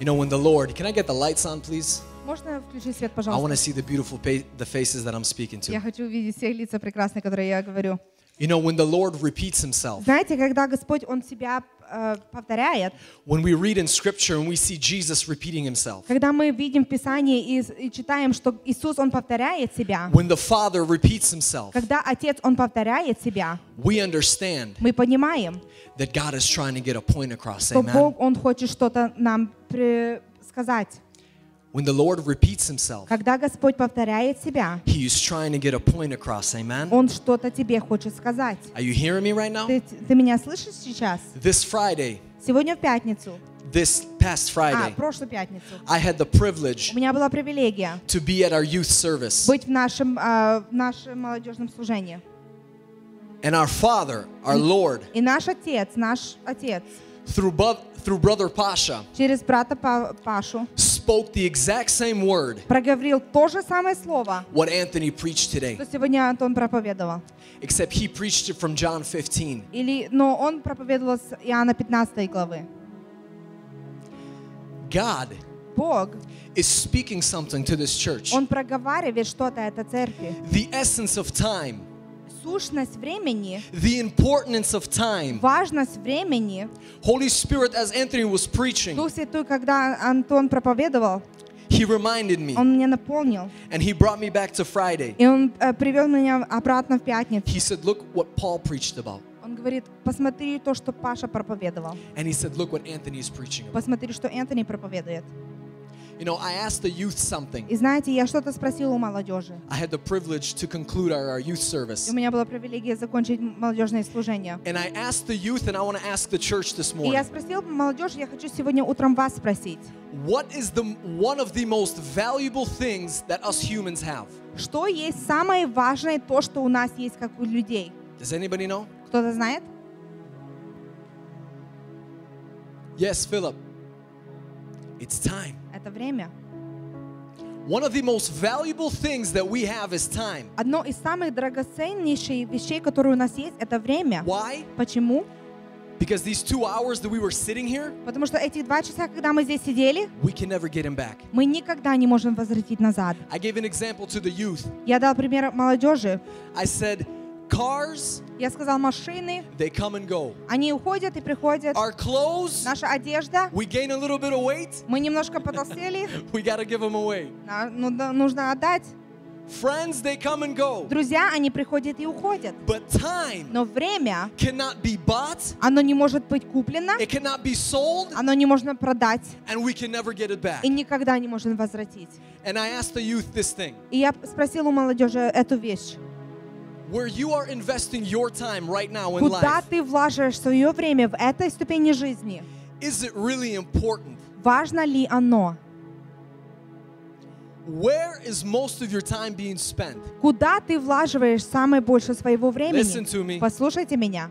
S8: You know, when the Lord, can I get the lights on, please?
S3: Можно включить свет,
S8: I want to
S3: пожалуйста?
S8: see the beautiful pa- the faces that I'm speaking
S3: Я
S8: to.
S3: хочу увидеть всех лица прекрасные, которые я говорю.
S8: You know, when the Lord repeats himself,
S3: Знаете, когда Господь, Он себя э, повторяет,
S8: when we read in scripture and we see Jesus repeating himself,
S3: когда мы видим в Писании и, и читаем, что Иисус, Он повторяет себя,
S8: when the Father repeats himself,
S3: Когда Отец, Он повторяет себя,
S8: we understand
S3: мы понимаем,
S8: that God is trying to get a point across,
S3: что
S8: amen.
S3: Бог, Он хочет что-то нам при- сказать.
S8: When the Lord repeats himself,
S3: Когда Господь повторяет себя,
S8: he is trying to get a point across, amen.
S3: Он что-то тебе хочет сказать.
S8: Are you hearing me right now?
S3: Ты, ты меня слышишь сейчас?
S8: This Friday,
S3: Сегодня в пятницу,
S8: this past
S3: а,
S8: Friday, А
S3: прошлую пятницу,
S8: I had the privilege
S3: у меня была привилегия
S8: to be at our youth service.
S3: быть в нашем, а, в нашем молодежном служении.
S8: And our Father, our Lord,
S3: И наш Отец, nаш Отец,
S8: through, bu- through Brother Pasha,
S3: через брата Па- Пашу
S8: spoke the exact same word
S3: проговорил то же самое слово,
S8: what Anthony preached today,
S3: что сегодня Антон проповедовал.
S8: except he preached it from John 15.
S3: Или, но он проповедовал с Иоанна 15 главы.
S8: God
S3: Бог,
S8: is speaking something to this church.
S3: Он проговаривает что-то этой церкви.
S8: The essence of time,
S3: Сущность времени,
S8: the importance of time.
S3: важность времени.
S8: Holy Spirit, as Anthony was preaching,
S3: Дух Святой, когда Антон проповедовал,
S8: he reminded me
S3: он меня наполнил.
S8: and he brought me back to Friday.
S3: И он э, привел меня обратно в пятницу.
S8: He said, Look what Paul preached about.
S3: Он говорит, посмотри то, что Паша проповедовал.
S8: And he said, Look what Anthony is preaching about.
S3: Посмотри, что Энтони проповедует.
S8: You know, I asked the youth something.
S3: И знаете, я что-то спросила у молодежи.
S8: I had the privilege to conclude our, our youth
S3: И
S8: service.
S3: у меня была привилегия закончить молодежное служение.
S8: And I asked the youth, and I want to ask the church this
S3: И я
S8: morning
S3: спросила молодежь, я хочу сегодня утром вас спросить.
S8: what is the one of the most valuable things that us humans have?
S3: Что есть самое важное, то, что у нас есть, как у людей?
S8: Does anybody know?
S3: Кто-то знает?
S8: Yes, Philip. It's time.
S3: Это время.
S8: One of the most valuable things that we have is time.
S3: Одно из самых драгоценнейших вещей, которые у нас есть, это время.
S8: Why?
S3: Почему?
S8: Because these two hours that we were sitting here,
S3: Потому что эти два часа, когда мы здесь сидели,
S8: we can never get them back.
S3: мы никогда не можем возвратить назад.
S8: I gave an example to the youth.
S3: Я дал пример молодежи.
S8: I said,
S9: Cars,
S3: Я сказал, машины,
S9: they come and go.
S3: они уходят и приходят.
S9: Our clothes,
S3: Наша одежда,
S9: we gain a little bit of weight,
S3: мы немножко потолстели,
S9: we got to give them away.
S3: на- ну да, нужно отдать.
S9: Friends, they come and go.
S3: Друзья, они приходят и уходят.
S9: But time
S3: Но время,
S9: cannot be bought,
S3: оно не может быть куплено,
S9: it cannot be sold,
S3: оно не можно продать
S9: and we can never get it back.
S3: и никогда не можно возвратить.
S9: And I asked the youth this thing
S3: И я спросила у молодежи эту вещь.
S9: where you are investing your time right now in
S3: Куда
S9: life,
S3: ты влаживаешь свое время в этой ступени жизни?
S9: is it really important?
S3: Важно ли оно?
S9: Where is most of your time being spent?
S3: Куда ты влаживаешь самое больше своего
S9: Listen to me.
S3: времени? Послушайте меня.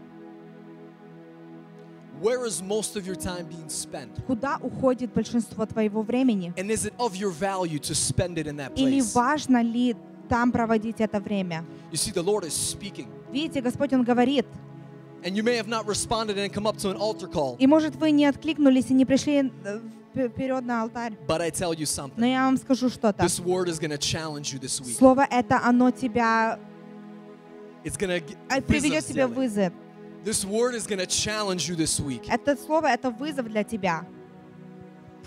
S9: Where is most of your time being spent?
S3: Куда уходит большинство твоего времени?
S9: And is it of your value to spend it in that
S3: Или
S9: place?
S3: важно ли там проводить это время?
S9: You see, the Lord is speaking.
S3: Видите, Господь, Он говорит.
S9: And you may have not responded and come up to an altar call,
S3: И, может, вы не откликнулись и не пришли э, вп- вперед на алтарь.
S9: but I tell you
S3: Но
S9: something.
S3: я вам скажу что-то.
S9: This word is going to challenge you this week.
S3: Слово это, оно тебя
S9: It's going
S3: э,
S9: to
S3: приведет тебя в вызов.
S9: This word is going to challenge you this week.
S3: Это слово, это вызов для тебя.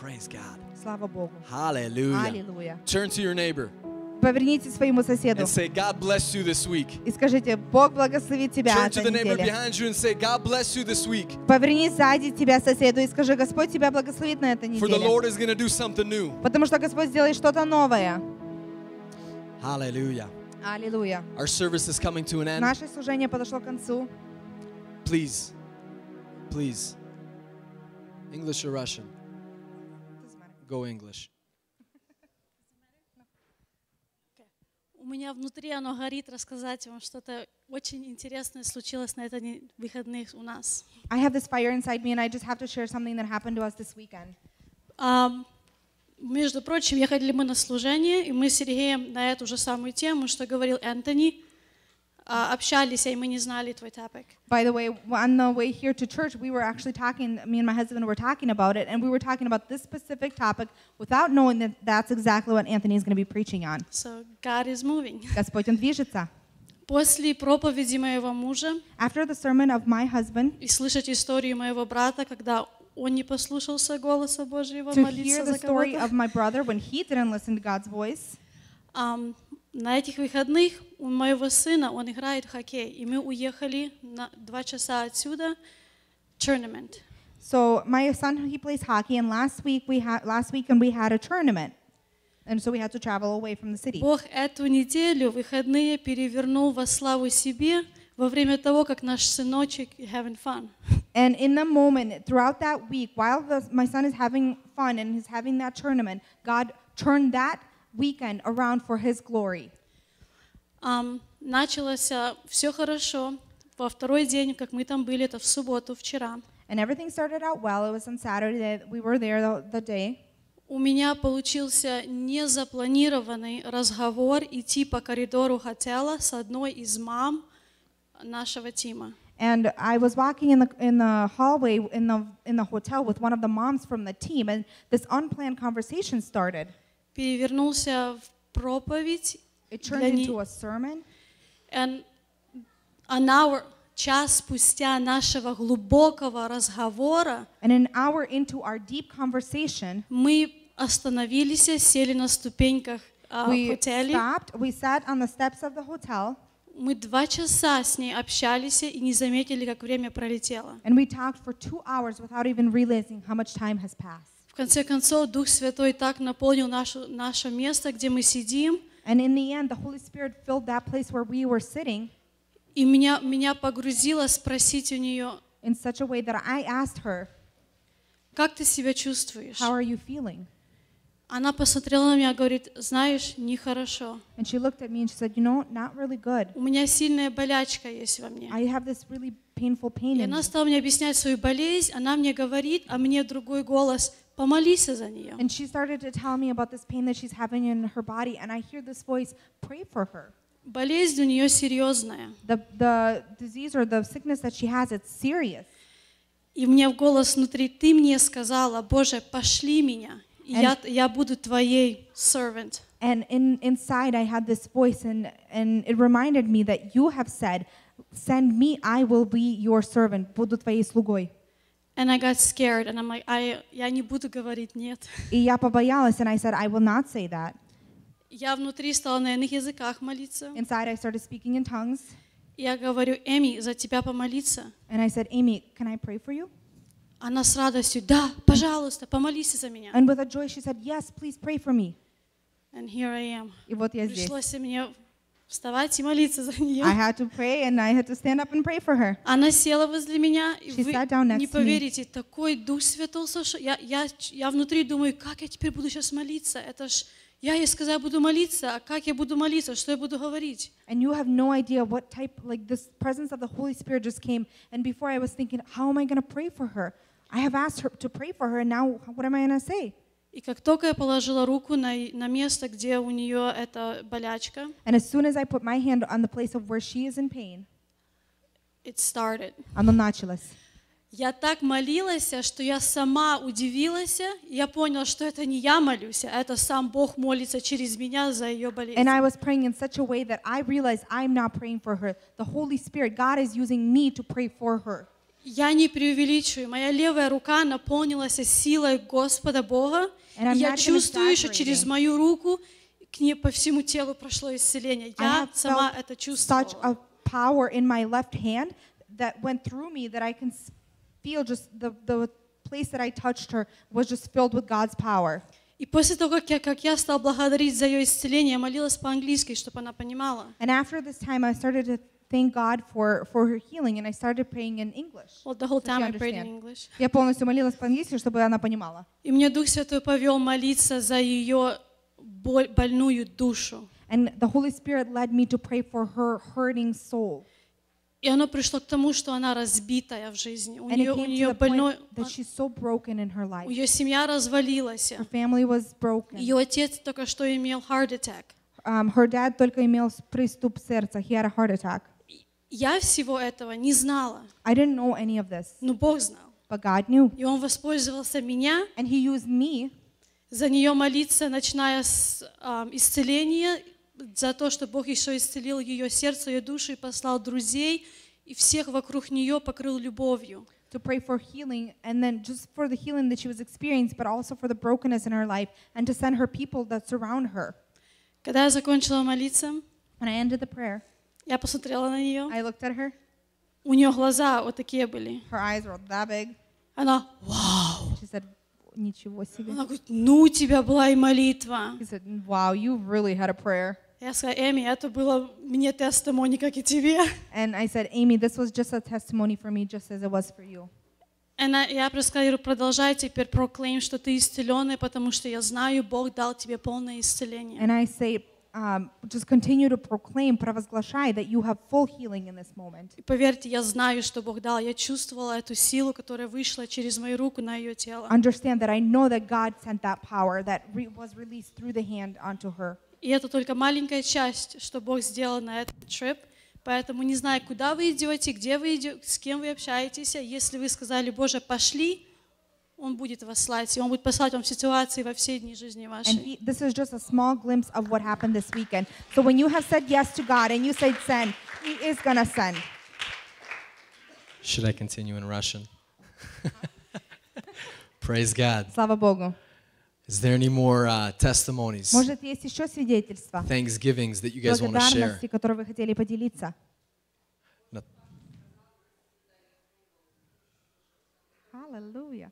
S9: Praise God.
S3: Слава Богу.
S9: Hallelujah.
S3: Аллилуйя.
S9: Turn to your neighbor
S3: Поверните своему соседу
S9: and say, God bless you this week.
S3: и скажите, Бог благословит тебя
S9: Turn
S3: от
S9: to the neighbor
S3: недели.
S9: behind you and say, God bless you this week.
S3: Поверни сзади тебя соседу и скажи, Господь тебя благословит на этой
S9: For the
S3: неделе.
S9: Lord is going to do something new.
S3: Потому что Господь сделает что-то новое.
S9: Hallelujah.
S3: Аллилуйя.
S9: Our service is coming to an end.
S3: Наше служение подошло к концу.
S9: Please, please, English or Russian? Go English.
S8: У меня внутри оно горит рассказать вам что-то очень интересное случилось на этой не- выходных у нас.
S3: I have this fire inside me and I just have to share something that happened to us this weekend.
S8: Ам, между прочим, ехали мы на служение, и мы с Сергеем на эту же самую тему, что говорил Энтони, а, общались, и мы не знали твой тапок.
S3: By the way, on the way here to church, we were actually talking, me and my husband were talking about it, and we were talking about this specific topic without knowing that that's exactly what Anthony is going to be preaching on.
S8: So God is moving.
S3: Господь, он движется.
S8: После проповеди моего мужа
S3: After the sermon of my husband,
S8: и слышать историю моего брата, когда он не послушался голоса Божьего,
S3: to hear
S8: молиться
S3: the
S8: за
S3: story of
S8: кого-то.
S3: my brother when he didn't listen to God's voice,
S8: Ам, на этих выходных у моего сына, он играет в хоккей, и мы уехали на два часа отсюда tournament.
S3: So my son he plays hockey, and last week we had last weekend we had a tournament, and so we had to travel away from the city.
S8: Бог эту неделю, выходные, перевернул во славу себе во время того, как наш сыночек having fun.
S3: And in the moment, throughout that week, while the, my son is having fun and he's having that tournament, God turned that weekend around for His glory.
S8: Ам, началось все хорошо. Во второй день, как мы там были, это в субботу, вчера,
S3: And everything started out well. It was on Saturday that we were there the, the day.
S8: у меня получился незапланированный разговор идти по коридору хотела с одной из мам нашего Тима.
S3: And I was walking in the in the hallway in the in the hotel with one of the moms from the team, and this unplanned conversation started.
S8: перевернулся в проповедь.
S3: It
S8: для
S3: turned
S8: не-
S3: into a sermon.
S8: And an hour- час спустя нашего глубокого разговора
S3: And an hour into our deep conversation,
S8: мы остановились, сели на ступеньках а, в
S3: we
S8: отеле.
S3: stopped, we sat on the steps of the hotel,
S8: Мы два часа с ней общались и не заметили, как время пролетело.
S3: and we talked for two hours without even realizing how much time has passed.
S8: В конце концов, Дух Святой так наполнил нашу, наше место, где мы сидим,
S3: And in the end, the Holy Spirit filled that place where we were sitting
S8: и меня, меня погрузило спросить у нее,
S3: in such a way that I asked her,
S8: как ты себя чувствуешь?
S3: How are you feeling?
S8: Она посмотрела на меня и говорит, знаешь, нехорошо.
S3: And she looked at me and she said, You know, not really good.
S8: У меня сильная болячка есть во мне.
S3: I have this really painful pain in
S8: И
S3: me.
S8: она стала мне объяснять свою болезнь, она мне говорит, а мне другой голос, помолись за нее.
S3: And she started to tell me about this pain that she's having in her body, and I hear this voice, Pray for her.
S8: Болезнь у нее серьезная.
S3: The, the disease or the sickness that she has, it's serious.
S8: И мне в голос внутри, ты мне сказала, Боже, пошли меня, и я, я буду твоей servant.
S3: And in, inside, I had this voice, and, and it reminded me that you have said, Send me, I will be your servant, буду твоей слугой.
S8: And I got scared, and I'm like, I, я не буду говорить нет.
S3: И я побоялась, and I said, I will not say that.
S8: Я внутри стала на иных языках молиться.
S3: Inside, I started speaking in tongues,
S8: Я говорю, Эми, за тебя помолиться.
S3: and I said, Amy, can I pray for you?
S8: Она с радостью, да, пожалуйста, помолись за меня.
S3: And with a joy, she said, Yes, please pray for me.
S8: And here I am.
S3: И вот я здесь.
S8: Пришлось и мне вставать и молиться за нее.
S3: I had to pray, and I had to stand up and pray for her.
S8: Она села возле меня, и
S3: She
S8: вы
S3: sat down next
S8: не
S3: to me.
S8: поверите, такой Дух Святой сошел. Я, я, я внутри думаю, как я теперь буду сейчас молиться? Это ж я ей сказала, я буду молиться, а как я буду молиться, что я буду говорить?
S3: And you have no idea what type, like this presence of the Holy Spirit just came. And before I was thinking, how am I going to pray for her? I have asked her to pray for her, and now what am I going to say?
S8: И как только я положила руку на, на место, где у нее эта болячка,
S3: And as soon as I put my hand on the place of where she is in pain,
S8: it started.
S3: оно началось.
S8: Я так молилась, что я сама удивилась, и я поняла, что это не я молюсь, а это сам Бог молится через меня за ее болезнь.
S3: And I was praying in such a way that I realized I'm not praying for her. The Holy Spirit, God is using me to pray for her.
S8: Я не преувеличиваю. Моя левая рука наполнилась силой Господа Бога. И
S3: And I'm
S8: я
S3: not even
S8: чувствую, что
S3: exaggerating.
S8: через мою руку к ней по всему телу прошло исцеление.
S3: I
S8: Я
S3: have
S8: сама
S3: felt
S8: это
S3: such a
S8: чувствовала.
S3: power in my left hand that went through me that I can s- feel just the, the place that I touched her was just filled with God's power.
S8: И после того, как я, как я стала благодарить за ее исцеление, я молилась по-английски, чтобы она понимала.
S3: And after this time, I started to thank God for, for her healing, and I started praying in English.
S8: Well, the whole
S3: So she
S8: time I prayed in
S3: understand.
S8: English.
S3: Я полностью молилась по-английски, чтобы она понимала.
S8: И мне Дух Святой повел молиться за ее боль- больную душу.
S3: And the Holy Spirit led me to pray for her hurting soul.
S8: И оно пришло к тому, что она разбитая в жизни. У
S3: And
S8: нее,
S3: it
S8: у
S3: came to
S8: нее
S3: the
S8: больной...
S3: point that she's so broken in her
S8: У
S3: life.
S8: ее семья развалилась.
S3: Her family was broken.
S8: Ее отец только что имел heart attack.
S3: Um, her dad только имел с- приступ сердца. He had a heart attack.
S8: Я всего этого не знала,
S3: I didn't know any of this,
S8: но Бог знал.
S3: but God knew.
S8: И Он воспользовался меня,
S3: And He used me
S8: за нее молиться, начиная с ам, исцеления, за то, что Бог еще исцелил ее сердце, ее душу и послал друзей, и всех вокруг нее покрыл любовью.
S3: to pray for healing and then just for the healing that she was experiencing, but also for the brokenness in her life and to send her people that surround her.
S8: Когда я закончила молиться,
S3: When I ended the prayer,
S8: я посмотрела на нее.
S3: I looked at her.
S8: У нее глаза вот такие были.
S3: Her eyes were that big.
S8: Она, вау!
S3: She said, Ничего себе.
S8: Она говорит, ну у тебя была и молитва.
S3: He said, Wow, you really had a prayer.
S8: Я сказала, Эми, это было мне тестомони, как и тебе.
S3: And I said, Amy, this was just a testimony for me, just as it was for you.
S8: Она, я просто говорю, продолжай теперь проклейм, что ты исцеленный, потому что я знаю, Бог дал тебе полное исцеление.
S3: And I say, um, just continue to proclaim, провозглашай, that you have full healing in this moment.
S8: И поверьте, я знаю, что Бог дал. Я чувствовала эту силу, которая вышла через мою руку на ее тело.
S3: Understand that I know that God sent that power that re- was released through the hand onto her.
S8: И это только маленькая часть, что Бог сделал на этот трип. Поэтому не знаю, куда вы идете, где вы идете, с кем вы общаетесь. Если вы сказали, Боже, пошли, Он будет вас слать. И Он будет послать вам ситуации во все дни жизни вашей.
S3: And he, this is just a small glimpse of what happened this weekend. So when you have said yes to God and you said send, He is going to send.
S2: Should I continue in Russian? Praise God.
S3: Слава Богу.
S2: Is there any more uh, testimonies,
S3: Может, есть еще свидетельства?
S2: thanksgivings that you guys want to share?
S3: Благодарности, которые вы хотели поделиться.
S2: No.
S3: Hallelujah.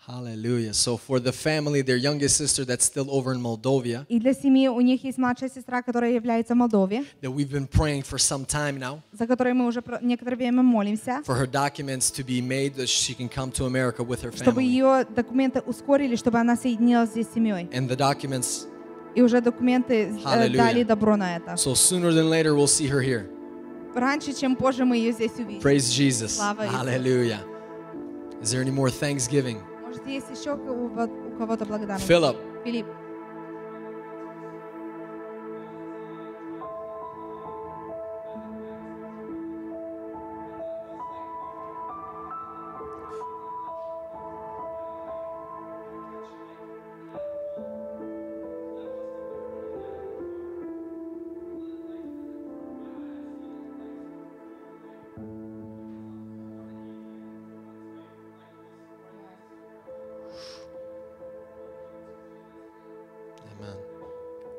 S2: Hallelujah. So, for the family, their youngest sister that's still over in Moldova,
S3: И для семьи у них есть младшая сестра, которая является в Молдове,
S2: that we've been praying for some time now,
S3: за которой мы уже про- некоторое время молимся,
S2: for her documents to be made that she can come to America with her
S3: чтобы
S2: family.
S3: ее документы ускорили, чтобы она соединилась здесь с семьей.
S2: And the documents,
S3: И уже документы э,
S2: Hallelujah.
S3: дали добро на это.
S2: so sooner than later, we'll see her here.
S3: Раньше, чем позже мы ее здесь увидим.
S2: Praise Jesus.
S3: Slava Iisus.
S2: Hallelujah. Is there any more thanksgiving?
S3: Может, есть еще у, ва- у кого-то благодарность?
S2: Philip,
S3: Филипп.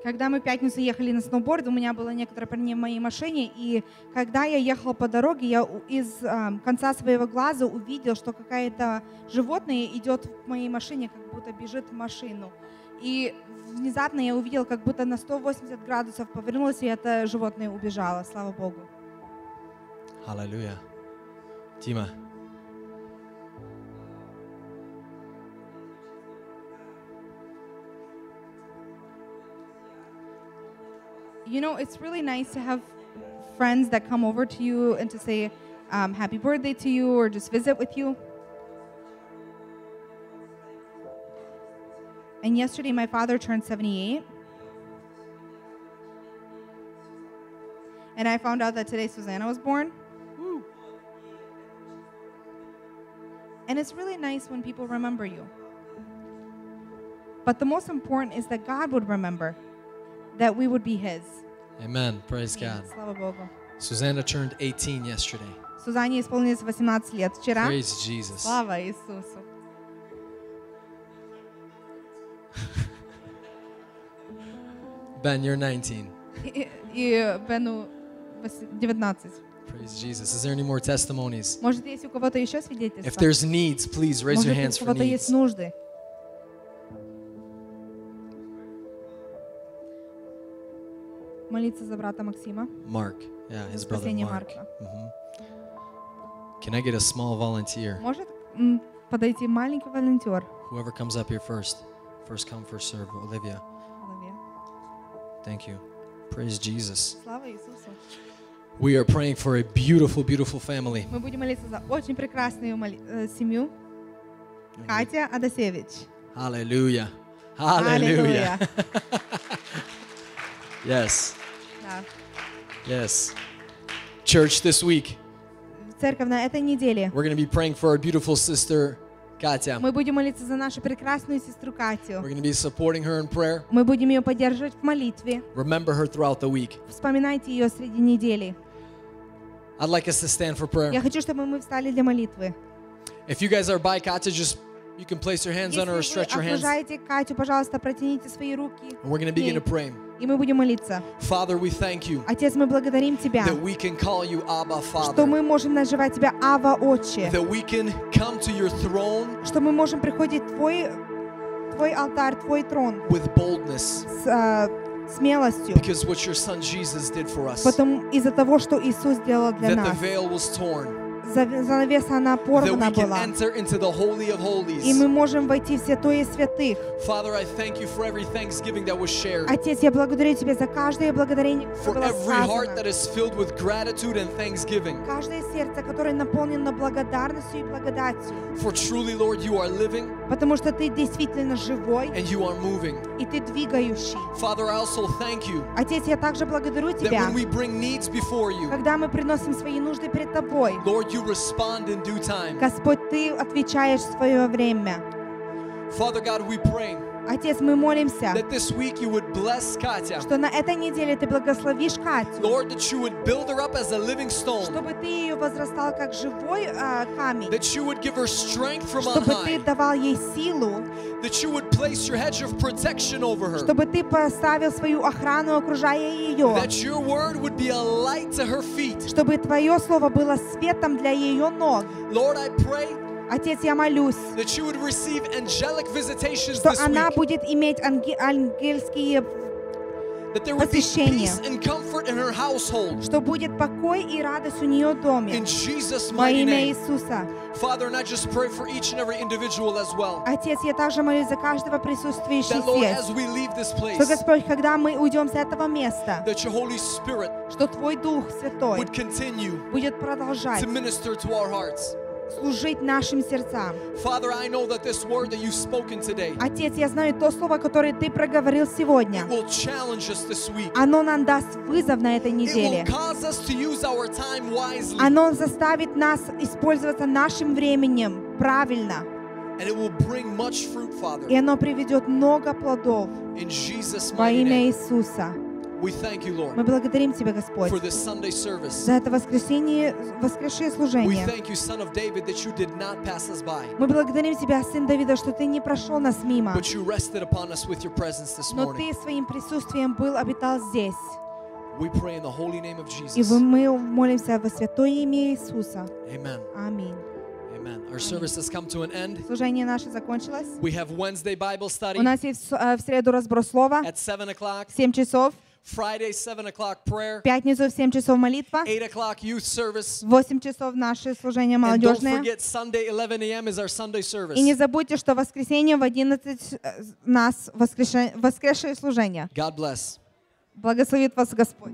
S3: Когда мы в пятницу ехали на сноуборд, у меня было некоторое парни в моей машине, и когда я ехала по дороге, я у- из ам, конца своего глаза увидел, что какая-то животное идет в моей машине, как будто бежит в машину. И внезапно я увидела, как будто на 180 градусов повернулась, и это животное убежало, слава богу.
S8: Hallelujah. Tima.
S3: You know, it's really nice to have friends that come over to you and to say um, happy birthday to you or just visit with you. And yesterday, my father turned 78. And I found out that today Susanna was born. And it's really nice when people remember you. But the most important is that God would remember, that we would be His.
S8: Amen. Praise God.
S3: Слава Богу.
S8: Susanna turned 18 yesterday.
S3: Сузане исполнилось 18 лет вчера.
S8: Praise Jesus.
S3: Слава Иисусу.
S8: Ben, you're 19.
S3: И, и Бену вос- 19.
S8: Praise Jesus. Is there any more testimonies?
S3: Может, есть у кого-то еще
S8: If
S3: свидетельство?
S8: there's needs, please raise your hands
S3: Может, у
S8: for
S3: кого-то есть
S8: needs.
S3: нужды? Молиться за брата Максима.
S8: Mark. Yeah, his brother
S3: Спасение
S8: Mark.
S3: Марка.
S8: Can I get a small volunteer?
S3: Может м, подойти маленький волонтер?
S8: Whoever comes up here first. First come, first serve. Olivia,
S3: Олове.
S8: thank you. Praise Jesus.
S3: Слава Иисусу.
S8: We are praying for a beautiful, beautiful family.
S3: Мы будем молиться за очень прекрасную моли- э, семью. Катя Адасевич.
S8: Hallelujah. Hallelujah.
S3: Аллилуйя.
S8: yes.
S3: Да.
S8: Yes. Church, this week,
S3: Церковь на этой неделе.
S8: we're going to be praying for our beautiful sister, Katya.
S3: Мы будем молиться за нашу прекрасную сестру
S8: We're
S3: Катю.
S8: going to be supporting her in prayer.
S3: Мы будем ее поддерживать в молитве.
S8: Remember her throughout the week.
S3: Вспоминайте ее среди недели.
S8: I'd like us to stand for
S3: Я
S8: prayer.
S3: хочу, чтобы мы встали для молитвы.
S8: If you guys are by Katya, just you can place your hands
S3: Если
S8: on her
S3: вы
S8: or stretch your hands.
S3: окружаете Катю, пожалуйста, протяните свои руки.
S8: And we're going to begin to pray.
S3: И мы будем молиться.
S8: Father, we thank you
S3: Отец, мы благодарим Тебя,
S8: that we can call you Abba
S3: что
S8: Father,
S3: мы можем называть Тебя Ава Отче,
S8: that we can come to your throne
S3: что мы можем приходить в Твой, твой алтарь, Твой трон
S8: with boldness
S3: с э, смелостью,
S8: because what your son Jesus did for us, that
S3: потому из-за того, что Иисус сделал для
S8: the
S3: нас.
S8: veil was torn,
S3: Зав- Занавеса, она
S8: that we
S3: порвана
S8: can
S3: была.
S8: enter into the Holy of
S3: И
S8: Holies.
S3: мы можем войти в святое святых.
S8: Father, I thank you for every thanksgiving that was shared,
S3: Отец, я благодарю Тебя за каждое благодарение, которое
S8: for
S3: было
S8: every heart
S3: сказано.
S8: that is filled with gratitude and thanksgiving.
S3: Каждое сердце, которое наполнено благодарностью и благодатью.
S8: For truly, Lord, you are living
S3: Потому что Ты действительно живой,
S8: and you are moving.
S3: и Ты двигающий.
S8: Father, I also thank you
S3: Отец, я также благодарю
S8: that
S3: Тебя,
S8: when we bring needs before you,
S3: когда мы приносим свои нужды перед Тобой.
S8: Lord, you respond in due time.
S3: Господь, Ты отвечаешь в свое время.
S8: Father God, we pray
S3: Отец, мы молимся,
S8: that this week you would bless Katya.
S3: что на этой неделе Ты благословишь Катю,
S8: Lord, that you would build her up as a living stone,
S3: чтобы Ты ее возрастал как живой а, камень.
S8: that you would give her strength from on
S3: чтобы ты
S8: high,
S3: давал ей силу,
S8: that you would place your hedge of protection over her,
S3: чтобы ты поставил свою охрану, окружая ее,
S8: that your word would be a light to her feet.
S3: чтобы твое слово было светом для ее ног.
S8: Lord, I pray
S3: Отец, я молюсь,
S8: that you would receive angelic visitations
S3: что
S8: this
S3: она
S8: week,
S3: будет иметь анге- ангельские,
S8: that there would be
S3: посвящение.
S8: peace and comfort in her household.
S3: что будет покой и радость у нее в доме.
S8: In Jesus'
S3: Во
S8: mighty
S3: имя
S8: name.
S3: Иисуса.
S8: Father, and I just pray for each and every individual as well.
S3: Отец, я также молюсь за каждого
S8: That, Lord,
S3: присутствующего
S8: as
S3: здесь,
S8: we leave this
S3: что,
S8: place,
S3: Господь, когда мы уйдем с этого места,
S8: that your Holy Spirit
S3: что Твой Дух Святой
S8: would continue
S3: будет продолжать
S8: to minister to our hearts.
S3: служить нашим сердцам.
S8: Father, I know that this word that you've spoken today
S3: Отец, я знаю то слово, которое Ты проговорил сегодня.
S8: will challenge us this week.
S3: Оно нам даст вызов на этой
S8: It will
S3: неделе.
S8: cause us to use our time wisely,
S3: Оно заставит нас использоваться нашим временем правильно.
S8: and it will bring much fruit,
S3: И
S8: Father.
S3: оно приведет много плодов
S8: In Jesus'
S3: во
S8: mighty
S3: имя
S8: name.
S3: Иисуса.
S8: We thank you,
S3: Мы
S8: Lord,
S3: благодарим Тебя, Господь,
S8: for this Sunday service.
S3: за это воскресенье, воскресшее
S8: We
S3: служение.
S8: thank you, Son of David, that you did not pass us by,
S3: Мы благодарим Тебя, Сын Давида, что Ты не прошел нас мимо,
S8: but you rested upon us with your presence this
S3: но
S8: morning.
S3: Ты своим присутствием был, обитал здесь.
S8: We pray in the holy name of
S3: И
S8: Jesus.
S3: вы- мы молимся во святое имя Иисуса.
S8: Amen.
S3: Аминь.
S8: Amen. Our service has come to an end.
S3: Служение наше закончилось.
S8: We have Wednesday Bible study
S3: У нас есть в с- э, в среду разброс слова
S8: at 7 o'clock,
S3: в 7 часов,
S8: Friday, 7 o'clock prayer,
S3: в пятницу в 7 часов молитва,
S8: 8 o'clock youth service.
S3: в 8 часов наше служение
S8: And don't
S3: молодежное.
S8: forget, Sunday, 11 a.m. is our Sunday service.
S3: И не забудьте, что в воскресенье в 11 э, нас воскреше- воскресшее служение.
S8: God bless.
S3: Благословит вас Господь.